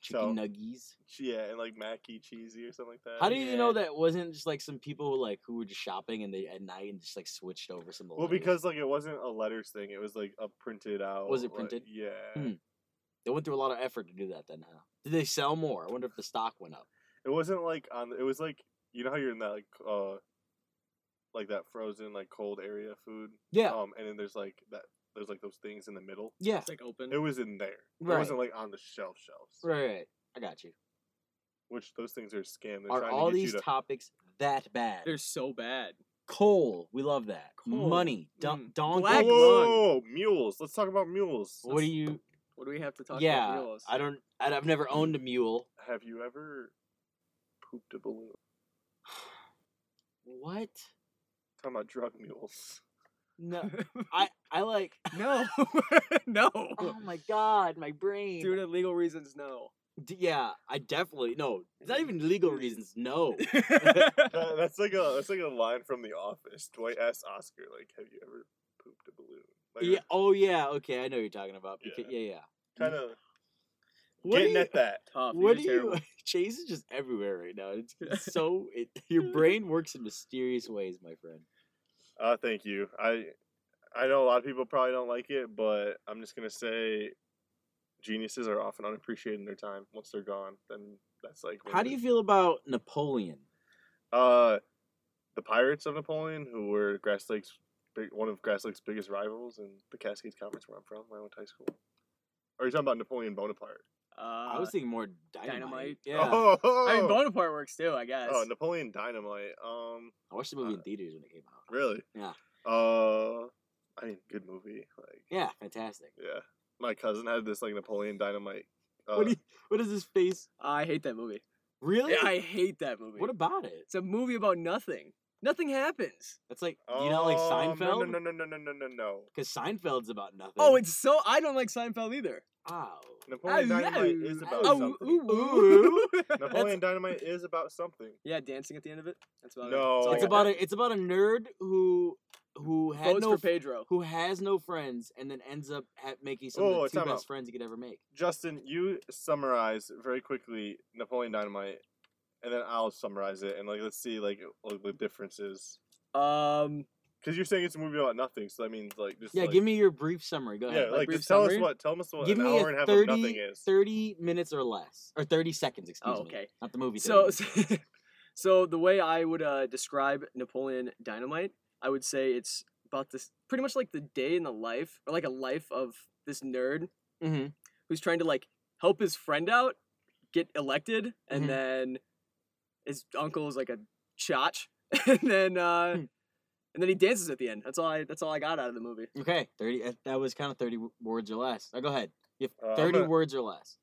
S1: chicken
S2: So- uh,
S1: nuggies.
S2: Yeah, and like Mackey Cheesy or something like that.
S1: How do you know
S3: yeah.
S1: that wasn't just like some people like who were just shopping and they at night and just like switched over some? of the
S2: Well,
S1: letters?
S2: because like it wasn't a letters thing; it was like a printed out.
S1: Was it
S2: like-
S1: printed?
S2: yeah.
S1: Hmm. they went through a lot of effort to do that. Then, huh? Did they sell more? I wonder if the stock went up.
S2: It wasn't like on. It was like you know how you're in that like uh, like that frozen like cold area food.
S1: Yeah,
S2: Um, and then there's like that. There's like those things in the middle.
S1: yeah,
S3: It's like open.
S2: It was in there.
S1: Right.
S2: It wasn't like on the shelf shelves.
S1: right, right. I got you.
S2: Which those things are a scam. They're
S1: Are
S2: trying
S1: all
S2: to get
S1: these
S2: you to.
S1: topics that bad?
S3: They're so bad.
S1: coal. We love that.
S3: Coal.
S1: Money. Don-
S3: Mm.
S1: donkey.
S3: Black
S2: whoa, whoa,
S3: lung.
S2: whoa, mules! Let's talk about mules.
S1: What do you?
S3: What do we have to talk
S1: yeah,
S3: about? mules?
S1: I don't. I- I've never owned a mule.
S2: Have you ever pooped a balloon?
S1: What?
S2: Talking about drug mules.
S1: No, I. I like.
S3: no, no.
S1: Oh my god, my brain.
S3: Due to legal reasons, no.
S1: D- yeah, I definitely no. It's not
S2: Mm-hmm.
S1: even legal reasons. No.
S2: Uh, that's like a that's like a line from The Office. Dwight asked Oscar, like, "Have you ever pooped a balloon?" Like,
S1: Yeah. Oh yeah. Okay, I know what you're talking about. Because, yeah.
S2: Yeah.
S1: Yeah.
S2: kind of
S1: What do
S2: getting
S1: you,
S2: at that.
S3: Tough.
S1: what do
S3: these are
S1: you?
S3: terrible.
S1: Chase is just everywhere right now. It's, it's so. It, your brain works in mysterious ways, my friend.
S2: Uh, thank you. I I know a lot of people probably don't like it, but I'm just gonna say geniuses are often unappreciated in their time. Once they're gone, then that's like. when
S1: How do
S2: the-
S1: you feel about Napoleon?
S2: Uh, the pirates of Napoleon, who were Grass Lake's big, one of Grass Lake's biggest rivals in the Cascades Conference, where I'm from, where I went to high school. Or are you talking about Napoleon Bonaparte?
S3: Uh,
S1: I was thinking more dynamite.
S3: Dynamite.
S1: Yeah.
S2: Oh,
S3: I mean, Bonaparte works too, I guess.
S2: oh, Napoleon Dynamite. Um,
S1: I watched the movie
S2: Uh,
S1: in theaters when it came out.
S2: really?
S1: Yeah.
S2: Uh, I mean, good movie. Like,
S1: Yeah, fantastic.
S2: Yeah. My cousin had this like Napoleon Dynamite. Uh,
S1: what, do you, what is his face?
S3: I hate that movie.
S1: Really?
S3: I hate that movie.
S1: what about it?
S3: It's a movie about nothing. Nothing happens.
S1: It's like you know, like
S2: um,
S1: Seinfeld. Oh,
S2: No, no, no, no, no, no, no, no.
S1: Because Seinfeld's about nothing.
S3: Oh, it's so. I don't like Seinfeld either.
S1: Ow.
S2: Napoleon
S3: Ah,
S2: Dynamite
S3: yeah.
S2: is about
S1: Oh,
S2: something.
S3: ooh, ooh.
S2: Napoleon
S3: That's-
S2: Dynamite is about something.
S3: Yeah, dancing at the end of it. That's about it.
S2: No.
S3: That's all I
S1: It's
S3: got.
S2: uh,
S1: about a it's about a nerd who who had
S3: votes
S1: no
S3: for Pedro.
S1: who has no friends and then ends up ha- making some
S2: Whoa,
S1: of the two
S2: Oh, time
S1: best
S2: out.
S1: friends he could ever make.
S2: Justin, you summarize very quickly Napoleon Dynamite, and then I'll summarize it, and like let's see like what the differences.
S3: Um,
S2: Because you're saying it's a movie about nothing, so that means like just
S1: Yeah,
S2: like-
S1: give me your brief summary. Go
S2: yeah
S1: ahead.
S2: like
S3: brief
S2: just tell us
S3: summary?
S2: what tell us what
S1: give
S2: an
S1: me
S2: hour and a
S1: a
S2: half of
S1: 30,
S2: nothing is.
S1: 30 minutes or less or 30 seconds, excuse
S3: oh,
S1: me.
S3: okay.
S1: Not the movie. 30
S3: So,
S1: minutes.
S3: so, so the way I would uh, describe Napoleon Dynamite, I would say it's about this pretty much like the day in the life, or like a life of this nerd
S1: Mhm.
S2: Mm-hmm.
S3: who's trying to like help his friend out get elected and
S1: Mhm.
S3: then his uncle is like a chotch and then uh
S1: Hmm.
S3: and then he dances at the end that's all i that's all i got out of the movie
S1: Okay, 30 uh, that was kind of 30 w- words or less. Uh, go ahead. You
S2: Uh,
S1: have
S2: I'm
S1: 30
S2: gonna-
S1: words or less.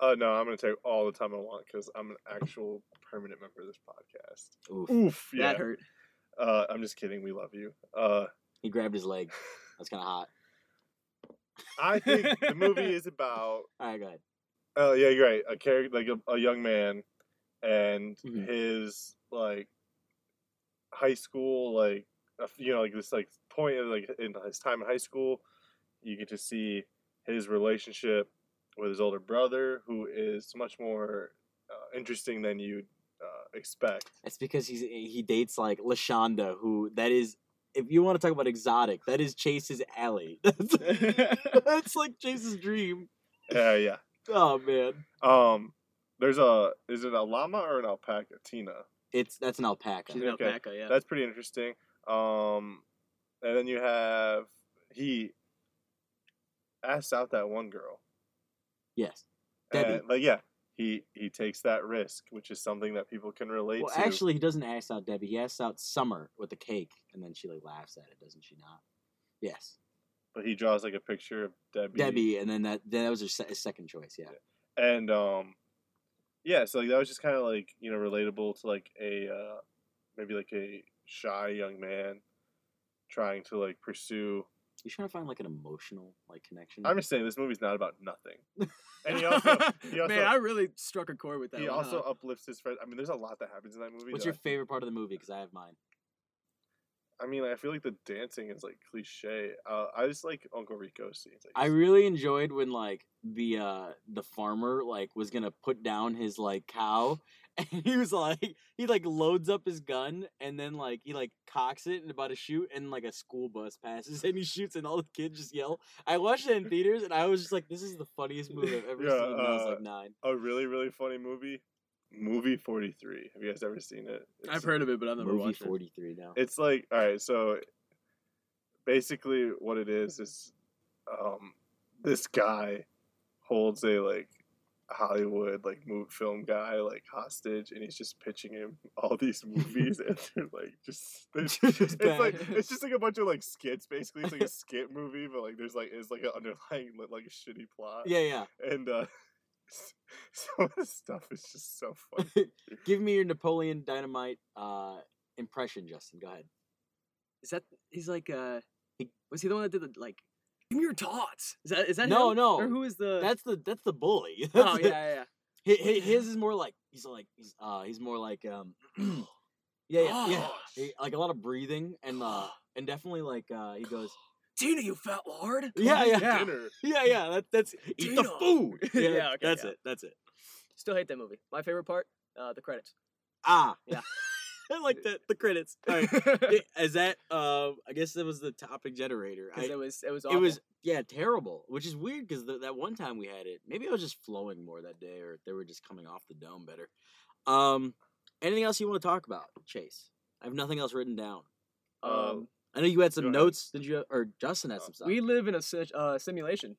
S2: Uh, no, I'm gonna take all the time I want because I'm an actual permanent member of this podcast.
S1: Oof.
S2: Oof, yeah.
S3: that hurt
S2: Uh, I'm just kidding. We love you. Uh,
S1: He grabbed his leg. That's kind of hot.
S2: I think the movie is about.
S1: All right, go ahead.
S2: Oh yeah, you're right. A character like a, a young man, and
S1: Mhm.
S2: his like high school, like uh, you know, like this like point of like in his time in high school, you get to see his relationship with his older brother, who is much more uh, interesting than you'd uh, expect.
S1: That's because he's he dates like Lashonda, who that is. If you want to talk about exotic, that is Chase's alley. That's like Chase's dream.
S2: Yeah, yeah.
S1: Oh man,
S2: Um, there's a is it a llama or an alpaca? Tina.
S1: it's that's an alpaca.
S3: she's an
S2: Okay,
S3: alpaca yeah
S2: That's pretty interesting. Um, and then you have he asks out that one girl.
S1: Yes. Debbie.
S2: And, like yeah, he he takes that risk, which is something that people can relate
S1: Well,
S2: to.
S1: actually, he doesn't ask out Debbie. He asks out Summer with the cake, and then she like laughs at it, doesn't she? Not. Yes,
S2: but he draws like a picture of Debbie.
S1: Debbie, and then that then that was her se- his second choice. Yeah.
S2: And um, yeah. So like that was just kind of like you know relatable to like a uh, maybe like a shy young man trying to like pursue.
S1: You trying to find like an emotional like connection?
S2: I'm just saying this movie's not about nothing. And he also he also
S3: man i really struck a chord with that
S2: he
S3: one,
S2: also
S3: huh?
S2: uplifts his friend. I mean, there's a lot that happens in that movie.
S1: What's
S2: that
S1: your favorite part of the movie? Because I have mine.
S2: I mean, I feel like the dancing is like cliche. Uh, I just like Uncle Rico's scenes. I,
S1: I
S2: guess.
S1: really enjoyed when like the uh the farmer like was gonna put down his like cow and he was like he like loads up his gun and then like he like cocks it and about to shoot and like a school bus passes and he shoots and all the kids just yell. I watched it in theaters and I was just like, this is the funniest movie I've ever
S2: Yeah,
S1: seen. When I was
S2: uh,
S1: like nine.
S2: a really really funny movie. Movie Forty Three. Have you guys ever seen it?
S3: I've
S2: It's-
S3: heard of it, but I've never
S1: Movie
S3: watched it.
S1: forty three now.
S2: It's like all right. So basically, what it is is um, this guy holds a like Hollywood like movie film guy like hostage, and he's just pitching him all these movies, and they're like just. they
S1: Just
S2: it's
S1: bad.
S2: like it's just like a bunch of like skits basically it's like a skit movie but like there's like it's like an underlying li- like a shitty plot
S1: yeah, yeah.
S2: and uh some of this stuff is just so funny
S3: oh,
S1: Give me your Napoleon Dynamite uh impression, Justin. Go ahead.
S3: Is that he's like uh he- was he the one that did the like give me your tots? Is that is that
S1: No,
S3: him?
S1: no.
S3: Or who is the
S1: That's the that's the bully. That's
S3: Uh, Oh
S1: the-
S3: yeah, yeah, yeah.
S1: Hi- hi- His is more like he's like he's uh he's more like um yeah yeah, yeah.
S3: Gosh.
S1: He- like a lot of breathing and uh and definitely like uh he goes
S3: Tina, you fat lard. Come
S1: Yeah,
S3: eat
S1: yeah.
S2: dinner
S1: yeah yeah that, that's eat the
S3: Dino."
S1: food yeah,
S3: Yeah, okay,
S1: that's
S3: yeah.
S1: it that's it
S3: Still hate that movie. My favorite part, uh, the credits.
S1: ah
S3: Yeah.
S1: I like that the credits all right Yeah, is that uh I guess that was the topic generator I,
S3: 'Cause it was it was
S1: it
S3: awful.
S1: was yeah terrible which is weird because that one time we had it maybe I was just flowing more that day or they were just coming off the dome better um anything else you want to talk about Chase I have nothing else written down.
S3: um,
S1: I know you had some
S2: Go ahead. Oh,
S1: notes. Did you or Justin had some stuff?
S3: we live in a si- uh, simulation.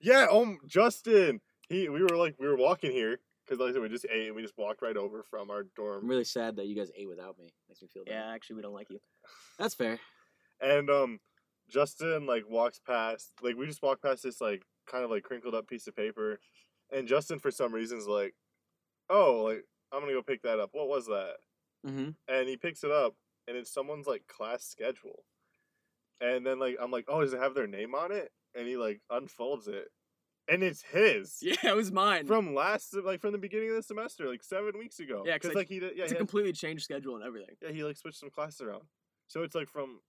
S2: yeah um justin he we were like we were walking here because like I said, we just ate and we just walked right over from our
S1: I'm
S2: dorm
S1: really sad that you guys ate without me. Makes me feel bad.
S3: Yeah, actually, we don't like you.
S1: That's fair.
S2: and um justin like walks past like we just walked past this like kind of like crinkled up piece of paper and justin for some reason is like oh like i'm gonna go pick that up what was that
S1: Mm-hmm.
S2: and he picks it up and it's someone's like class schedule and then like i'm like oh does it have their name on it and he like unfolds it and it's his
S3: Yeah, it was mine.
S2: from last like from the beginning of the semester like seven weeks ago
S3: Yeah, 'cause
S2: because
S3: I-
S2: like he did yeah
S3: it's
S2: he,
S3: a
S2: had-
S3: completely changed schedule and everything.
S2: yeah he like switched some classes around so it's like from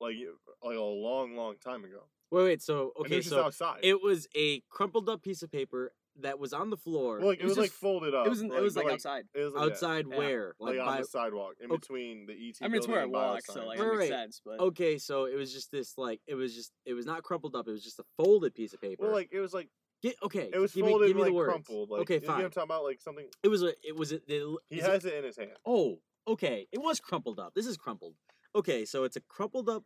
S2: like y- like a long long time ago
S1: Wait, wait. So
S2: And it
S1: okay,
S2: was
S1: so
S2: just outside
S1: it was a crumpled up piece of paper that was on the floor
S2: well, like, it,
S3: it
S2: was,
S3: was
S2: like
S3: just-
S2: folded up
S1: Oh,
S3: it was in,
S2: but,
S3: it was
S2: but,
S3: like, outside.
S2: it was, like, yeah,
S1: outside
S3: yeah.
S1: where
S2: like,
S1: like,
S2: on
S1: by,
S2: the sidewalk in
S1: Okay.
S2: between the et
S3: I mean, it's
S2: building
S3: where I
S2: and bio
S3: walk, so
S2: sign.
S3: like
S1: Right,
S3: it makes
S1: right.
S3: sense. But
S1: okay. So it was just this like it was just it was not crumpled up. It was just a folded piece of paper.
S2: well like it was like
S1: Get- okay.
S2: it was
S1: give
S2: folded
S1: me, give me
S2: like
S1: the words.
S2: crumpled like
S1: okay,
S2: you know what
S1: fine.
S2: i'm talking about like something
S1: It was a it was a, it,
S2: He
S1: is it-
S2: has it in his hand.
S1: Oh, okay. It was crumpled up. This is crumpled. Okay, so it's a crumpled up,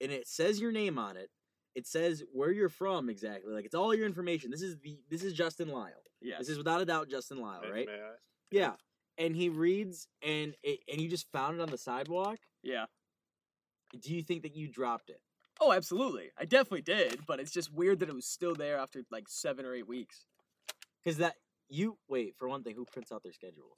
S1: and it says your name on it. It says where you're from exactly. Like it's all your information. This is the this is Justin Lyle.
S3: yeah,
S1: This is without a doubt Justin Lyle,
S2: May-
S1: right?
S2: may I?
S1: Yeah. And he reads, and it, and you just found it on the sidewalk.
S3: yeah.
S1: Do you think that you dropped it?
S3: Oh, absolutely. I definitely did, but it's just weird that it was still there after like seven or eight weeks.
S1: Because that you wait for one thing. Who prints out their schedule?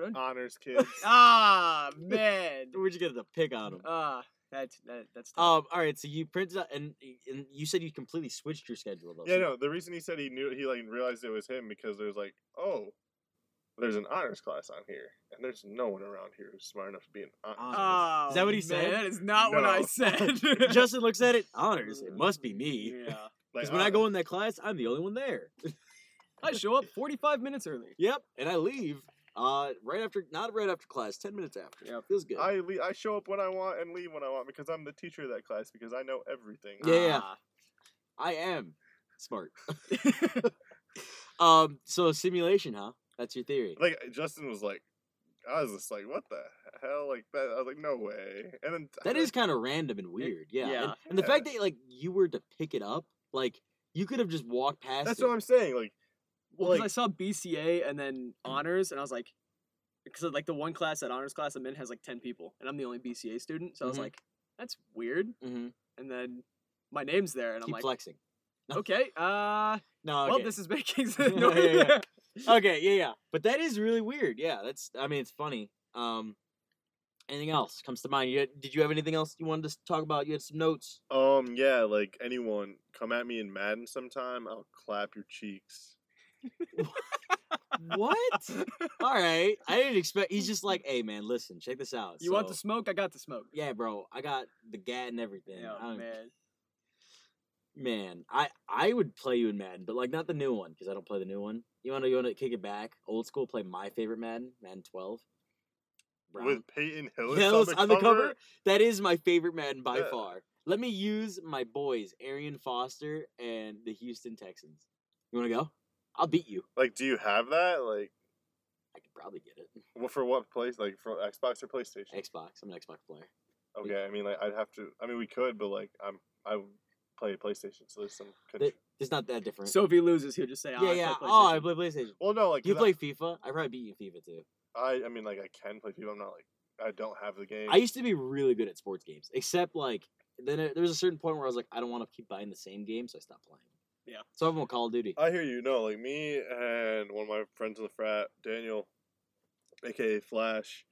S3: don't.
S2: Honors kids.
S3: Oh, ah, man.
S1: We're just gonna pick on them.
S3: Ah, that's that, that's. tough.
S1: Um. All right. So you printed out, and and you said you completely switched your schedule though.
S2: yeah,
S1: so-
S2: no. The reason he said he knew he like realized it was him because there's like, oh, there's an honors class on here, and there's no one around here who's smart enough to be an honor.
S1: Honors. Is that what he
S3: Oh,
S1: said?
S3: man, That is not what I
S2: No.
S3: said.
S1: Justin looks at it. Honors. It must be me.
S3: yeah.
S1: Because when I go in that class, I'm the only one there.
S3: I show up 45 minutes early.
S1: yep. And I leave uh, right after, not right after class, 10 minutes after.
S3: Yep.
S1: Feels good.
S2: I le- I show up when I want and leave when I want because I'm the teacher of that class because I know everything.
S1: Yeah.
S3: Ah,
S1: I am smart. um, so simulation, huh? That's your theory.
S2: Like Justin was like, I was just like, what the hell? Like that? I was like, no way. And then
S1: that is kind of random and weird. Yeah. and-
S3: yeah.
S1: And, the fact that like you were to pick it up, like you could have just walked past
S2: that's
S1: it.
S2: what I'm saying. Like,
S3: Well, 'cause
S2: like
S3: I saw BCA and
S1: Mm.
S3: then honors, and I was like, because like the one class that honors class I'm in has like 10 people, and I'm the only BCA student, so I was
S1: Mhm.
S3: like, that's weird.
S1: Mhm.
S3: And then my name's there, and
S1: Keep
S3: I'm like,
S1: flexing.
S3: okay, uh,
S1: No, okay.
S3: well, this is making
S1: Yeah,
S3: sense. No,
S1: yeah, yeah.
S3: yeah.
S1: okay, yeah, yeah. But that is really weird. Yeah, that's. I mean, it's funny. Um, anything else comes to mind? You, did you have anything else you wanted to s- talk about? You had some notes.
S2: Um, yeah, like anyone, come at me in Madden sometime, I'll clap your cheeks.
S1: what? All right. I didn't expect. He's just like, hey, man, listen, check this out.
S3: You want
S1: So,
S3: the smoke? I got the smoke.
S1: Yeah, bro. I got the gat and everything.
S3: Yeah,
S1: I don't-
S3: Oh, man.
S1: Man, I I would play you in Madden, but like not the new one because I don't play the new one. You want to you want to kick it back, old school. Play my favorite Madden, Madden 12. Brown.
S2: With Peyton Hillis,
S1: Hillis
S2: on, the, cover.
S1: That is my favorite Madden by
S2: Yeah.
S1: far. Let me use my boys, Arian Foster and the Houston Texans. You want to go? I'll beat you.
S2: Like, do you have that? Like,
S1: I could probably get it.
S2: wh- for what place? Like, for Xbox or PlayStation?
S1: Xbox. I'm an Xbox player.
S2: okay, I mean, like, I'd have to. I mean, we could, but like, I'm I would play PlayStation, so there's some. Contr-
S1: Th- It's not that different.
S3: So if he loses, he'll just say, oh,
S1: yeah,
S3: I
S1: yeah.
S3: play
S1: Oh, I
S3: PlayStation."
S1: play PlayStation.
S2: well, no, like
S1: You
S2: 'cause
S1: play FIFA? I probably beat you in FIFA too.
S2: I, I, I mean, like, I can play people. I'm not like I don't have the game.
S1: I used to be really good at sports games, except like then there there was a certain point where I was like, I don't want to keep buying the same game, so I stopped playing.
S3: Yeah.
S1: So I'm on Call of Duty.
S2: I hear you. No, like me and one of my friends in the frat, Daniel, aka Flash,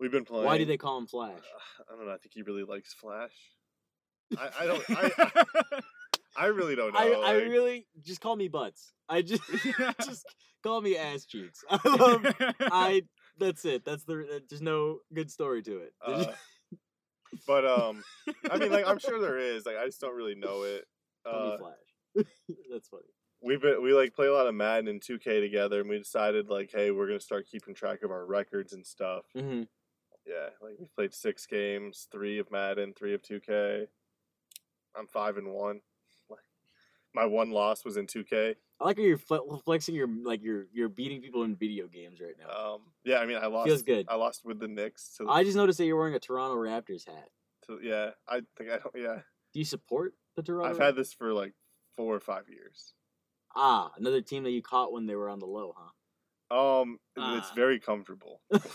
S2: we've been playing. uh,
S1: Why do they call him Flash?
S2: I don't know. I think he really likes Flash. I, I don't. I, Oh, I really don't know.
S1: I, I
S2: like,
S1: really just call me butts. I just just call me ass cheeks. I love I that's it. That's the that- there's no good story to it. There's
S2: uh, but um, I mean, like I'm sure there is. Like I just don't really know it.
S1: call
S2: Uh,
S1: me Flash. that's funny.
S2: we've been we like play a lot of Madden and 2K together, and we decided like, hey, we're gonna start keeping track of our records and stuff.
S1: hmm
S2: Yeah, like we played six games, three of Madden, three of 2K. I'm five and one. Like, My one loss was in 2K.
S1: I like how you're fle- flexing your like you're you're beating people in video games right now.
S2: Um, yeah, I mean, I lost.
S1: Feels good.
S2: I lost with the Knicks. To,
S1: I just noticed that you're wearing a Toronto Raptors hat.
S2: to yeah, I think I don't. Yeah,
S1: Do you support the Toronto?
S2: I've had this for like four or five years.
S1: Ah, another team that you caught when they were on the low, huh?
S2: Um, and it's
S3: Ah.
S2: very comfortable. Like
S3: like,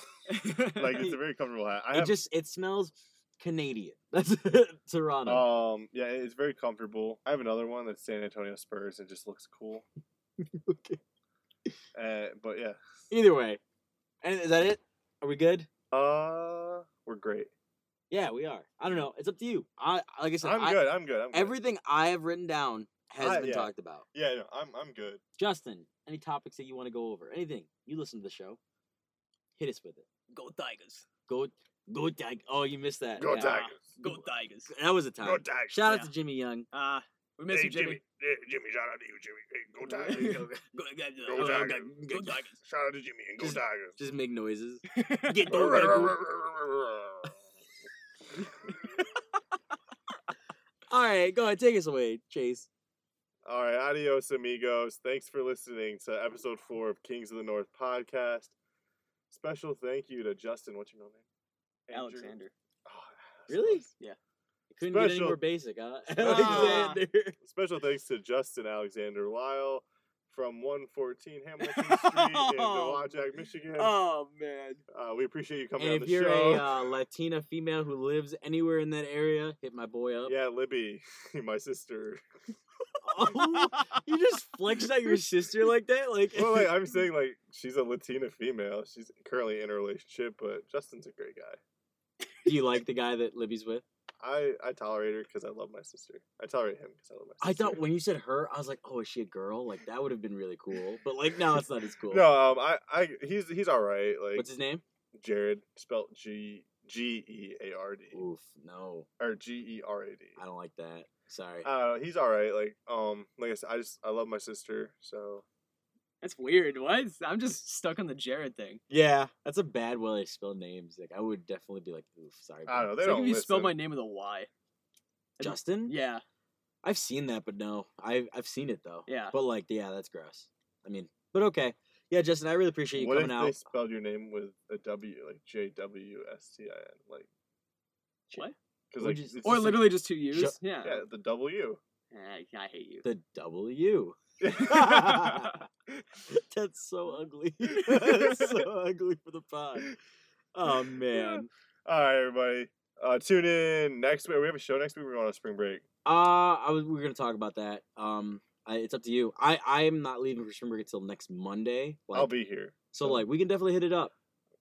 S2: it's a very comfortable hat. I
S1: it
S2: have,
S1: just it smells Canadian. That's Toronto.
S2: um, yeah, it's very comfortable. I have another one that's San Antonio Spurs. It just looks cool. Oh.
S1: Okay.
S2: Uh, but yeah,
S1: Either way, and is that it? Are we good?
S2: uh, we're great.
S1: Yeah, we are. I don't know. It's up to you. I like I said,
S2: Mm-hmm. I'm
S1: I-
S2: good. I'm good. I'm good.
S1: everything I have written down has
S2: I-
S1: been
S2: yeah.
S1: talked about.
S2: Yeah, no, I'm I'm good.
S1: Justin, any topics that you want to go over? Anything you listen to the show? Hit us with it.
S3: Go Tigers.
S1: Go, go, Tig- Oh, you missed that.
S2: Go
S1: Yeah.
S3: Tig-
S2: Tigers.
S3: Go Tigers.
S1: That was a time.
S2: Go Tigers.
S1: Shout out
S3: Yeah.
S1: to Jimmy Young.
S3: Ah, we miss
S2: Hey,
S3: you, Jimmy.
S2: Hey, Jimmy, shout out to you, Jimmy. Hey, go Tigers. Go,
S3: Go, go,
S2: Go
S3: go, go,
S2: Tigers.
S3: go, go Tigers.
S2: shout out to Jimmy and go
S1: Just-
S2: Tigers.
S1: Just make noises.
S3: Get
S1: those Red Bulls. All right, go ahead, take us away, Chase.
S2: All right, adios, amigos. Thanks for listening to episode four of Kings of the North podcast. Special thank you to Justin. What's your middle name? Andrew?
S3: Alexander.
S2: Oh, that's
S1: Really?
S2: close.
S3: Yeah.
S1: Couldn't get any
S2: Special- Ah,
S1: more basic, huh?
S2: Special-
S1: Alexander.
S2: Special thanks to Justin Alexander Lyle from 114 Hamilton Street in Milwaukee, Michigan.
S3: Oh man.
S2: Uh, we appreciate you coming
S1: and
S2: on
S1: if
S2: the
S1: you're
S2: show.
S1: a uh, Latina female who lives anywhere in that area, hit my boy up.
S2: yeah, Libby, my sister.
S1: Oh, you just flexed out your sister like that? Like,
S2: Well, like, I'm saying, like she's a Latina female. She's currently in a relationship, but Justin's a great guy.
S1: do you like the guy that Libby's with?
S2: I I tolerate her because I love my sister. I tolerate him because I love my
S1: I
S2: sister.
S1: thought when you said her, I was like, oh, is she a girl? Like, that would have been really cool. But, like, no, it's not as cool.
S2: No, um, I, I he's he's all right. Like
S1: What's his name?
S2: Jared, spelled G G E A R D
S1: Oof, no.
S2: or G E R A D.
S1: I don't like that. Sorry.
S2: Uh, he's all right. Like um, like I said, I just I love my sister. So
S3: That's weird. What? I'm just stuck on the Jared thing.
S1: yeah, that's a bad way to spell names. Like, I would definitely be like, oof, sorry.
S2: I don't know.
S1: bud.
S2: They
S3: It's like
S2: don't
S3: if you
S2: listen.
S3: spell my name with a Y.
S1: Justin?
S3: Yeah.
S1: I've seen that, but no, I've I've seen it though.
S3: Yeah.
S1: But like, yeah, that's gross. I mean, but okay. Yeah, Justin, I really appreciate you
S2: what if
S1: coming
S2: they
S1: out.
S2: spelled your name with a W, like J W S T I N, like
S3: What?
S2: because
S1: Or
S2: like
S1: just-
S2: it's
S3: Or
S2: just,
S3: literally just two U's.
S1: Ju-
S3: yeah.
S2: like, yeah, the W.
S3: Eh, I hate you.
S1: The W. That's so ugly. That's so ugly for the pod. Oh man.
S2: All right, everybody. Uh, tune in next week. We have a show next week. We're going on spring break.
S1: Uh, I was we are gonna talk about that. Um, I, it's up to you. I I am not leaving for spring break until next Monday. Like,
S2: I'll be here.
S1: so like we can definitely hit it up.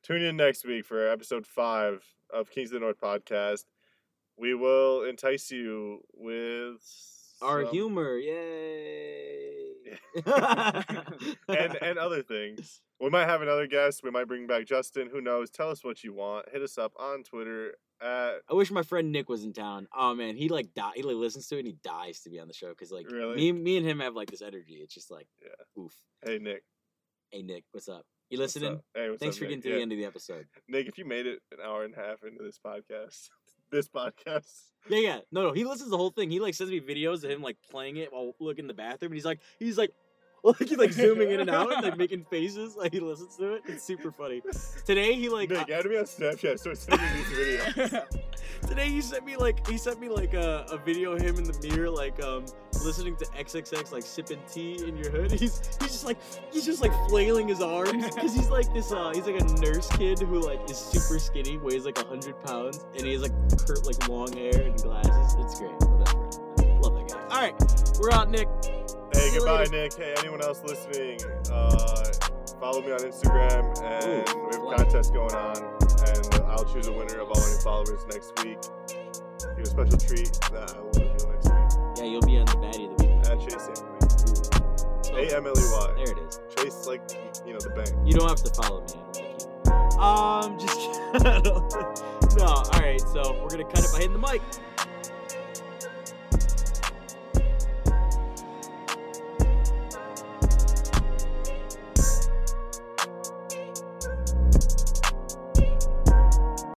S2: Tune in next week for episode five of Kings of the North podcast. We will entice you with
S1: Our
S2: some-
S1: humor, yay!
S2: and and other things. We might have another guest. We might bring back Justin. Who knows? Tell us what you want. Hit us up on Twitter at
S1: I wish my friend Nick was in town. Oh man, he like die. He like listens to it and he dies to be on the show because like
S2: Really?
S1: me, me and him have like this energy. It's just like, oof.
S2: Hey Nick.
S1: Hey Nick, what's up? You
S2: what's
S1: listening?
S2: up? Hey, what's
S1: Thanks
S2: up,
S1: for getting
S2: Nick?
S1: to
S2: Yeah.
S1: the end of the episode.
S2: Nick, if you made it an hour and a half into this podcast, this podcast,
S1: Yeah, yeah. No, no. He listens to the whole thing. He like sends me videos of him like playing it while looking in the bathroom, and he's like, he's like, like he's like zooming in and out, and, like making faces. Like he listens to it. It's super funny. Today he like
S2: Nick, add me on Snapchat. Start sending me these videos.
S1: Today he sent me like he sent me like a, a video of him in the mirror like um listening to XXX like sipping tea in your hood. He's he's just like he's just like flailing his arms because he's like this uh he's like a nurse kid who like is super skinny, weighs like hundred pounds, and he has like curt like long hair and glasses. It's great. Whatever. Love that guy. All right, we're out, Nick.
S2: Hey,
S1: See you
S2: goodbye,
S1: later.
S2: Nick. Hey, anyone else listening? Uh, follow me on Instagram, and
S1: Ooh,
S2: we have a
S1: wow.
S2: contest going on, and I'll choose a winner of all new followers next week. Give a special treat that I will reveal next week
S1: Yeah, you'll be on the baddie of the week.
S2: at Chase Amley.
S1: So,
S2: A M L E Y.
S1: there it is.
S2: Chase, like you know, the bank.
S1: You don't have to follow me. I don't think you. Um, just no. All right, so we're gonna cut it by hitting the mic.